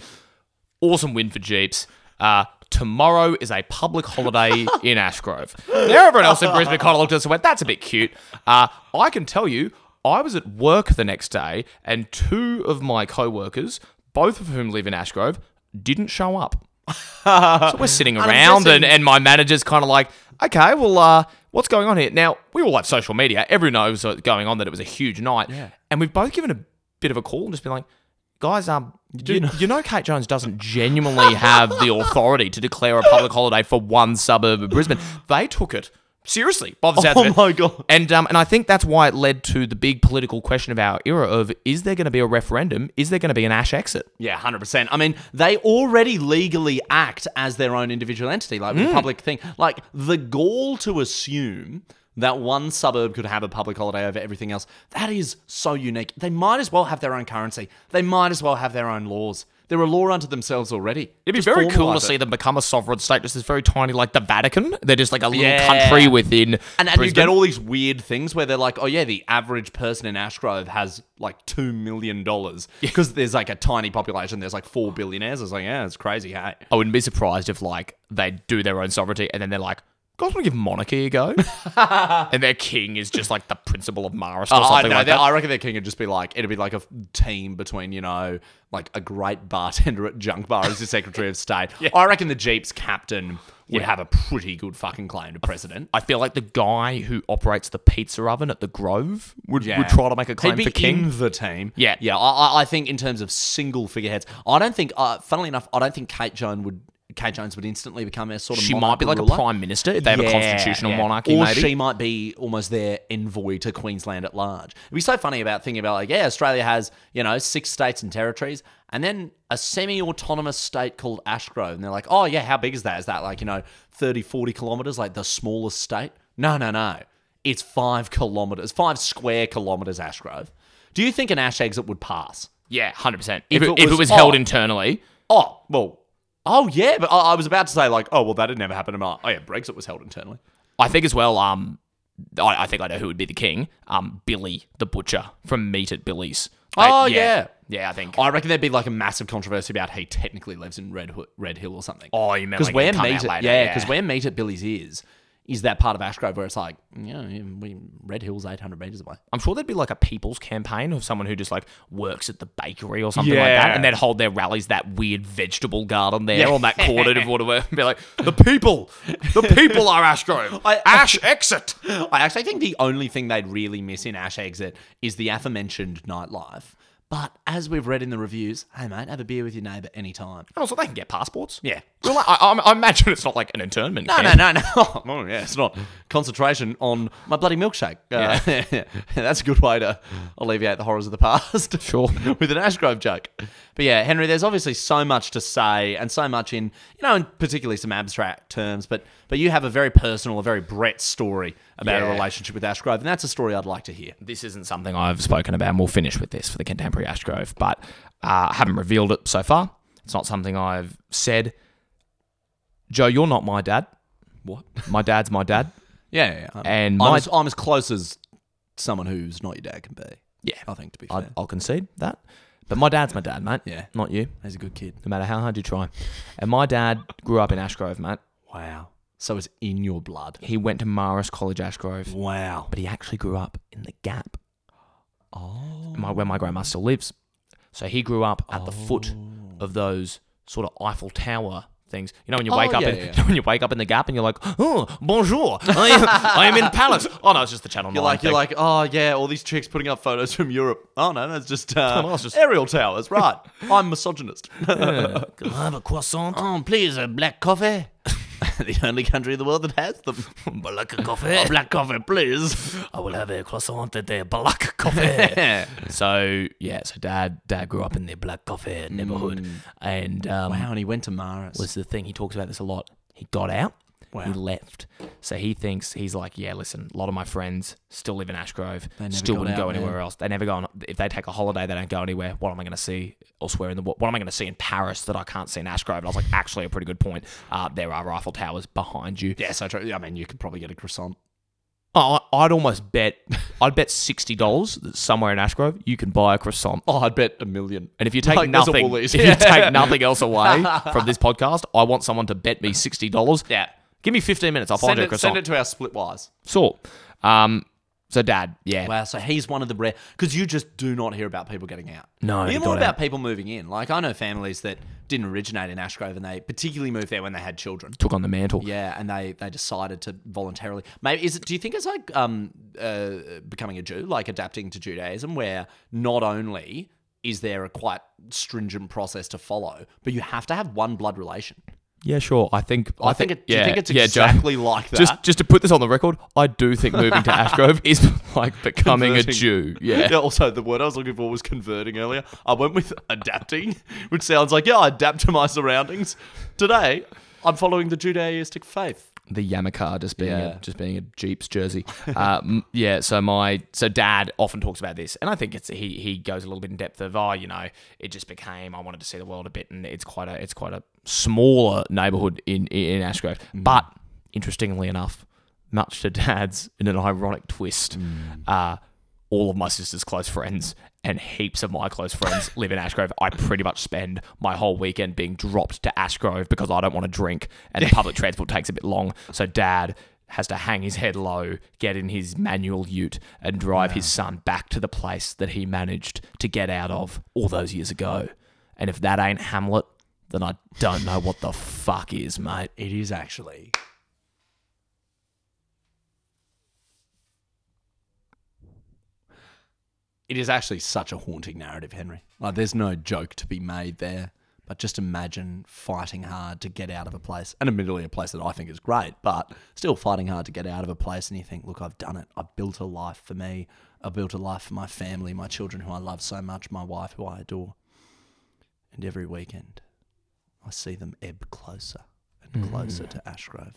[SPEAKER 2] awesome win for Jeeps. Uh, tomorrow is a
[SPEAKER 1] <laughs>
[SPEAKER 2] public holiday in Ashgrove. Now everyone else in Brisbane kind of looked at us and went, that's a bit cute. Uh, I can tell you, I was at work the next day and two of my co-workers, both of whom live in Ashgrove, didn't show up. so we're sitting around and, and my manager's kind of like, okay, well, uh, what's going on here? Now, we all have social media. Everyone knows what's going on that it was a huge night. Yeah. And we've both given a bit of a call and just been like, guys, um, you, you know Kate Jones doesn't genuinely have the authority to declare a public holiday for one suburb of Brisbane. They took it seriously by the sounds of
[SPEAKER 4] Oh
[SPEAKER 2] it.
[SPEAKER 4] my God.
[SPEAKER 2] And um, and I think that's why it led to the big political question of our era of is there going to be a referendum? Is there going to be an Ash exit?
[SPEAKER 1] Yeah, 100%. I mean, they already legally act as their own individual entity, like with the public thing. Like, the gall to assume that one suburb could have a public holiday over everything else, that is so unique. They might as well have their own currency, they might as well have their own laws. They're a law unto themselves already.
[SPEAKER 2] It'd be
[SPEAKER 1] Just
[SPEAKER 2] very cool to
[SPEAKER 1] formalise it.
[SPEAKER 2] see them become a sovereign state, just as very tiny, like the Vatican. They're just like a little
[SPEAKER 1] Yeah.
[SPEAKER 2] country within.
[SPEAKER 1] And then you
[SPEAKER 2] Brisbane.
[SPEAKER 1] get all these weird things where they're like, oh yeah, the average person in Ashgrove has like two million <laughs> dollars because there's like a tiny population. There's like four billionaires. It's like, yeah, it's crazy. Hey,
[SPEAKER 2] I Oh, wouldn't be surprised if like they do their own sovereignty and then they're like, guys, want to give monarchy
[SPEAKER 1] <laughs>
[SPEAKER 2] a go? and their king is just like the principal of Marist or
[SPEAKER 1] Oh, I
[SPEAKER 2] something
[SPEAKER 1] know.
[SPEAKER 2] like
[SPEAKER 1] they-
[SPEAKER 2] that.
[SPEAKER 1] I reckon their king would just be like, it'd be like a f- team between, you know, like a great bartender at Junk Bar as the Secretary of State. <laughs> I reckon the Jeep's captain would have a pretty good fucking claim to president.
[SPEAKER 2] I feel like the guy who operates the pizza oven at the Grove would,
[SPEAKER 1] Yeah.
[SPEAKER 2] would try to make a claim
[SPEAKER 1] He'd be
[SPEAKER 2] for king.
[SPEAKER 1] in the team.
[SPEAKER 2] Yeah.
[SPEAKER 1] yeah. I, I- I think in terms of single figureheads, I don't think. Uh, funnily enough, I don't think Kate Jones would. Kate Jones would instantly become a sort of.
[SPEAKER 2] she might
[SPEAKER 1] monarch
[SPEAKER 2] be like
[SPEAKER 1] ruler.
[SPEAKER 2] a prime minister if they have a
[SPEAKER 1] Yeah,
[SPEAKER 2] constitutional
[SPEAKER 1] yeah.
[SPEAKER 2] monarchy,
[SPEAKER 1] or
[SPEAKER 2] maybe.
[SPEAKER 1] she might be almost their envoy to Queensland at large. It'd be so funny about thinking about like, yeah, Australia has you know six states and territories, and then a semi-autonomous state called Ashgrove, and they're like, oh yeah, how big is that? Is that like you know 30, 40 kilometers, like the smallest state? No, no, no. It's five kilometers, five square kilometers, Ashgrove. Do you think an ash exit would pass?
[SPEAKER 2] yeah, hundred percent. If,
[SPEAKER 1] If
[SPEAKER 2] it-
[SPEAKER 1] it
[SPEAKER 2] if it
[SPEAKER 1] was
[SPEAKER 2] was held
[SPEAKER 1] odd-
[SPEAKER 2] internally,
[SPEAKER 1] Oh well, oh yeah, but I, I was about to say like, oh well, that didn't ever happen in my. Oh yeah, Brexit was held internally.
[SPEAKER 2] I think as well. Um, I, I think I know who would be the king. Um, Billy the butcher from Meat at Billy's. Like,
[SPEAKER 1] Oh, yeah.
[SPEAKER 2] yeah. I think.
[SPEAKER 1] I reckon there'd be like a massive controversy about he technically lives in Red Hood, Red Hill or something.
[SPEAKER 2] Oh, you meant
[SPEAKER 1] because
[SPEAKER 2] like
[SPEAKER 1] where
[SPEAKER 2] it'd come
[SPEAKER 1] meet
[SPEAKER 2] out
[SPEAKER 1] at,
[SPEAKER 2] later,
[SPEAKER 1] yeah,
[SPEAKER 2] yeah.
[SPEAKER 1] because where meet at Billy's is is that part of Ashgrove where it's like you know we, Red Hill's eight hundred meters away.
[SPEAKER 2] I'm sure there'd be like a people's campaign of someone who just like works at the bakery or something like
[SPEAKER 1] Yeah.
[SPEAKER 2] that, and they'd hold their rallies that weird vegetable garden there on
[SPEAKER 1] <laughs>
[SPEAKER 2] that corner of whatever, and be like, the people, the people are Ashgrove.
[SPEAKER 1] <laughs> I-
[SPEAKER 2] Ash exit.
[SPEAKER 1] I actually think the only thing they'd really miss in Ash Exit is the aforementioned nightlife. But as we've read in the reviews, hey mate, have a beer with your neighbour anytime.
[SPEAKER 2] And also, they can get passports.
[SPEAKER 1] Yeah.
[SPEAKER 2] Well, I, I, I imagine it's not like an internment.
[SPEAKER 1] No,
[SPEAKER 2] camp.
[SPEAKER 1] no, no, no. <laughs> Oh, yeah, it's not concentration on my bloody milkshake. Uh, <laughs> that's a good way to alleviate the horrors of the past. <laughs> Sure, with an Ashgrove joke. But yeah, Henry, there's obviously so much to say and so much in you know, and particularly some abstract terms. But but you have a very personal, a very Brett story about a
[SPEAKER 2] Yeah.
[SPEAKER 1] relationship with Ashgrove, and that's a story I'd like to hear.
[SPEAKER 2] this isn't something I've spoken about, and we'll finish with this for the contemporary Ashgrove, but uh, I haven't revealed it so far. It's not something I've said. Joe, you're not my dad.
[SPEAKER 1] What?
[SPEAKER 2] My dad's my dad.
[SPEAKER 1] <laughs> Yeah, yeah. yeah. I'm,
[SPEAKER 2] And
[SPEAKER 1] I'm
[SPEAKER 2] my-
[SPEAKER 1] as, I'm as close as someone who's not your dad can be.
[SPEAKER 2] Yeah.
[SPEAKER 1] I think to be fair,
[SPEAKER 2] I, I'll concede that. But my dad's my dad, mate.
[SPEAKER 1] Yeah.
[SPEAKER 2] Not you,
[SPEAKER 1] he's a good kid.
[SPEAKER 2] no matter how hard you try. And my dad grew up in Ashgrove, mate.
[SPEAKER 1] Wow. So it's in your blood.
[SPEAKER 2] He went to Maris College, Ashgrove.
[SPEAKER 1] Wow.
[SPEAKER 2] but he actually grew up in the Gap, oh. my, where my grandma still lives. So he grew up at the foot
[SPEAKER 1] Oh.
[SPEAKER 2] of those sort of Eiffel Tower things. You know when you wake up,
[SPEAKER 1] Oh, yeah,
[SPEAKER 2] in,
[SPEAKER 1] yeah.
[SPEAKER 2] <laughs> you know, when you wake up in the Gap, and you're like, "Oh, bonjour, I am, I am in Palace."
[SPEAKER 1] <laughs>
[SPEAKER 2] Oh no, it's just the Channel
[SPEAKER 1] You're
[SPEAKER 2] Nine.
[SPEAKER 1] like, you're
[SPEAKER 2] thing.
[SPEAKER 1] like, oh yeah, all these chicks putting up photos from Europe. Oh no, that's just, <laughs> uh,
[SPEAKER 2] Oh, that's just-
[SPEAKER 1] aerial towers, right? <laughs> I'm misogynist. <laughs>
[SPEAKER 2] Can I have a croissant,
[SPEAKER 3] Oh, please, a black coffee.
[SPEAKER 1] the only country in the world that has them. <laughs>
[SPEAKER 6] Balaka coffee.
[SPEAKER 1] Black coffee, please.
[SPEAKER 6] I will have a croissant at the
[SPEAKER 2] <laughs>
[SPEAKER 6] Balaka coffee.
[SPEAKER 2] so yeah, so dad, dad grew up in the black coffee neighborhood,
[SPEAKER 1] Mm.
[SPEAKER 2] and um,
[SPEAKER 1] Wow, and he went to Mars.
[SPEAKER 2] was the thing. He talks about this a lot. He got out.
[SPEAKER 1] Wow.
[SPEAKER 2] He left. So he thinks he's like, yeah, listen, a lot of my friends still live in Ashgrove.
[SPEAKER 1] never
[SPEAKER 2] still
[SPEAKER 1] got
[SPEAKER 2] wouldn't
[SPEAKER 1] out,
[SPEAKER 2] go anywhere
[SPEAKER 1] man.
[SPEAKER 2] else. They never go on. If they take a holiday, they don't go anywhere. What am I going to see elsewhere in the world? What am I going to see in Paris that I can't see in Ashgrove? And I was like, actually, a pretty good point. Uh, there are Eiffel Towers behind you.
[SPEAKER 1] yeah, so true. I mean, you could probably get a croissant.
[SPEAKER 2] Oh, I- I'd almost bet, <laughs> I'd bet sixty dollars that somewhere in Ashgrove you can buy a croissant.
[SPEAKER 1] Oh, I'd bet a million.
[SPEAKER 2] And if you take
[SPEAKER 1] Like, there's a
[SPEAKER 2] nothing,
[SPEAKER 1] Woolies.
[SPEAKER 2] if you take nothing
[SPEAKER 1] <laughs>
[SPEAKER 2] else away from this podcast, I want someone to bet me sixty dollars.
[SPEAKER 1] Yeah.
[SPEAKER 2] Give me 15 minutes. I'll find
[SPEAKER 1] Send
[SPEAKER 2] you a
[SPEAKER 1] it,
[SPEAKER 2] croissant.
[SPEAKER 1] send it to our splitwise.
[SPEAKER 2] So, um, So dad, yeah.
[SPEAKER 1] Wow, so he's one of the rare because you just do not hear about people getting out.
[SPEAKER 6] No,
[SPEAKER 1] you hear
[SPEAKER 6] they
[SPEAKER 1] more
[SPEAKER 6] got
[SPEAKER 1] about people moving in. Like I know families that didn't originate in Ashgrove and they particularly moved there when they had children.
[SPEAKER 2] Took on the mantle.
[SPEAKER 1] Yeah, and they they decided to voluntarily. Maybe is it? Do you think it's like um uh, becoming a Jew, like adapting to Judaism, where not only is there a quite stringent process to follow, but you have to have one blood relation.
[SPEAKER 2] Yeah, sure. I think. I,
[SPEAKER 1] I think.
[SPEAKER 2] Think,
[SPEAKER 1] it, do you
[SPEAKER 2] yeah,
[SPEAKER 1] think it's
[SPEAKER 2] yeah, Joe.
[SPEAKER 1] exactly like that?
[SPEAKER 2] <laughs> Just, just to put this on the record, I do think moving to Ashgrove is <laughs> like becoming a
[SPEAKER 1] Converting.
[SPEAKER 2] Jew.
[SPEAKER 1] <laughs>
[SPEAKER 2] Yeah.
[SPEAKER 1] Also, the word I was looking for was converting earlier. I went with <laughs> adapting, which sounds like yeah, I adapt to my surroundings. Today, I'm following the Judaistic faith.
[SPEAKER 2] the Yamakar just being
[SPEAKER 1] Yeah.
[SPEAKER 2] a, just being a Jeep's jersey. Uh, m- <laughs> yeah, so my so dad often talks about this, and I think it's he he goes a little bit in depth of oh you know it just became I wanted to see the world a bit, and it's quite a it's quite a smaller neighborhood in in, in Ashgrove, but interestingly enough, much to dad's in an ironic twist, uh, all of my sister's close friends. And heaps of my close friends live in Ashgrove. I pretty much spend my whole weekend being dropped to Ashgrove because I don't want to drink and public transport takes a bit long. So dad has to hang his head low, get in his manual ute, and drive his son back to the place that he managed to get out of all those years ago. And if that ain't Hamlet, then I don't know what the fuck is, mate.
[SPEAKER 1] It is actually. It is actually such a haunting narrative, Henry. Like, there's no joke to be made there. But just imagine fighting hard to get out of a place, and admittedly, a place that I think is great, but still fighting hard to get out of a place. And you think, look, I've done it. I've built a life for me. I've built a life for my family, my children who I love so much, my wife who I adore. And every weekend, I see them ebb closer and closer to Ashgrove.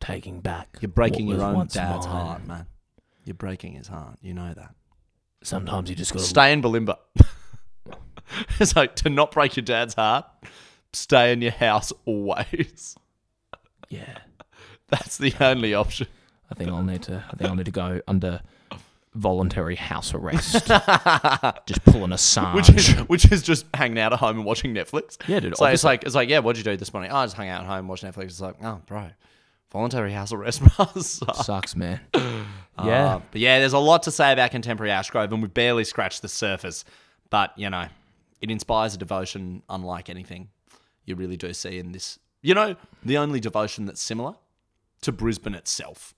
[SPEAKER 6] taking back.
[SPEAKER 1] You're breaking
[SPEAKER 6] what
[SPEAKER 1] your
[SPEAKER 6] was
[SPEAKER 1] own
[SPEAKER 6] once
[SPEAKER 1] dad's
[SPEAKER 6] mine.
[SPEAKER 1] heart, man. You're breaking his heart. You know that.
[SPEAKER 6] Sometimes you just got to.
[SPEAKER 1] Stay in Balimba. <laughs> it's like to not break your dad's heart, stay in your house always. <laughs>
[SPEAKER 6] Yeah.
[SPEAKER 1] That's the only option.
[SPEAKER 2] I think I'll need to. I think I'll need to go under voluntary house arrest. Just pulling a Assange.
[SPEAKER 1] Which <laughs> is which is just hanging out at home and watching Netflix.
[SPEAKER 2] Yeah,
[SPEAKER 1] <laughs>
[SPEAKER 2] dude,
[SPEAKER 1] It's like, it's like it's like, yeah, what'd you do this morning? Oh, I just hung out at home, watched Netflix. It's like, oh, bro, voluntary house arrest, <laughs> bro. Sucks.
[SPEAKER 2] sucks, man. Um, yeah.
[SPEAKER 1] Uh, but yeah, there's a lot to say about contemporary Ashgrove, and we've barely scratched the surface. But, you know, it inspires a devotion unlike anything you really do see in this. You know, the only devotion that's similar to Brisbane itself,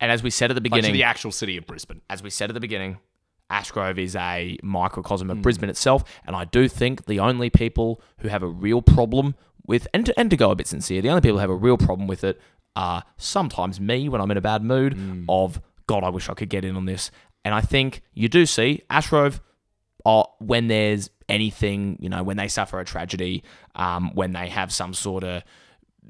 [SPEAKER 2] and as we said at the
[SPEAKER 1] like to
[SPEAKER 2] beginning,
[SPEAKER 1] the actual city of Brisbane.
[SPEAKER 2] as we said at the beginning, Ashgrove is a microcosm of
[SPEAKER 1] Hmm.
[SPEAKER 2] Brisbane itself, and I do think the only people who have a real problem with, and to, and to go a bit sincere, the only people who have a real problem with it are sometimes me when I'm in a bad mood
[SPEAKER 1] Hmm.
[SPEAKER 2] of God, I wish I could get in on this. And I think you do see Ashgrove are when there's anything, you know, when they suffer a tragedy, um, when they have some sort of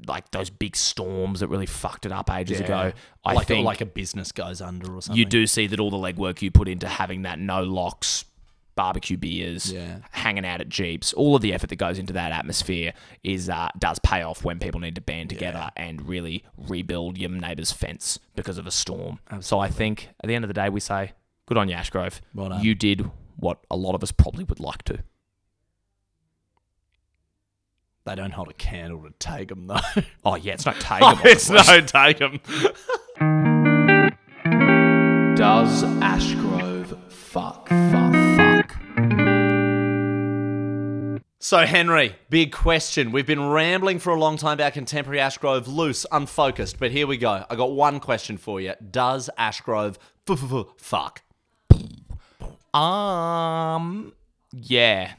[SPEAKER 2] like those big storms that really fucked it up ages ago. I
[SPEAKER 1] like,
[SPEAKER 2] think
[SPEAKER 1] like a business goes under or something.
[SPEAKER 2] you do see that all the legwork you put into having that no locks barbecue beers
[SPEAKER 1] Yeah.
[SPEAKER 2] hanging out at jeeps all of the effort that goes into that atmosphere is uh, does pay off when people need to band together and really rebuild your neighbour's fence because of a storm so i think at the end of the day we say good on you ashgrove
[SPEAKER 1] Well done.
[SPEAKER 2] you did what a lot of us probably would like to
[SPEAKER 1] They don't hold a candle to take them, though.
[SPEAKER 2] oh yeah it's
[SPEAKER 1] <laughs>
[SPEAKER 2] not taking
[SPEAKER 1] Oh, it's no take them.
[SPEAKER 3] Does Ashgrove fuck, fuck, fuck?
[SPEAKER 1] So, Henry, big question. We've been rambling for a long time about contemporary Ashgrove, loose, unfocused, but here we go. I got one question for you. Does Ashgrove f- f- f- <laughs> fuck?
[SPEAKER 2] um yeah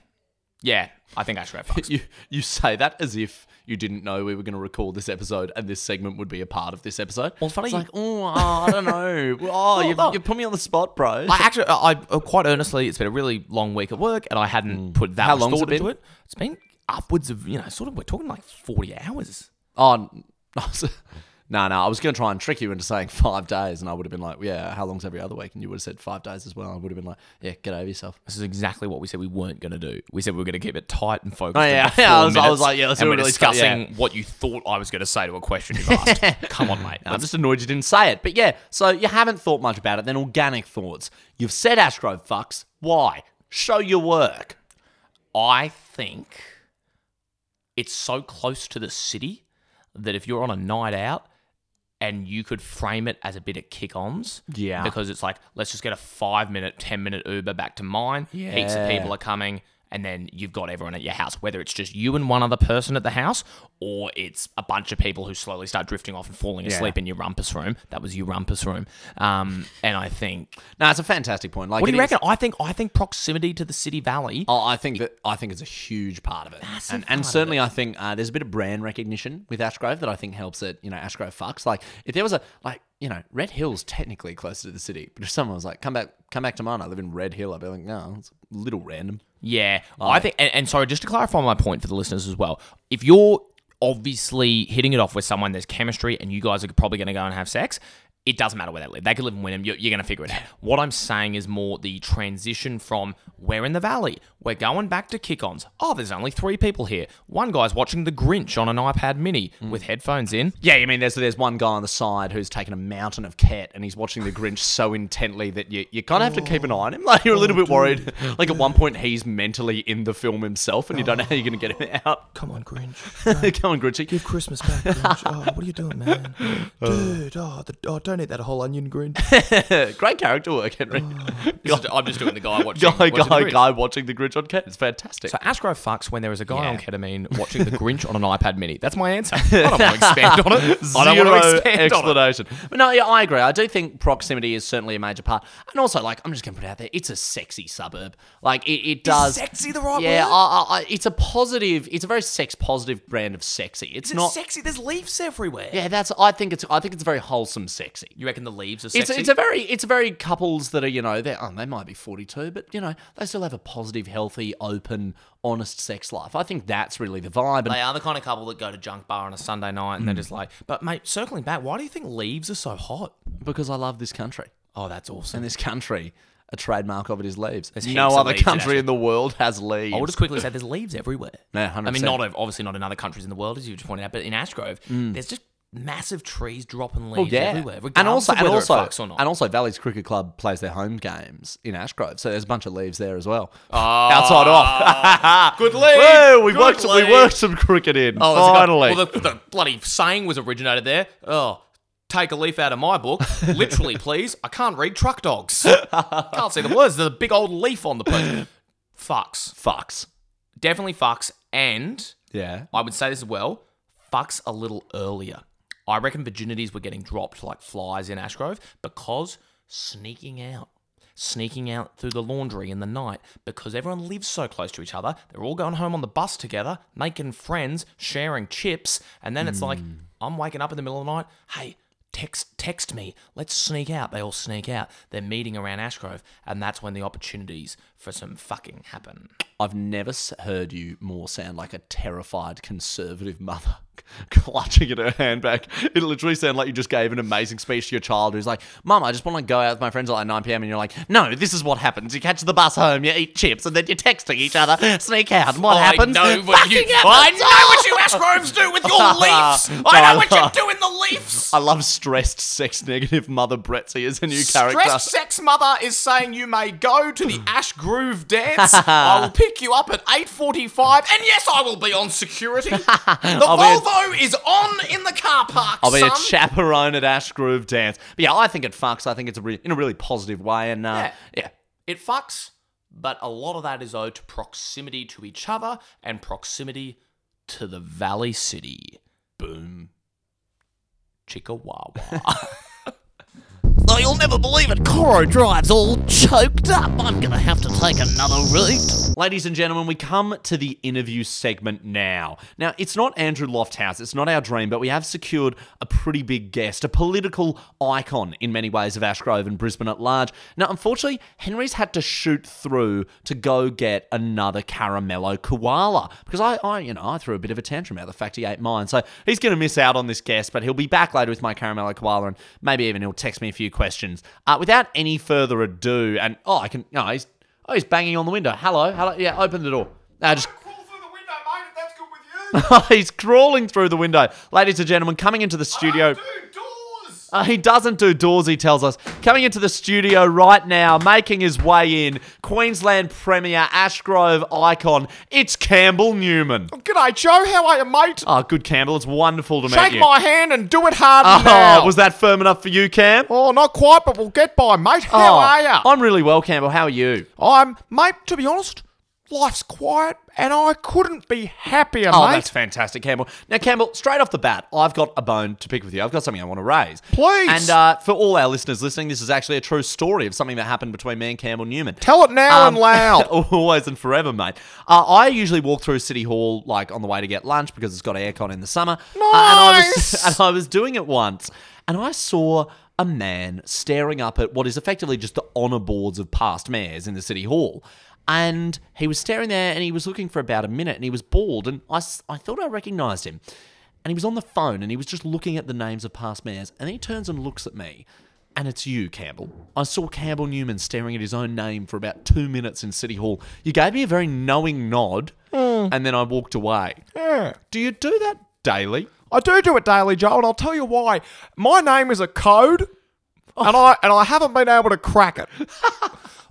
[SPEAKER 2] yeah i think ashgrove fucks.
[SPEAKER 1] You, you say that as if you didn't know we were going to record this episode and this segment would be a part of this episode. Well, it's
[SPEAKER 2] funny you-
[SPEAKER 1] like, oh, I don't
[SPEAKER 2] <laughs>
[SPEAKER 1] know. Oh, you,
[SPEAKER 2] no.
[SPEAKER 1] you put me on the spot, bro. <laughs>
[SPEAKER 2] I actually, I, I quite honestly, it's been a really long week at work, and I hadn't put that
[SPEAKER 1] Mm. How
[SPEAKER 2] much
[SPEAKER 1] long's it
[SPEAKER 2] thought into
[SPEAKER 1] been?
[SPEAKER 2] it. It's been upwards of you know, sort of. We're talking like forty hours.
[SPEAKER 1] Oh, n- <laughs> no, no. I was going to try and trick you into saying <laughs> five days, and I would have been like, yeah, how long's every other week? And you would have said five days as well. I would have been like, yeah, get over yourself.
[SPEAKER 2] This is exactly what we said we weren't going to do. We said we were going to keep it tight and focused.
[SPEAKER 1] Oh, <laughs>
[SPEAKER 2] on
[SPEAKER 1] yeah.
[SPEAKER 2] the four
[SPEAKER 1] I was- I was
[SPEAKER 2] minutes,
[SPEAKER 1] like, yeah, let's
[SPEAKER 2] and
[SPEAKER 1] do
[SPEAKER 2] we're
[SPEAKER 1] it really tight,
[SPEAKER 2] discussing what you thought I was going to say to a question you asked.
[SPEAKER 1] <laughs>
[SPEAKER 2] Come on, mate.
[SPEAKER 1] I'm just annoyed you didn't say it. But yeah, so you haven't thought much about it. Then organic thoughts. You've said Ashgrove fucks. Why? Show your work.
[SPEAKER 2] I think it's so close to the city that if you're on a night out and you could frame it as a bit of kick ons.
[SPEAKER 1] Yeah.
[SPEAKER 2] Because it's like, let's just get a five minute, 10 minute Uber back to mine. Yeah. Heaps of people are coming. And then you've got everyone at your house, whether it's just you and one other person at the house, or it's a bunch of people who slowly start drifting off and falling asleep in your rumpus room. That was your rumpus room. Um, and I think,
[SPEAKER 1] No, it's a fantastic point. Like,
[SPEAKER 2] what do
[SPEAKER 1] it
[SPEAKER 2] you
[SPEAKER 1] is-
[SPEAKER 2] reckon? I think I think proximity to the city valley.
[SPEAKER 1] Oh, I think that I think it's a huge part of it, and, and certainly I think uh, there's a bit of brand recognition with Ashgrove that I think helps it. You know, Ashgrove fucks. Like if there was a like, you know, Red Hill's technically closer to the city, but if someone was like, "Come back, come back to mine," I live in Red Hill, I'd be like, "No, it's a little random."
[SPEAKER 2] Yeah, I think, and, and sorry, just to clarify my point for the listeners as well. If you're obviously hitting it off with someone, there's chemistry, and you guys are probably going to go and have sex. It doesn't matter where they live. They could live in Wynnum. You're, you're going to figure it out. What I'm saying is more the transition from we're in the valley, we're going back to kick-ons. Oh, there's only three people here. One guy's watching The Grinch on an iPad Mini
[SPEAKER 1] Mm.
[SPEAKER 2] with headphones in.
[SPEAKER 1] Yeah, I mean, there's there's one guy on the side who's taken a mountain of cat, and he's watching the Grinch so intently that you you kind of have to keep an eye on him. <laughs> Like you're a little bit worried.
[SPEAKER 2] Oh,
[SPEAKER 1] Like at one point, he's mentally in the film himself, and you don't know how you're gonna get him <laughs> out.
[SPEAKER 7] Come on,
[SPEAKER 1] <laughs>
[SPEAKER 7] Grinch.
[SPEAKER 1] Come on, Grinchy.
[SPEAKER 7] Give Christmas back, Grinch. Oh, what are you doing, man? Dude, oh, the, oh don't eat that whole onion,
[SPEAKER 1] <laughs>
[SPEAKER 7] Grinch.
[SPEAKER 1] Great character work,
[SPEAKER 2] <laughs>
[SPEAKER 1] Henry.
[SPEAKER 2] I'm just doing
[SPEAKER 1] <laughs>
[SPEAKER 2] the guy watching.
[SPEAKER 1] guy,
[SPEAKER 2] watching The
[SPEAKER 1] guy,
[SPEAKER 2] Grinch.
[SPEAKER 1] guy watching the Grinch on cat. It's fantastic.
[SPEAKER 2] So Ashgrove fucks when there is a guy on ketamine watching The
[SPEAKER 1] <laughs>
[SPEAKER 2] Grinch on an iPad Mini. That's my answer. I don't want to expand on it. I don't want to
[SPEAKER 1] Zero
[SPEAKER 2] expand on it.
[SPEAKER 1] explanation. But no, yeah, I agree. I do think proximity is certainly a major part, and also like I'm just gonna put it out there, it's a sexy suburb. Like it, it does.
[SPEAKER 7] sexy the right
[SPEAKER 1] yeah,
[SPEAKER 7] word?
[SPEAKER 1] I, I, I, it's a positive. It's a very sex positive brand of sexy. It's
[SPEAKER 7] It's
[SPEAKER 1] not.
[SPEAKER 7] sexy. There's leaves everywhere.
[SPEAKER 1] yeah, that's. I think it's. I think it's very wholesome sexy.
[SPEAKER 2] You reckon the leaves are
[SPEAKER 1] It's,
[SPEAKER 2] sexy?
[SPEAKER 1] it's a very it's a very couples that are you know they oh, they might be forty two but you know they still have a positive healthy open honest sex life I think that's really the vibe and
[SPEAKER 2] they are the kind of couple that go to junk bar on a Sunday night
[SPEAKER 1] Hmm.
[SPEAKER 2] and they're just like, but mate, circling back, why do you think leaves are so hot?
[SPEAKER 1] because I love this country
[SPEAKER 2] Oh, that's awesome.
[SPEAKER 1] and this country, a trademark of it is leaves.
[SPEAKER 2] heaps
[SPEAKER 1] no
[SPEAKER 2] of
[SPEAKER 1] other
[SPEAKER 2] leaves in Oh,
[SPEAKER 1] country in the world has leaves.
[SPEAKER 2] I will just quickly say there's leaves everywhere.
[SPEAKER 1] No,
[SPEAKER 2] I
[SPEAKER 1] 100%.
[SPEAKER 2] mean, not ov- obviously not in other countries in the world, as you just pointed out, but in Ashgrove, there's just massive trees dropping leaves everywhere, regardless
[SPEAKER 1] Hmm. and also,
[SPEAKER 2] of
[SPEAKER 1] and
[SPEAKER 2] whether
[SPEAKER 1] also,
[SPEAKER 2] it fucks or not.
[SPEAKER 1] and also, Valley's Cricket Club plays their home games in Ashgrove, so there's a bunch of leaves there as well.
[SPEAKER 2] Oh,
[SPEAKER 1] Outside off, <laughs> good leave. we
[SPEAKER 2] Ah. good
[SPEAKER 1] worked,
[SPEAKER 2] leave.
[SPEAKER 1] we worked some cricket in.
[SPEAKER 2] Oh, it's a guy-
[SPEAKER 1] finally,
[SPEAKER 2] well, the, the bloody saying was originated there. Oh, take a leaf out of my book,
[SPEAKER 1] <laughs>
[SPEAKER 2] literally, please. I can't read truck dogs. Can't see the words. There's a big old leaf on
[SPEAKER 1] <laughs>
[SPEAKER 2] the page. Fucks,
[SPEAKER 1] fucks.
[SPEAKER 2] definitely fucks, and
[SPEAKER 1] Yeah,
[SPEAKER 2] I would say this as well. Fucks a little earlier. I reckon virginities were getting dropped like flies in Ashgrove because sneaking out. Sneaking out through the laundry in the night because everyone lives so close to each other. They're all going home on the bus together, making friends, sharing chips, and then it's like, I'm waking up in the middle of the night. Hey, text text me. Let's sneak out. They all sneak out. They're meeting around Ashgrove, and that's when the opportunities for some fucking happen.
[SPEAKER 1] I've never s- heard you more sound like a terrified conservative <laughs> mother clutching at her handbag. It literally sounded like you just gave an amazing speech to your child who's like, Mum, I just want to go out with my friends at like 9 p.m. And you're like, No, this is what happens. You catch the bus home, you eat chips, and then you're texting each other, sneak out. And what happens? <laughs>
[SPEAKER 2] I know what you,
[SPEAKER 1] Fucking happens.
[SPEAKER 2] I know what you Ashgroves
[SPEAKER 1] <laughs>
[SPEAKER 2] do with your leaves. I know what
[SPEAKER 1] Tyler.
[SPEAKER 2] you do in the leaves.
[SPEAKER 1] I love stressed sex negative mother Bretzi as a new <laughs> character.
[SPEAKER 2] Stressed sex mother is saying you may go to
[SPEAKER 1] <laughs>
[SPEAKER 2] the Ash Groove dance. I will pick you up at 8.45 and yes, I will be
[SPEAKER 1] <laughs>
[SPEAKER 2] on security. The
[SPEAKER 1] be
[SPEAKER 2] Volvo is on in the car park,
[SPEAKER 1] I'll be
[SPEAKER 2] son.
[SPEAKER 1] a chaperone at Ash Groove Dance. But yeah, I think it fucks. I think it's a re- in a really positive way. And uh, yeah.
[SPEAKER 2] It fucks, but a lot of that is owed to proximity to each other and proximity to the Valley City. Boom. <laughs> Chickawawa.
[SPEAKER 8] Though you'll never believe it, Coro Drive's all choked up. I'm gonna have to take another route.
[SPEAKER 1] Ladies and gentlemen, we come to the interview segment now. Now, it's not Andrew Lofthouse, it's not our dream, but we have secured a pretty big guest, a political icon in many ways of Ashgrove and Brisbane at large. Now, unfortunately, Henry's had to shoot through to go get another Caramello Koala because I, I you know, I threw a bit of a tantrum about the fact he ate mine. So he's going to miss out on this guest, but he'll be back later with my Caramello Koala and maybe even he'll text me a few questions. Uh, without any further ado, and oh, I can, no, he's. Oh, he's banging on the window. Hello, hello. Yeah, open the door. Now
[SPEAKER 2] <laughs>
[SPEAKER 1] just <laughs>
[SPEAKER 9] Crawl through the window, mate, if that's good with you.
[SPEAKER 1] he's crawling through the window. Ladies and gentlemen, coming into the studio.
[SPEAKER 9] Dude, doors!
[SPEAKER 1] Uh, he doesn't do doors, he tells us. Coming into the studio right now, making his way in, Queensland Premier, Ashgrove icon, it's Campbell Newman.
[SPEAKER 2] G'day, Joe. How are you, mate?
[SPEAKER 1] Oh, good, Campbell. It's wonderful to meet
[SPEAKER 2] Shake
[SPEAKER 1] you.
[SPEAKER 2] my hand and do it hard
[SPEAKER 1] <laughs> oh,
[SPEAKER 2] now.
[SPEAKER 1] was that firm enough for you, Cam?
[SPEAKER 2] Oh, not quite, but we'll get by, mate. How
[SPEAKER 1] Oh,
[SPEAKER 2] are you?
[SPEAKER 1] I'm really well, Campbell. How are you?
[SPEAKER 2] I'm, mate, to be honest, life's quiet and I couldn't be happier,
[SPEAKER 1] Oh,
[SPEAKER 2] mate.
[SPEAKER 1] that's fantastic, Campbell. Now, Campbell, straight off the bat, I've got a bone to pick with you. I've got something I want to raise.
[SPEAKER 2] Please.
[SPEAKER 1] And uh, for all our listeners listening, this is actually a true story of something that happened between me and Campbell Newman.
[SPEAKER 2] Tell it now
[SPEAKER 1] Um,
[SPEAKER 2] and
[SPEAKER 1] <laughs>
[SPEAKER 2] loud.
[SPEAKER 1] always and forever, mate. Uh, I usually walk through City Hall like on the way to get lunch because it's got aircon in the summer. Uh, and, I was,
[SPEAKER 2] Nice.
[SPEAKER 1] <laughs> and I was doing it once, and I saw a man staring up at what is effectively just the honour boards of past mayors in the City Hall. And he was staring there, and he was looking for about a minute, and he was bald, and I, s- I thought I recognised him. And he was on the phone, and he was just looking at the names of past mayors, and then he turns and looks at me. And it's you, Campbell. I saw Campbell Newman staring at his own name for about two minutes in City Hall. You gave me a very knowing nod, and then I walked away.
[SPEAKER 2] Yeah.
[SPEAKER 1] Do you do that daily?
[SPEAKER 2] I do do it daily, Joe, and I'll tell you why. My name is a code, and I and I haven't been able to
[SPEAKER 1] <laughs>
[SPEAKER 2] crack it.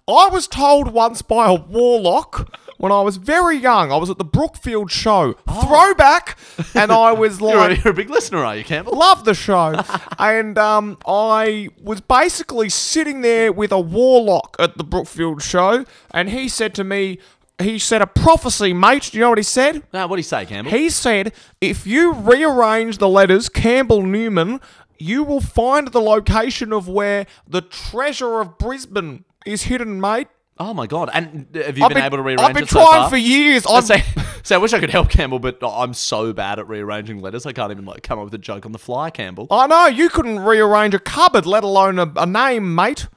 [SPEAKER 2] I was told once by a warlock when I was very young. I was at the Brookfield show,
[SPEAKER 1] Oh.
[SPEAKER 2] throwback, and
[SPEAKER 1] <laughs>
[SPEAKER 2] I was
[SPEAKER 1] You're a,
[SPEAKER 2] like,
[SPEAKER 1] you're a big listener, are you, Campbell?
[SPEAKER 2] love the show, <laughs> and um, I was basically sitting there with a warlock at the Brookfield show, and he said to me, he said a prophecy, mate. Do you know what he said?
[SPEAKER 1] No, what do you say, Campbell?
[SPEAKER 2] He said, if you rearrange the letters Campbell Newman, you will find the location of where the treasure of Brisbane is hidden, mate.
[SPEAKER 1] oh my god! And uh, have you
[SPEAKER 2] I've
[SPEAKER 1] been, able to rearrange?
[SPEAKER 2] I've been
[SPEAKER 1] it so
[SPEAKER 2] trying
[SPEAKER 1] far?
[SPEAKER 2] for years.
[SPEAKER 1] I
[SPEAKER 2] I've,
[SPEAKER 1] say, <laughs> say, I wish I could help Campbell, but I'm so bad at rearranging letters. I can't even like come up with a joke on the fly, Campbell.
[SPEAKER 2] I know, you couldn't rearrange a cupboard, let alone a, a name, mate.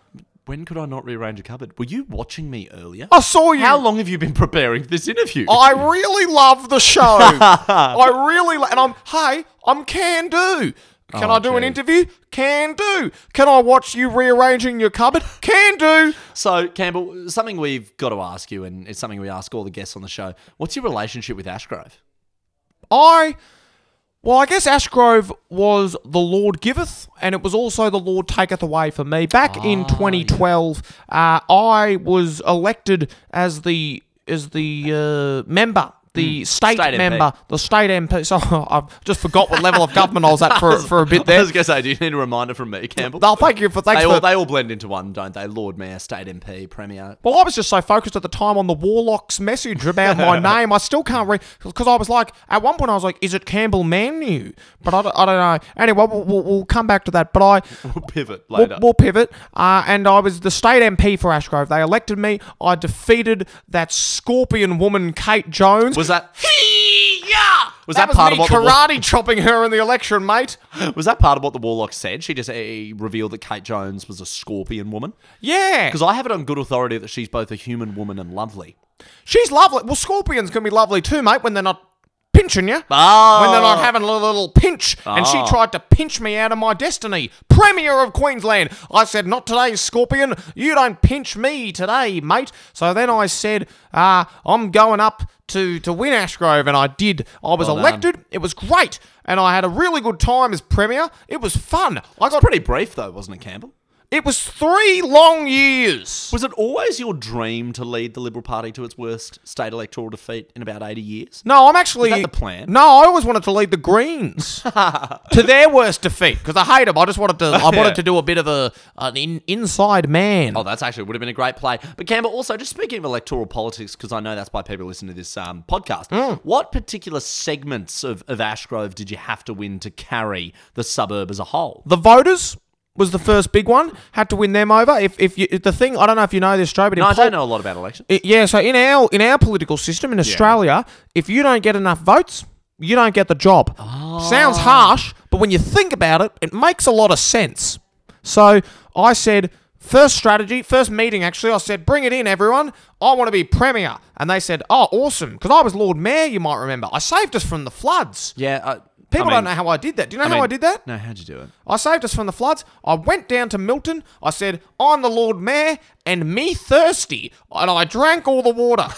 [SPEAKER 1] When could I not rearrange a cupboard? Were you watching me earlier?
[SPEAKER 2] I saw you.
[SPEAKER 1] How long have you been <laughs> preparing for this interview?
[SPEAKER 2] I really love the show. I really lo- and I'm hey, I'm can do. Can I do an
[SPEAKER 1] gee.
[SPEAKER 2] interview? Can do. Can I watch you rearranging your cupboard? Can do.
[SPEAKER 1] So, Campbell, something we've got to ask you, and it's something we ask all the guests on the show. What's your relationship with Ashgrove?
[SPEAKER 2] I. Well, I guess Ashgrove was the Lord giveth, and it was also the Lord taketh away for me. Back in 2012, uh, I was elected as the as the uh, member, the state,
[SPEAKER 1] State MP.
[SPEAKER 2] member, the state MP. <laughs> So I've just forgot what level of government I was at for, for a
[SPEAKER 1] <laughs>
[SPEAKER 2] bit
[SPEAKER 1] I
[SPEAKER 2] there.
[SPEAKER 1] was going to say, do you need a reminder from me, Campbell?
[SPEAKER 2] No, thank you for thanks
[SPEAKER 1] they,
[SPEAKER 2] for
[SPEAKER 1] all, they all blend into one, don't they? Lord Mayor, State MP, Premier.
[SPEAKER 2] Well, I was just so focused at the time on the Warlock's message
[SPEAKER 1] <laughs>
[SPEAKER 2] about my name. I still can't read because I was like, at one point I was like, is it Campbell Manu? But I don't, I don't know. Anyway, we'll, we'll, we'll come back to that. But I.
[SPEAKER 1] We'll pivot
[SPEAKER 2] We'll,
[SPEAKER 1] later.
[SPEAKER 2] we'll pivot. Uh, and I was the state MP for Ashgrove. They elected me. I defeated that scorpion woman, Kate Jones.
[SPEAKER 1] was <laughs> that
[SPEAKER 2] Hee-yah!
[SPEAKER 1] Was that part
[SPEAKER 2] me
[SPEAKER 1] of what the wa-
[SPEAKER 2] karate chopping her in the election, mate?
[SPEAKER 1] was that part of what the Warlock said? She just eh, revealed that Kate Jones was a scorpion woman.
[SPEAKER 2] Yeah,
[SPEAKER 1] Because I have it on good authority that she's both a human woman and lovely.
[SPEAKER 2] she's lovely. Well, scorpions can be lovely too, mate, when they're not pinching you.
[SPEAKER 1] Oh.
[SPEAKER 2] when they're not having a little pinch. And she
[SPEAKER 1] Ah.
[SPEAKER 2] tried to pinch me out of my destiny. Premier of Queensland. I said, Not today, Scorpion. You don't pinch me today, mate. So then I said, uh, I'm going up to, to win Ashgrove. And I did. I was elected. It was great. And I had a really good time as Premier. It was fun. I got.
[SPEAKER 1] Pretty brief, though, wasn't it, Campbell?
[SPEAKER 2] It was three long years.
[SPEAKER 1] Was it always your dream to lead the Liberal Party to its worst state electoral defeat in about 80 years?
[SPEAKER 2] No, I'm actually.
[SPEAKER 1] Is that the plan?
[SPEAKER 2] No, I always wanted to lead
[SPEAKER 1] <laughs>
[SPEAKER 2] the Greens to their worst defeat because I hate them. I just wanted to. I wanted to do a bit of a an in, inside man.
[SPEAKER 1] Oh, that's actually would have been a great play. But Campbell, also just speaking of electoral politics, because I know that's why people listen to this um, podcast. What particular segments of, of Ashgrove did you have to win to carry the suburb as a whole?
[SPEAKER 2] The voters was the first big one. Had to win them over. If if, you, if the thing, I don't know if you know this, Joe, but in
[SPEAKER 1] No, I
[SPEAKER 2] pol-
[SPEAKER 1] don't know a lot about elections.
[SPEAKER 2] I- yeah, so in our in our political system in Australia, if you don't get enough votes, you don't get the job. Sounds
[SPEAKER 1] Ah.
[SPEAKER 2] harsh, but when you think about it, it makes a lot of sense. So I said, first strategy, first meeting actually, I said, bring it in, everyone. I want to be premier, and they said, oh, awesome, because I was Lord Mayor. You might remember, I saved us from the floods.
[SPEAKER 1] Yeah, I,
[SPEAKER 2] People
[SPEAKER 1] I mean-
[SPEAKER 2] don't know how I did that. Do you know how I
[SPEAKER 1] mean-
[SPEAKER 2] did that?
[SPEAKER 1] No, how'd you do it?
[SPEAKER 2] I saved us from the floods. I went down to Milton. I said,
[SPEAKER 1] <laughs>
[SPEAKER 2] I'm the Lord Mayor and me thirsty. And I drank all the water.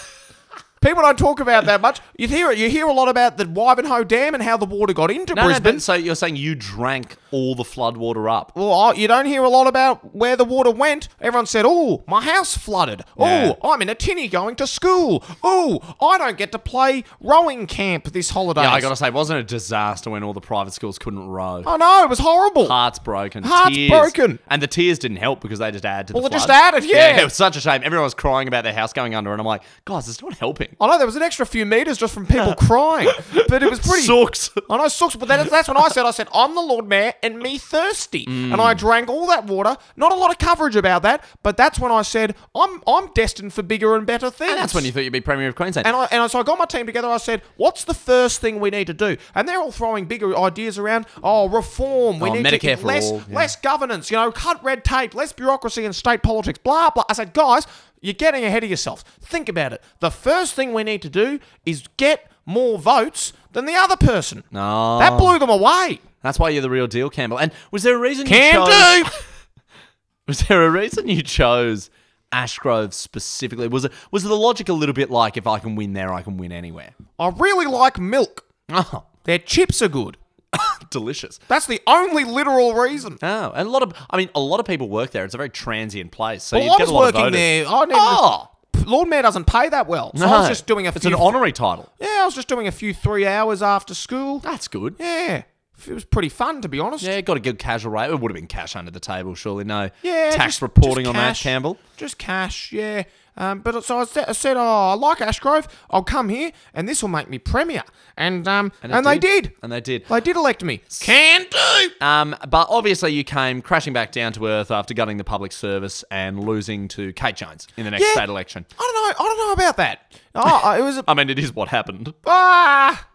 [SPEAKER 2] People don't talk about that much. You hear you hear a lot about the Wivenhoe Dam and how the water got into
[SPEAKER 1] No, no,
[SPEAKER 2] Brisbane.
[SPEAKER 1] but so you're saying you drank all the floodwater up.
[SPEAKER 2] well, I- you don't hear a lot about where the water went. Everyone said, "Oh, my house flooded. Oh, I'm in a tinny going to school. Oh, I don't get to play rowing camp this holiday."
[SPEAKER 1] Yeah, I gotta say, it wasn't a disaster when all the private schools couldn't row.
[SPEAKER 2] Oh no, it was horrible.
[SPEAKER 1] Hearts broken.
[SPEAKER 2] Hearts
[SPEAKER 1] tears.
[SPEAKER 2] broken.
[SPEAKER 1] And the tears didn't help because they just add to
[SPEAKER 2] Well,
[SPEAKER 1] the
[SPEAKER 2] they just
[SPEAKER 1] flood.
[SPEAKER 2] added, yeah.
[SPEAKER 1] It was such a shame. Everyone was crying about their house going under, and I'm like, guys, it's not helping.
[SPEAKER 2] I know there was an extra few meters just
[SPEAKER 1] <laughs>
[SPEAKER 2] from people crying, but it was pretty.
[SPEAKER 1] Sucks.
[SPEAKER 2] I know sucks, but that, that's when I said. I said I'm the Lord Mayor and me thirsty, and I drank all that water. Not a lot of coverage about that, but that's when I said I'm I'm destined for bigger and better things.
[SPEAKER 1] And that's when you thought you'd be Premier of Queensland.
[SPEAKER 2] And I and I- so I got my team together. I said, "What's the first thing we need to do?" And they're all throwing bigger ideas around. Oh, reform. We
[SPEAKER 1] Oh,
[SPEAKER 2] need
[SPEAKER 1] Medicare
[SPEAKER 2] to,
[SPEAKER 1] for
[SPEAKER 2] less
[SPEAKER 1] all, yeah.
[SPEAKER 2] less governance. You know, cut red tape, less bureaucracy and state politics. Blah blah. I said, guys, you're getting ahead of yourselves. Think about it. The first thing we need to do is get more votes than the other person.
[SPEAKER 1] Oh.
[SPEAKER 2] that blew them away.
[SPEAKER 1] That's why you're the real deal, Campbell. And was there a reason
[SPEAKER 2] Can
[SPEAKER 1] you chose?
[SPEAKER 2] do.
[SPEAKER 1] Was there a reason you chose Ashgrove specifically? Was it was the logic a little bit like if I can win there, I can win anywhere?
[SPEAKER 2] I really like milk.
[SPEAKER 1] Oh,
[SPEAKER 2] Their chips are good.
[SPEAKER 1] <laughs> delicious.
[SPEAKER 2] That's the only literal reason.
[SPEAKER 1] Oh, and a lot of I mean, a lot of people work there. It's a very transient place, so
[SPEAKER 2] Well,
[SPEAKER 1] you
[SPEAKER 2] I
[SPEAKER 1] get
[SPEAKER 2] was
[SPEAKER 1] a lot of
[SPEAKER 2] working
[SPEAKER 1] voters.
[SPEAKER 2] there. I needed
[SPEAKER 1] Oh.
[SPEAKER 2] Lord Mayor doesn't pay that well, so I was just doing a
[SPEAKER 1] It's
[SPEAKER 2] few
[SPEAKER 1] an honorary title.
[SPEAKER 2] Yeah, I was just doing a few three hours after school.
[SPEAKER 1] That's good.
[SPEAKER 2] Yeah, it was pretty fun to be honest.
[SPEAKER 1] Yeah, got a good casual rate. It would have been cash under the table, surely. No
[SPEAKER 2] Yeah,
[SPEAKER 1] tax
[SPEAKER 2] just-
[SPEAKER 1] reporting
[SPEAKER 2] just
[SPEAKER 1] on that,
[SPEAKER 2] cash.
[SPEAKER 1] Campbell.
[SPEAKER 2] Just cash, yeah. Um, but so I said, I said, oh, I like Ashgrove. I'll come here, and this will make me premier. And um, and,
[SPEAKER 1] it
[SPEAKER 2] they did.
[SPEAKER 1] And they did.
[SPEAKER 2] They did elect me. Can do.
[SPEAKER 1] Um, but obviously, you came crashing back down to earth after gutting the public service and losing to Kate Jones in the next
[SPEAKER 2] Yeah.
[SPEAKER 1] state election.
[SPEAKER 2] I don't know. I don't know about that. Oh, it was a
[SPEAKER 1] I mean, it is what happened.
[SPEAKER 2] ah.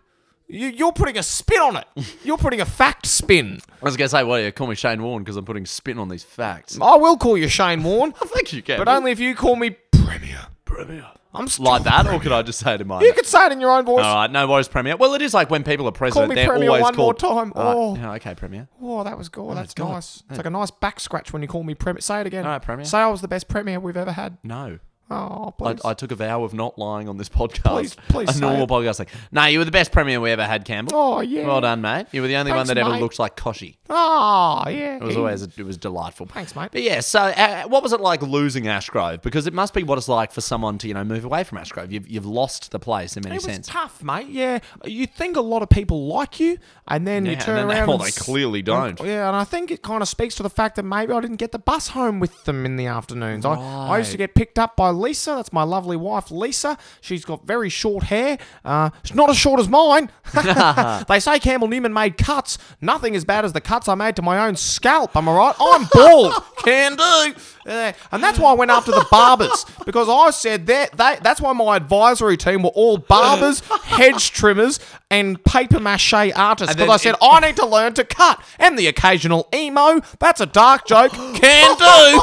[SPEAKER 2] You, you're putting a spin on it. You're putting a fact spin.
[SPEAKER 1] I was going to say, well, you call me Shane Warne because I'm putting spin on these facts.
[SPEAKER 2] I will call you Shane Warne,
[SPEAKER 1] Thank you, Campbell.
[SPEAKER 2] but only if you call me Premier.
[SPEAKER 1] Premier.
[SPEAKER 2] I'm still
[SPEAKER 1] Like that, or could I just say to mine?
[SPEAKER 2] You could say it in your own voice.
[SPEAKER 1] All right, no worries, Premier. Well, it is like when people are president,
[SPEAKER 2] me
[SPEAKER 1] they're
[SPEAKER 2] Premier
[SPEAKER 1] always
[SPEAKER 2] one more
[SPEAKER 1] called...
[SPEAKER 2] time.
[SPEAKER 1] All right,
[SPEAKER 2] Oh.
[SPEAKER 1] yeah, okay, Premier.
[SPEAKER 2] Whoa, that was good. That's
[SPEAKER 1] God.
[SPEAKER 2] nice. It's like a nice back scratch when you call me Premier. Say it again.
[SPEAKER 1] All right, Premier.
[SPEAKER 2] Say I was the best Premier we've ever had.
[SPEAKER 1] No.
[SPEAKER 2] Oh,
[SPEAKER 1] I,
[SPEAKER 2] please.
[SPEAKER 1] I took a vow of not lying on this podcast.
[SPEAKER 2] Please- please
[SPEAKER 1] A
[SPEAKER 2] say
[SPEAKER 1] normal
[SPEAKER 2] it.
[SPEAKER 1] podcast thing. No, you were the best Premier we ever had, Campbell.
[SPEAKER 2] oh, yeah.
[SPEAKER 1] Well done, mate. You were the only
[SPEAKER 2] Thanks,
[SPEAKER 1] one that ever
[SPEAKER 2] mate.
[SPEAKER 1] looked like Koshy.
[SPEAKER 2] Oh, yeah.
[SPEAKER 1] It was always it was delightful.
[SPEAKER 2] Thanks, mate.
[SPEAKER 1] But yeah, so uh, what was it like losing Ashgrove? Because it must be what it's like for someone to you know move away from Ashgrove. You've you've lost the place in many
[SPEAKER 2] It was
[SPEAKER 1] sense.
[SPEAKER 2] tough, mate. Yeah, you think a lot of people like you, and then you
[SPEAKER 1] Yeah,
[SPEAKER 2] turn
[SPEAKER 1] and then they-
[SPEAKER 2] around.
[SPEAKER 1] well,
[SPEAKER 2] and
[SPEAKER 1] they
[SPEAKER 2] s-
[SPEAKER 1] clearly
[SPEAKER 2] and-
[SPEAKER 1] don't.
[SPEAKER 2] yeah, and I think it kind of speaks to the fact that maybe I didn't get the bus home with them in the afternoons. I, I used to get picked up by Lisa. That's my lovely wife, Lisa. She's got very short hair. Uh, it's not as short as mine. <laughs> they say Campbell Newman made cuts. Nothing as bad as the cuts I made to my own scalp. Am I right? I'm bald. Can do. Yeah, and that's why I went after the barbers because I said that they, that's why my advisory team were all barbers, hedge trimmers, and paper mache artists. Because I said I need to learn to cut and the occasional emo. That's a dark <gasps> joke. Can do.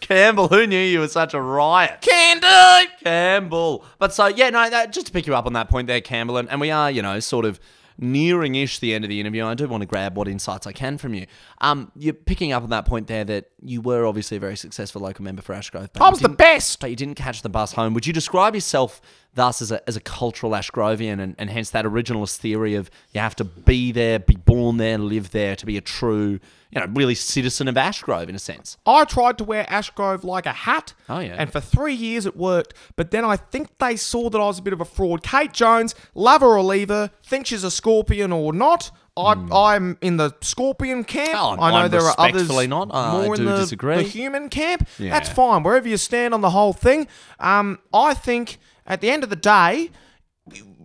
[SPEAKER 1] Campbell, who knew you were such a riot?
[SPEAKER 2] Can do.
[SPEAKER 1] Campbell. But so yeah, no, that, just to pick you up on that point there, Campbell, and, and we are you know sort of nearing ish the end of the interview. I do want to grab what insights I can from you. Um, you're picking up on that point there that you were obviously a very successful local member for Ashgrove. but
[SPEAKER 2] I
[SPEAKER 1] you
[SPEAKER 2] was the
[SPEAKER 1] didn't-
[SPEAKER 2] best.
[SPEAKER 1] But you didn't catch the bus home. Would you describe yourself thus as a, as a cultural Ashgrovian and, and hence that originalist theory of you have to be there, be born there, live there to be a true, you know, really citizen of Ashgrove in a sense?
[SPEAKER 2] I tried to wear Ashgrove like a hat.
[SPEAKER 1] Oh, yeah.
[SPEAKER 2] And for three years it worked. But then I think they saw that I was a bit of a fraud. Kate Jones, love her or leave her, think she's a scorpion or not. I, I'm in the scorpion camp.
[SPEAKER 1] Hmm. Oh,
[SPEAKER 2] I know
[SPEAKER 1] I'm
[SPEAKER 2] there are others
[SPEAKER 1] respectfully not. I
[SPEAKER 2] more in
[SPEAKER 1] do
[SPEAKER 2] the,
[SPEAKER 1] disagree.
[SPEAKER 2] the human camp.
[SPEAKER 1] Yeah.
[SPEAKER 2] That's fine. Wherever you stand on the whole thing, um, I think at the end of the day,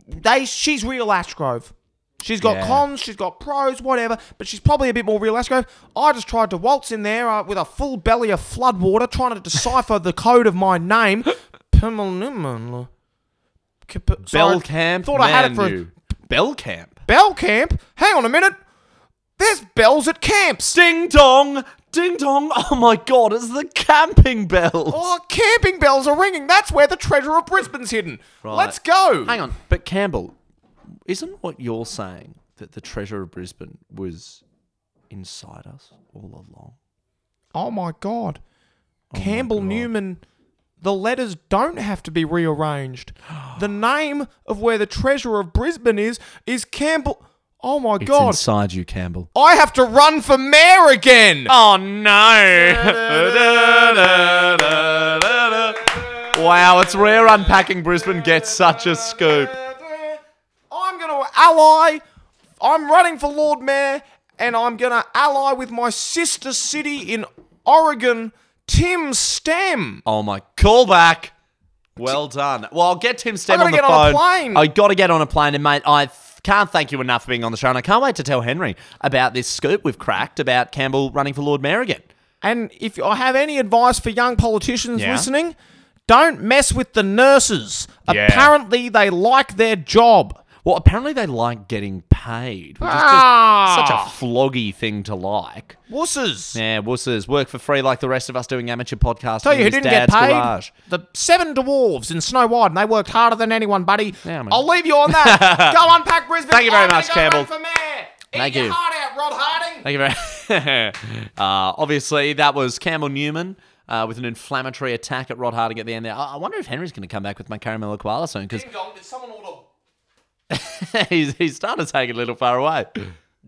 [SPEAKER 2] they she's real Ashgrove. She's got
[SPEAKER 1] Yeah.
[SPEAKER 2] cons, she's got pros, whatever, but she's probably a bit more real Ashgrove. I just tried to waltz in there uh, with a full belly of floodwater, trying to decipher the code of my name. <laughs> Pimmelnumanl- Kip- sorry,
[SPEAKER 1] Bell Camp.
[SPEAKER 2] Thought I had it
[SPEAKER 1] man,
[SPEAKER 2] for
[SPEAKER 1] you. Bell Camp.
[SPEAKER 2] Bell Camp. Hang on a minute. There's bells at camps.
[SPEAKER 1] Ding dong, ding dong. <laughs> Oh my god, it's the camping bells.
[SPEAKER 2] Oh, camping bells are ringing. That's where the treasure of Brisbane's hidden. Let's go.
[SPEAKER 1] Hang on, but Campbell, isn't what you're saying that the treasure of Brisbane was inside us all along?
[SPEAKER 2] Oh my God. Campbell Newman
[SPEAKER 10] the letters don't have to be rearranged. The name of where the treasurer of Brisbane is is Campbell. Oh my
[SPEAKER 1] It's
[SPEAKER 10] god.
[SPEAKER 1] inside you, Campbell.
[SPEAKER 10] I have to run for mayor again.
[SPEAKER 1] Uh,
[SPEAKER 5] Oh no!
[SPEAKER 4] Wow, it's rare unpacking Brisbane gets such a scoop.
[SPEAKER 10] I'm going to ally. I'm running for Lord Mayor, and I'm going to ally with my sister city in Oregon, Tim Stem.
[SPEAKER 1] Oh my callback. Well done. Well, I'll get Tim Stem
[SPEAKER 10] I
[SPEAKER 1] on
[SPEAKER 10] gotta
[SPEAKER 1] the
[SPEAKER 10] get
[SPEAKER 1] phone.
[SPEAKER 10] on a plane.
[SPEAKER 1] I got to get on a plane, and mate, I f- can't thank you enough for being on the show, and I can't wait to tell Henry about this scoop we've cracked about Campbell running for Lord Mayor again.
[SPEAKER 10] And if I have any advice for young politicians
[SPEAKER 1] Yeah.
[SPEAKER 10] listening, don't mess with the nurses. Apparently, they like their job.
[SPEAKER 1] Well, apparently they like getting paid, which is just
[SPEAKER 10] Ah.
[SPEAKER 1] such a floggy thing to like.
[SPEAKER 10] Wusses.
[SPEAKER 1] Yeah, wusses work for free like the rest of us doing amateur podcasts.
[SPEAKER 10] Tell Oh, you who didn't get paid? The seven dwarves in Snow White, and they worked harder than anyone, buddy.
[SPEAKER 1] Yeah, man.
[SPEAKER 10] I'll leave you on
[SPEAKER 1] <laughs>
[SPEAKER 10] that. go unpack Brisbane.
[SPEAKER 1] Thank you very
[SPEAKER 10] I'm gonna
[SPEAKER 1] much,
[SPEAKER 10] go run
[SPEAKER 1] Campbell.
[SPEAKER 10] for mayor. Eat
[SPEAKER 1] Thank
[SPEAKER 10] your
[SPEAKER 1] you.
[SPEAKER 10] heart out, Rod Harding.
[SPEAKER 1] Thank you very <laughs> much. uh, obviously, that was Campbell Newman uh, with an inflammatory attack at Rod Harding at the end there. I, I wonder if Henry's going to come back with my caramello koala soon because <laughs> he's, he's starting to take it a little far away.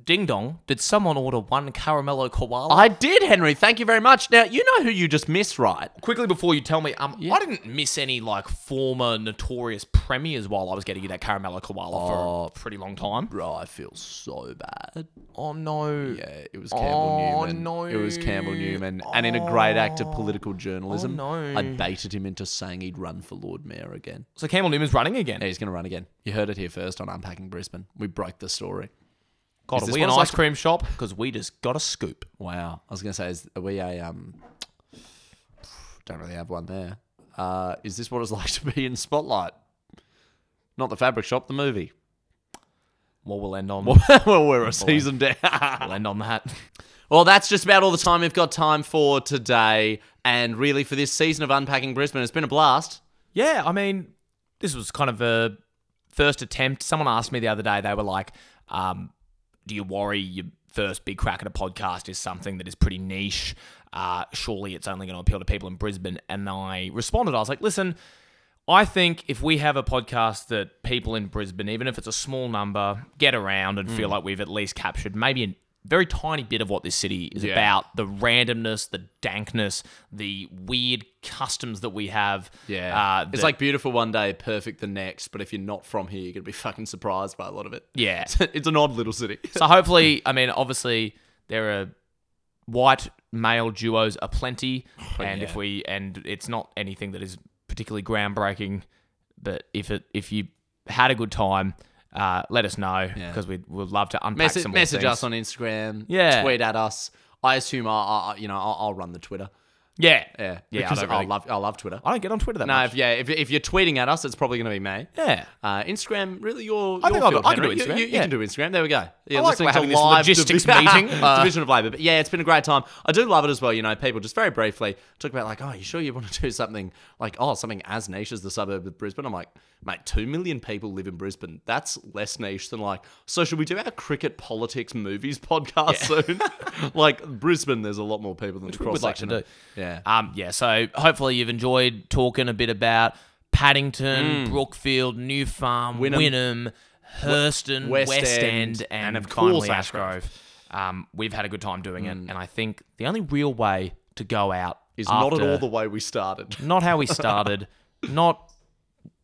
[SPEAKER 2] Ding dong, did someone order one caramello koala?
[SPEAKER 1] I did, Henry. Thank you very much. Now, you know who you just missed, right?
[SPEAKER 2] Quickly before you tell me, um, I didn't miss any like former notorious premiers while I was getting you that caramello koala for a pretty long time.
[SPEAKER 1] Bro, I feel so bad.
[SPEAKER 10] Oh no.
[SPEAKER 1] Yeah, it was Campbell
[SPEAKER 10] Oh,
[SPEAKER 1] Newman.
[SPEAKER 10] no.
[SPEAKER 1] It was Campbell Newman. And in a great act of political journalism,
[SPEAKER 10] Oh, no.
[SPEAKER 1] I baited him into saying he'd run for Lord Mayor again.
[SPEAKER 2] So Campbell Newman's running again.
[SPEAKER 1] Yeah, he's going to run again. You heard it here first on Unpacking Brisbane. We broke the story.
[SPEAKER 2] God,
[SPEAKER 1] Is
[SPEAKER 2] are
[SPEAKER 1] this
[SPEAKER 2] we an
[SPEAKER 1] one
[SPEAKER 2] ice
[SPEAKER 1] like-
[SPEAKER 2] cream shop? Because we just got a scoop.
[SPEAKER 1] Wow. I was going to say, is, are we a. Um, <sighs> don't really have one there. Uh, is this what it's <laughs> like to be in Spotlight? Not the fabric shop, the movie. <laughs>
[SPEAKER 2] What we'll end on.
[SPEAKER 1] well, we're a season <laughs> down.
[SPEAKER 2] <laughs> we'll end on that.
[SPEAKER 1] Well, that's just about all the time we've got time for today, and really for this season of Unpacking Brisbane. It's been a blast.
[SPEAKER 2] Yeah, I mean, this was kind of a first attempt. Someone asked me the other day, they were like, um, do you worry your first big crack at a podcast is something that is pretty niche? Uh, surely it's only going to appeal to people in Brisbane. And I responded, I was like, listen, I think if we have a podcast that people in Brisbane, even if it's a small number, get around and feel like we've at least captured maybe a very tiny bit of what this city is about the randomness, the dankness, the weird customs that we have. Uh,
[SPEAKER 1] it's
[SPEAKER 2] that-
[SPEAKER 1] like beautiful one day, perfect the next. But if you're not from here, you're gonna be fucking surprised by a lot of it.
[SPEAKER 2] Yeah.
[SPEAKER 1] <laughs> it's an odd little city.
[SPEAKER 2] so hopefully, I mean, obviously there are white male duos aplenty,
[SPEAKER 1] Oh,
[SPEAKER 2] and if we and it's not anything that is particularly groundbreaking, but if it if you had a good time, uh, let us know because we'd we'd love to unpack
[SPEAKER 1] message
[SPEAKER 2] some more
[SPEAKER 1] message
[SPEAKER 2] things.
[SPEAKER 1] us on Instagram.
[SPEAKER 2] Yeah.
[SPEAKER 1] tweet at us. I assume I, I you know, I'll, I'll run the Twitter.
[SPEAKER 2] Yeah,
[SPEAKER 1] Yeah,
[SPEAKER 2] yeah.
[SPEAKER 1] because
[SPEAKER 2] I,
[SPEAKER 1] I,
[SPEAKER 2] don't really-
[SPEAKER 1] love I love Twitter.
[SPEAKER 2] I don't get on Twitter that
[SPEAKER 1] no,
[SPEAKER 2] much.
[SPEAKER 1] if, yeah, if, if you're tweeting at us, it's probably gonna be me.
[SPEAKER 2] Yeah.
[SPEAKER 1] Uh, Instagram, really, your.
[SPEAKER 2] I
[SPEAKER 1] your
[SPEAKER 2] think I'll do-
[SPEAKER 1] field,
[SPEAKER 2] I can do
[SPEAKER 1] Henry. You-
[SPEAKER 2] Instagram,
[SPEAKER 1] You, you
[SPEAKER 2] yeah.
[SPEAKER 1] can do Instagram. There we go. Yeah,
[SPEAKER 2] I like
[SPEAKER 1] listening
[SPEAKER 2] we're
[SPEAKER 1] to
[SPEAKER 2] having this
[SPEAKER 1] live
[SPEAKER 2] logistics
[SPEAKER 1] divi- <laughs>
[SPEAKER 2] meeting. Uh,
[SPEAKER 1] division of labor. But yeah, it's been a great time. I do love it as well. You know, people just very briefly talk about like, oh, you sure you want to do something like, oh, something as niche as the suburb of Brisbane? I'm like, mate, two million people live in Brisbane. That's less niche than like. So should we do our cricket, politics, movies <laughs> podcast soon? <laughs> like Brisbane, there's a lot more people than the
[SPEAKER 2] we would
[SPEAKER 1] cross
[SPEAKER 2] like to
[SPEAKER 1] section.
[SPEAKER 2] do.
[SPEAKER 1] Yeah.
[SPEAKER 2] Um, yeah, so hopefully you've enjoyed talking a bit about Paddington, Brookfield, New Farm,
[SPEAKER 1] Mm. Wynnum.
[SPEAKER 2] Wynnum, Hurston,
[SPEAKER 1] West
[SPEAKER 2] West, End,
[SPEAKER 1] End,
[SPEAKER 2] and,
[SPEAKER 1] and of course
[SPEAKER 2] finally
[SPEAKER 1] Ashgrove. Mm.
[SPEAKER 2] Ashgrove. Um, we've had a good time doing it, and I think the only real way to go out
[SPEAKER 1] Is not
[SPEAKER 2] after-
[SPEAKER 1] at all the way we started.
[SPEAKER 2] <laughs> not how
[SPEAKER 1] <laughs>
[SPEAKER 2] we started, not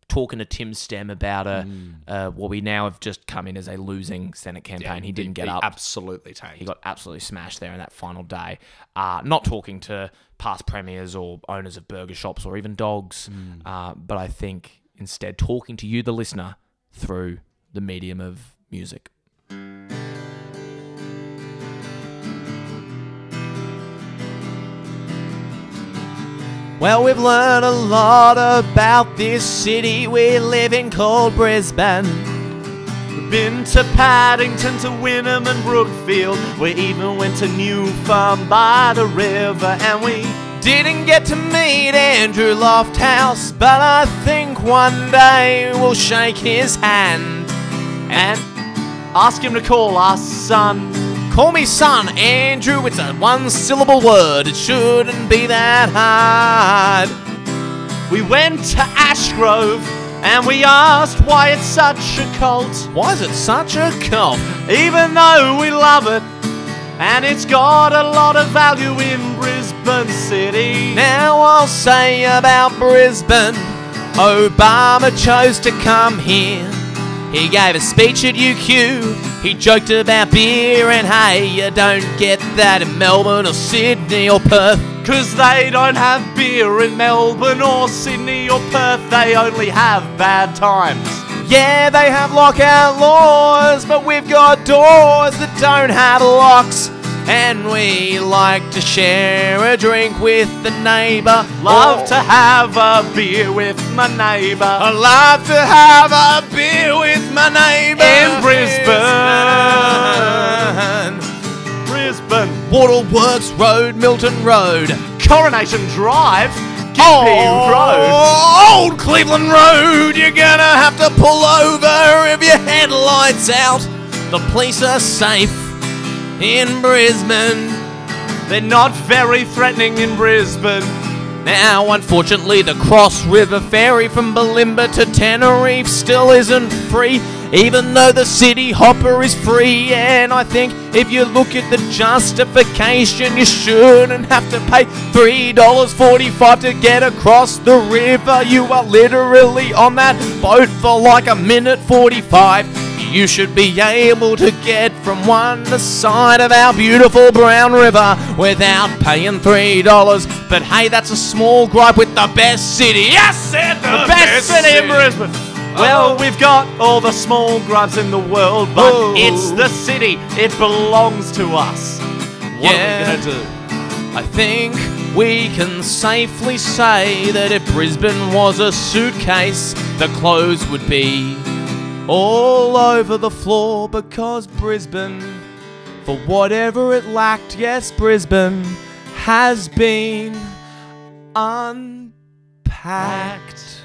[SPEAKER 2] talking to Tim Stem about a,
[SPEAKER 1] Mm.
[SPEAKER 2] uh, what we now have just come in as a losing Senate campaign. he didn't get up.
[SPEAKER 1] Absolutely tanked.
[SPEAKER 2] He got absolutely smashed there in that final day. Uh, not talking to past premiers or owners of burger shops or even dogs,
[SPEAKER 10] Mm.
[SPEAKER 2] uh, but I think instead talking to you, the listener, through the medium of music.
[SPEAKER 10] Well, we've learned a lot about this city we live in called Brisbane.
[SPEAKER 1] Been to Paddington, to Wynnum and Brookfield. We even went to New Farm by the river, and we
[SPEAKER 10] Didn't get to meet Andrew Lofthouse, but I think one day we'll shake his hand. And
[SPEAKER 1] asked him to call us son.
[SPEAKER 10] call me son, Andrew, it's a one syllable word, it shouldn't be that hard.
[SPEAKER 1] We went to Ashgrove and we asked why it's such a cult.
[SPEAKER 2] Why is it such a cult?
[SPEAKER 1] Even though we love it, and it's got a lot of value in Brisbane City.
[SPEAKER 2] Now I'll say about Brisbane. Obama chose to come here. He gave a speech at UQ. He joked about beer and hey, you don't get that in Melbourne or Sydney or Perth.
[SPEAKER 1] Cause they don't have beer in Melbourne or Sydney or Perth, they only have bad times.
[SPEAKER 2] Yeah, they have lockout laws, but we've got doors that don't have locks. And we like to share a drink with the neighbour.
[SPEAKER 1] Love to have a beer with my neighbour.
[SPEAKER 2] I love to have a beer with my neighbour
[SPEAKER 1] In Brisbane. Brisbane,
[SPEAKER 2] Waterworks Road, Milton Road,
[SPEAKER 1] Coronation Drive, Gippy Road.
[SPEAKER 2] oh, Old Cleveland Road. You're gonna have to pull over if your headlights out. The police are safe in Brisbane.
[SPEAKER 1] They're not very threatening in Brisbane.
[SPEAKER 2] Now, unfortunately, the Cross River ferry from Balimba to Tenerife still isn't free, even though the city hopper is free. And I think if you look at the justification, you shouldn't have to pay $3.45 to get across the river. You are literally on that boat for like a minute 45. You should be able to get from one side of our beautiful brown river without paying three dollars. But hey, that's a small gripe with the best city. Yes, it the,
[SPEAKER 1] Best city in Brisbane. Well, we've got all the small grubs in the world, but
[SPEAKER 2] Whoa.
[SPEAKER 1] it's the city. It belongs to us. What
[SPEAKER 2] Yeah.
[SPEAKER 1] are we gonna do?
[SPEAKER 2] I think we can safely say that if Brisbane was a suitcase, the clothes would be all over the floor because Brisbane, for whatever it lacked, yes, Brisbane has been unpacked.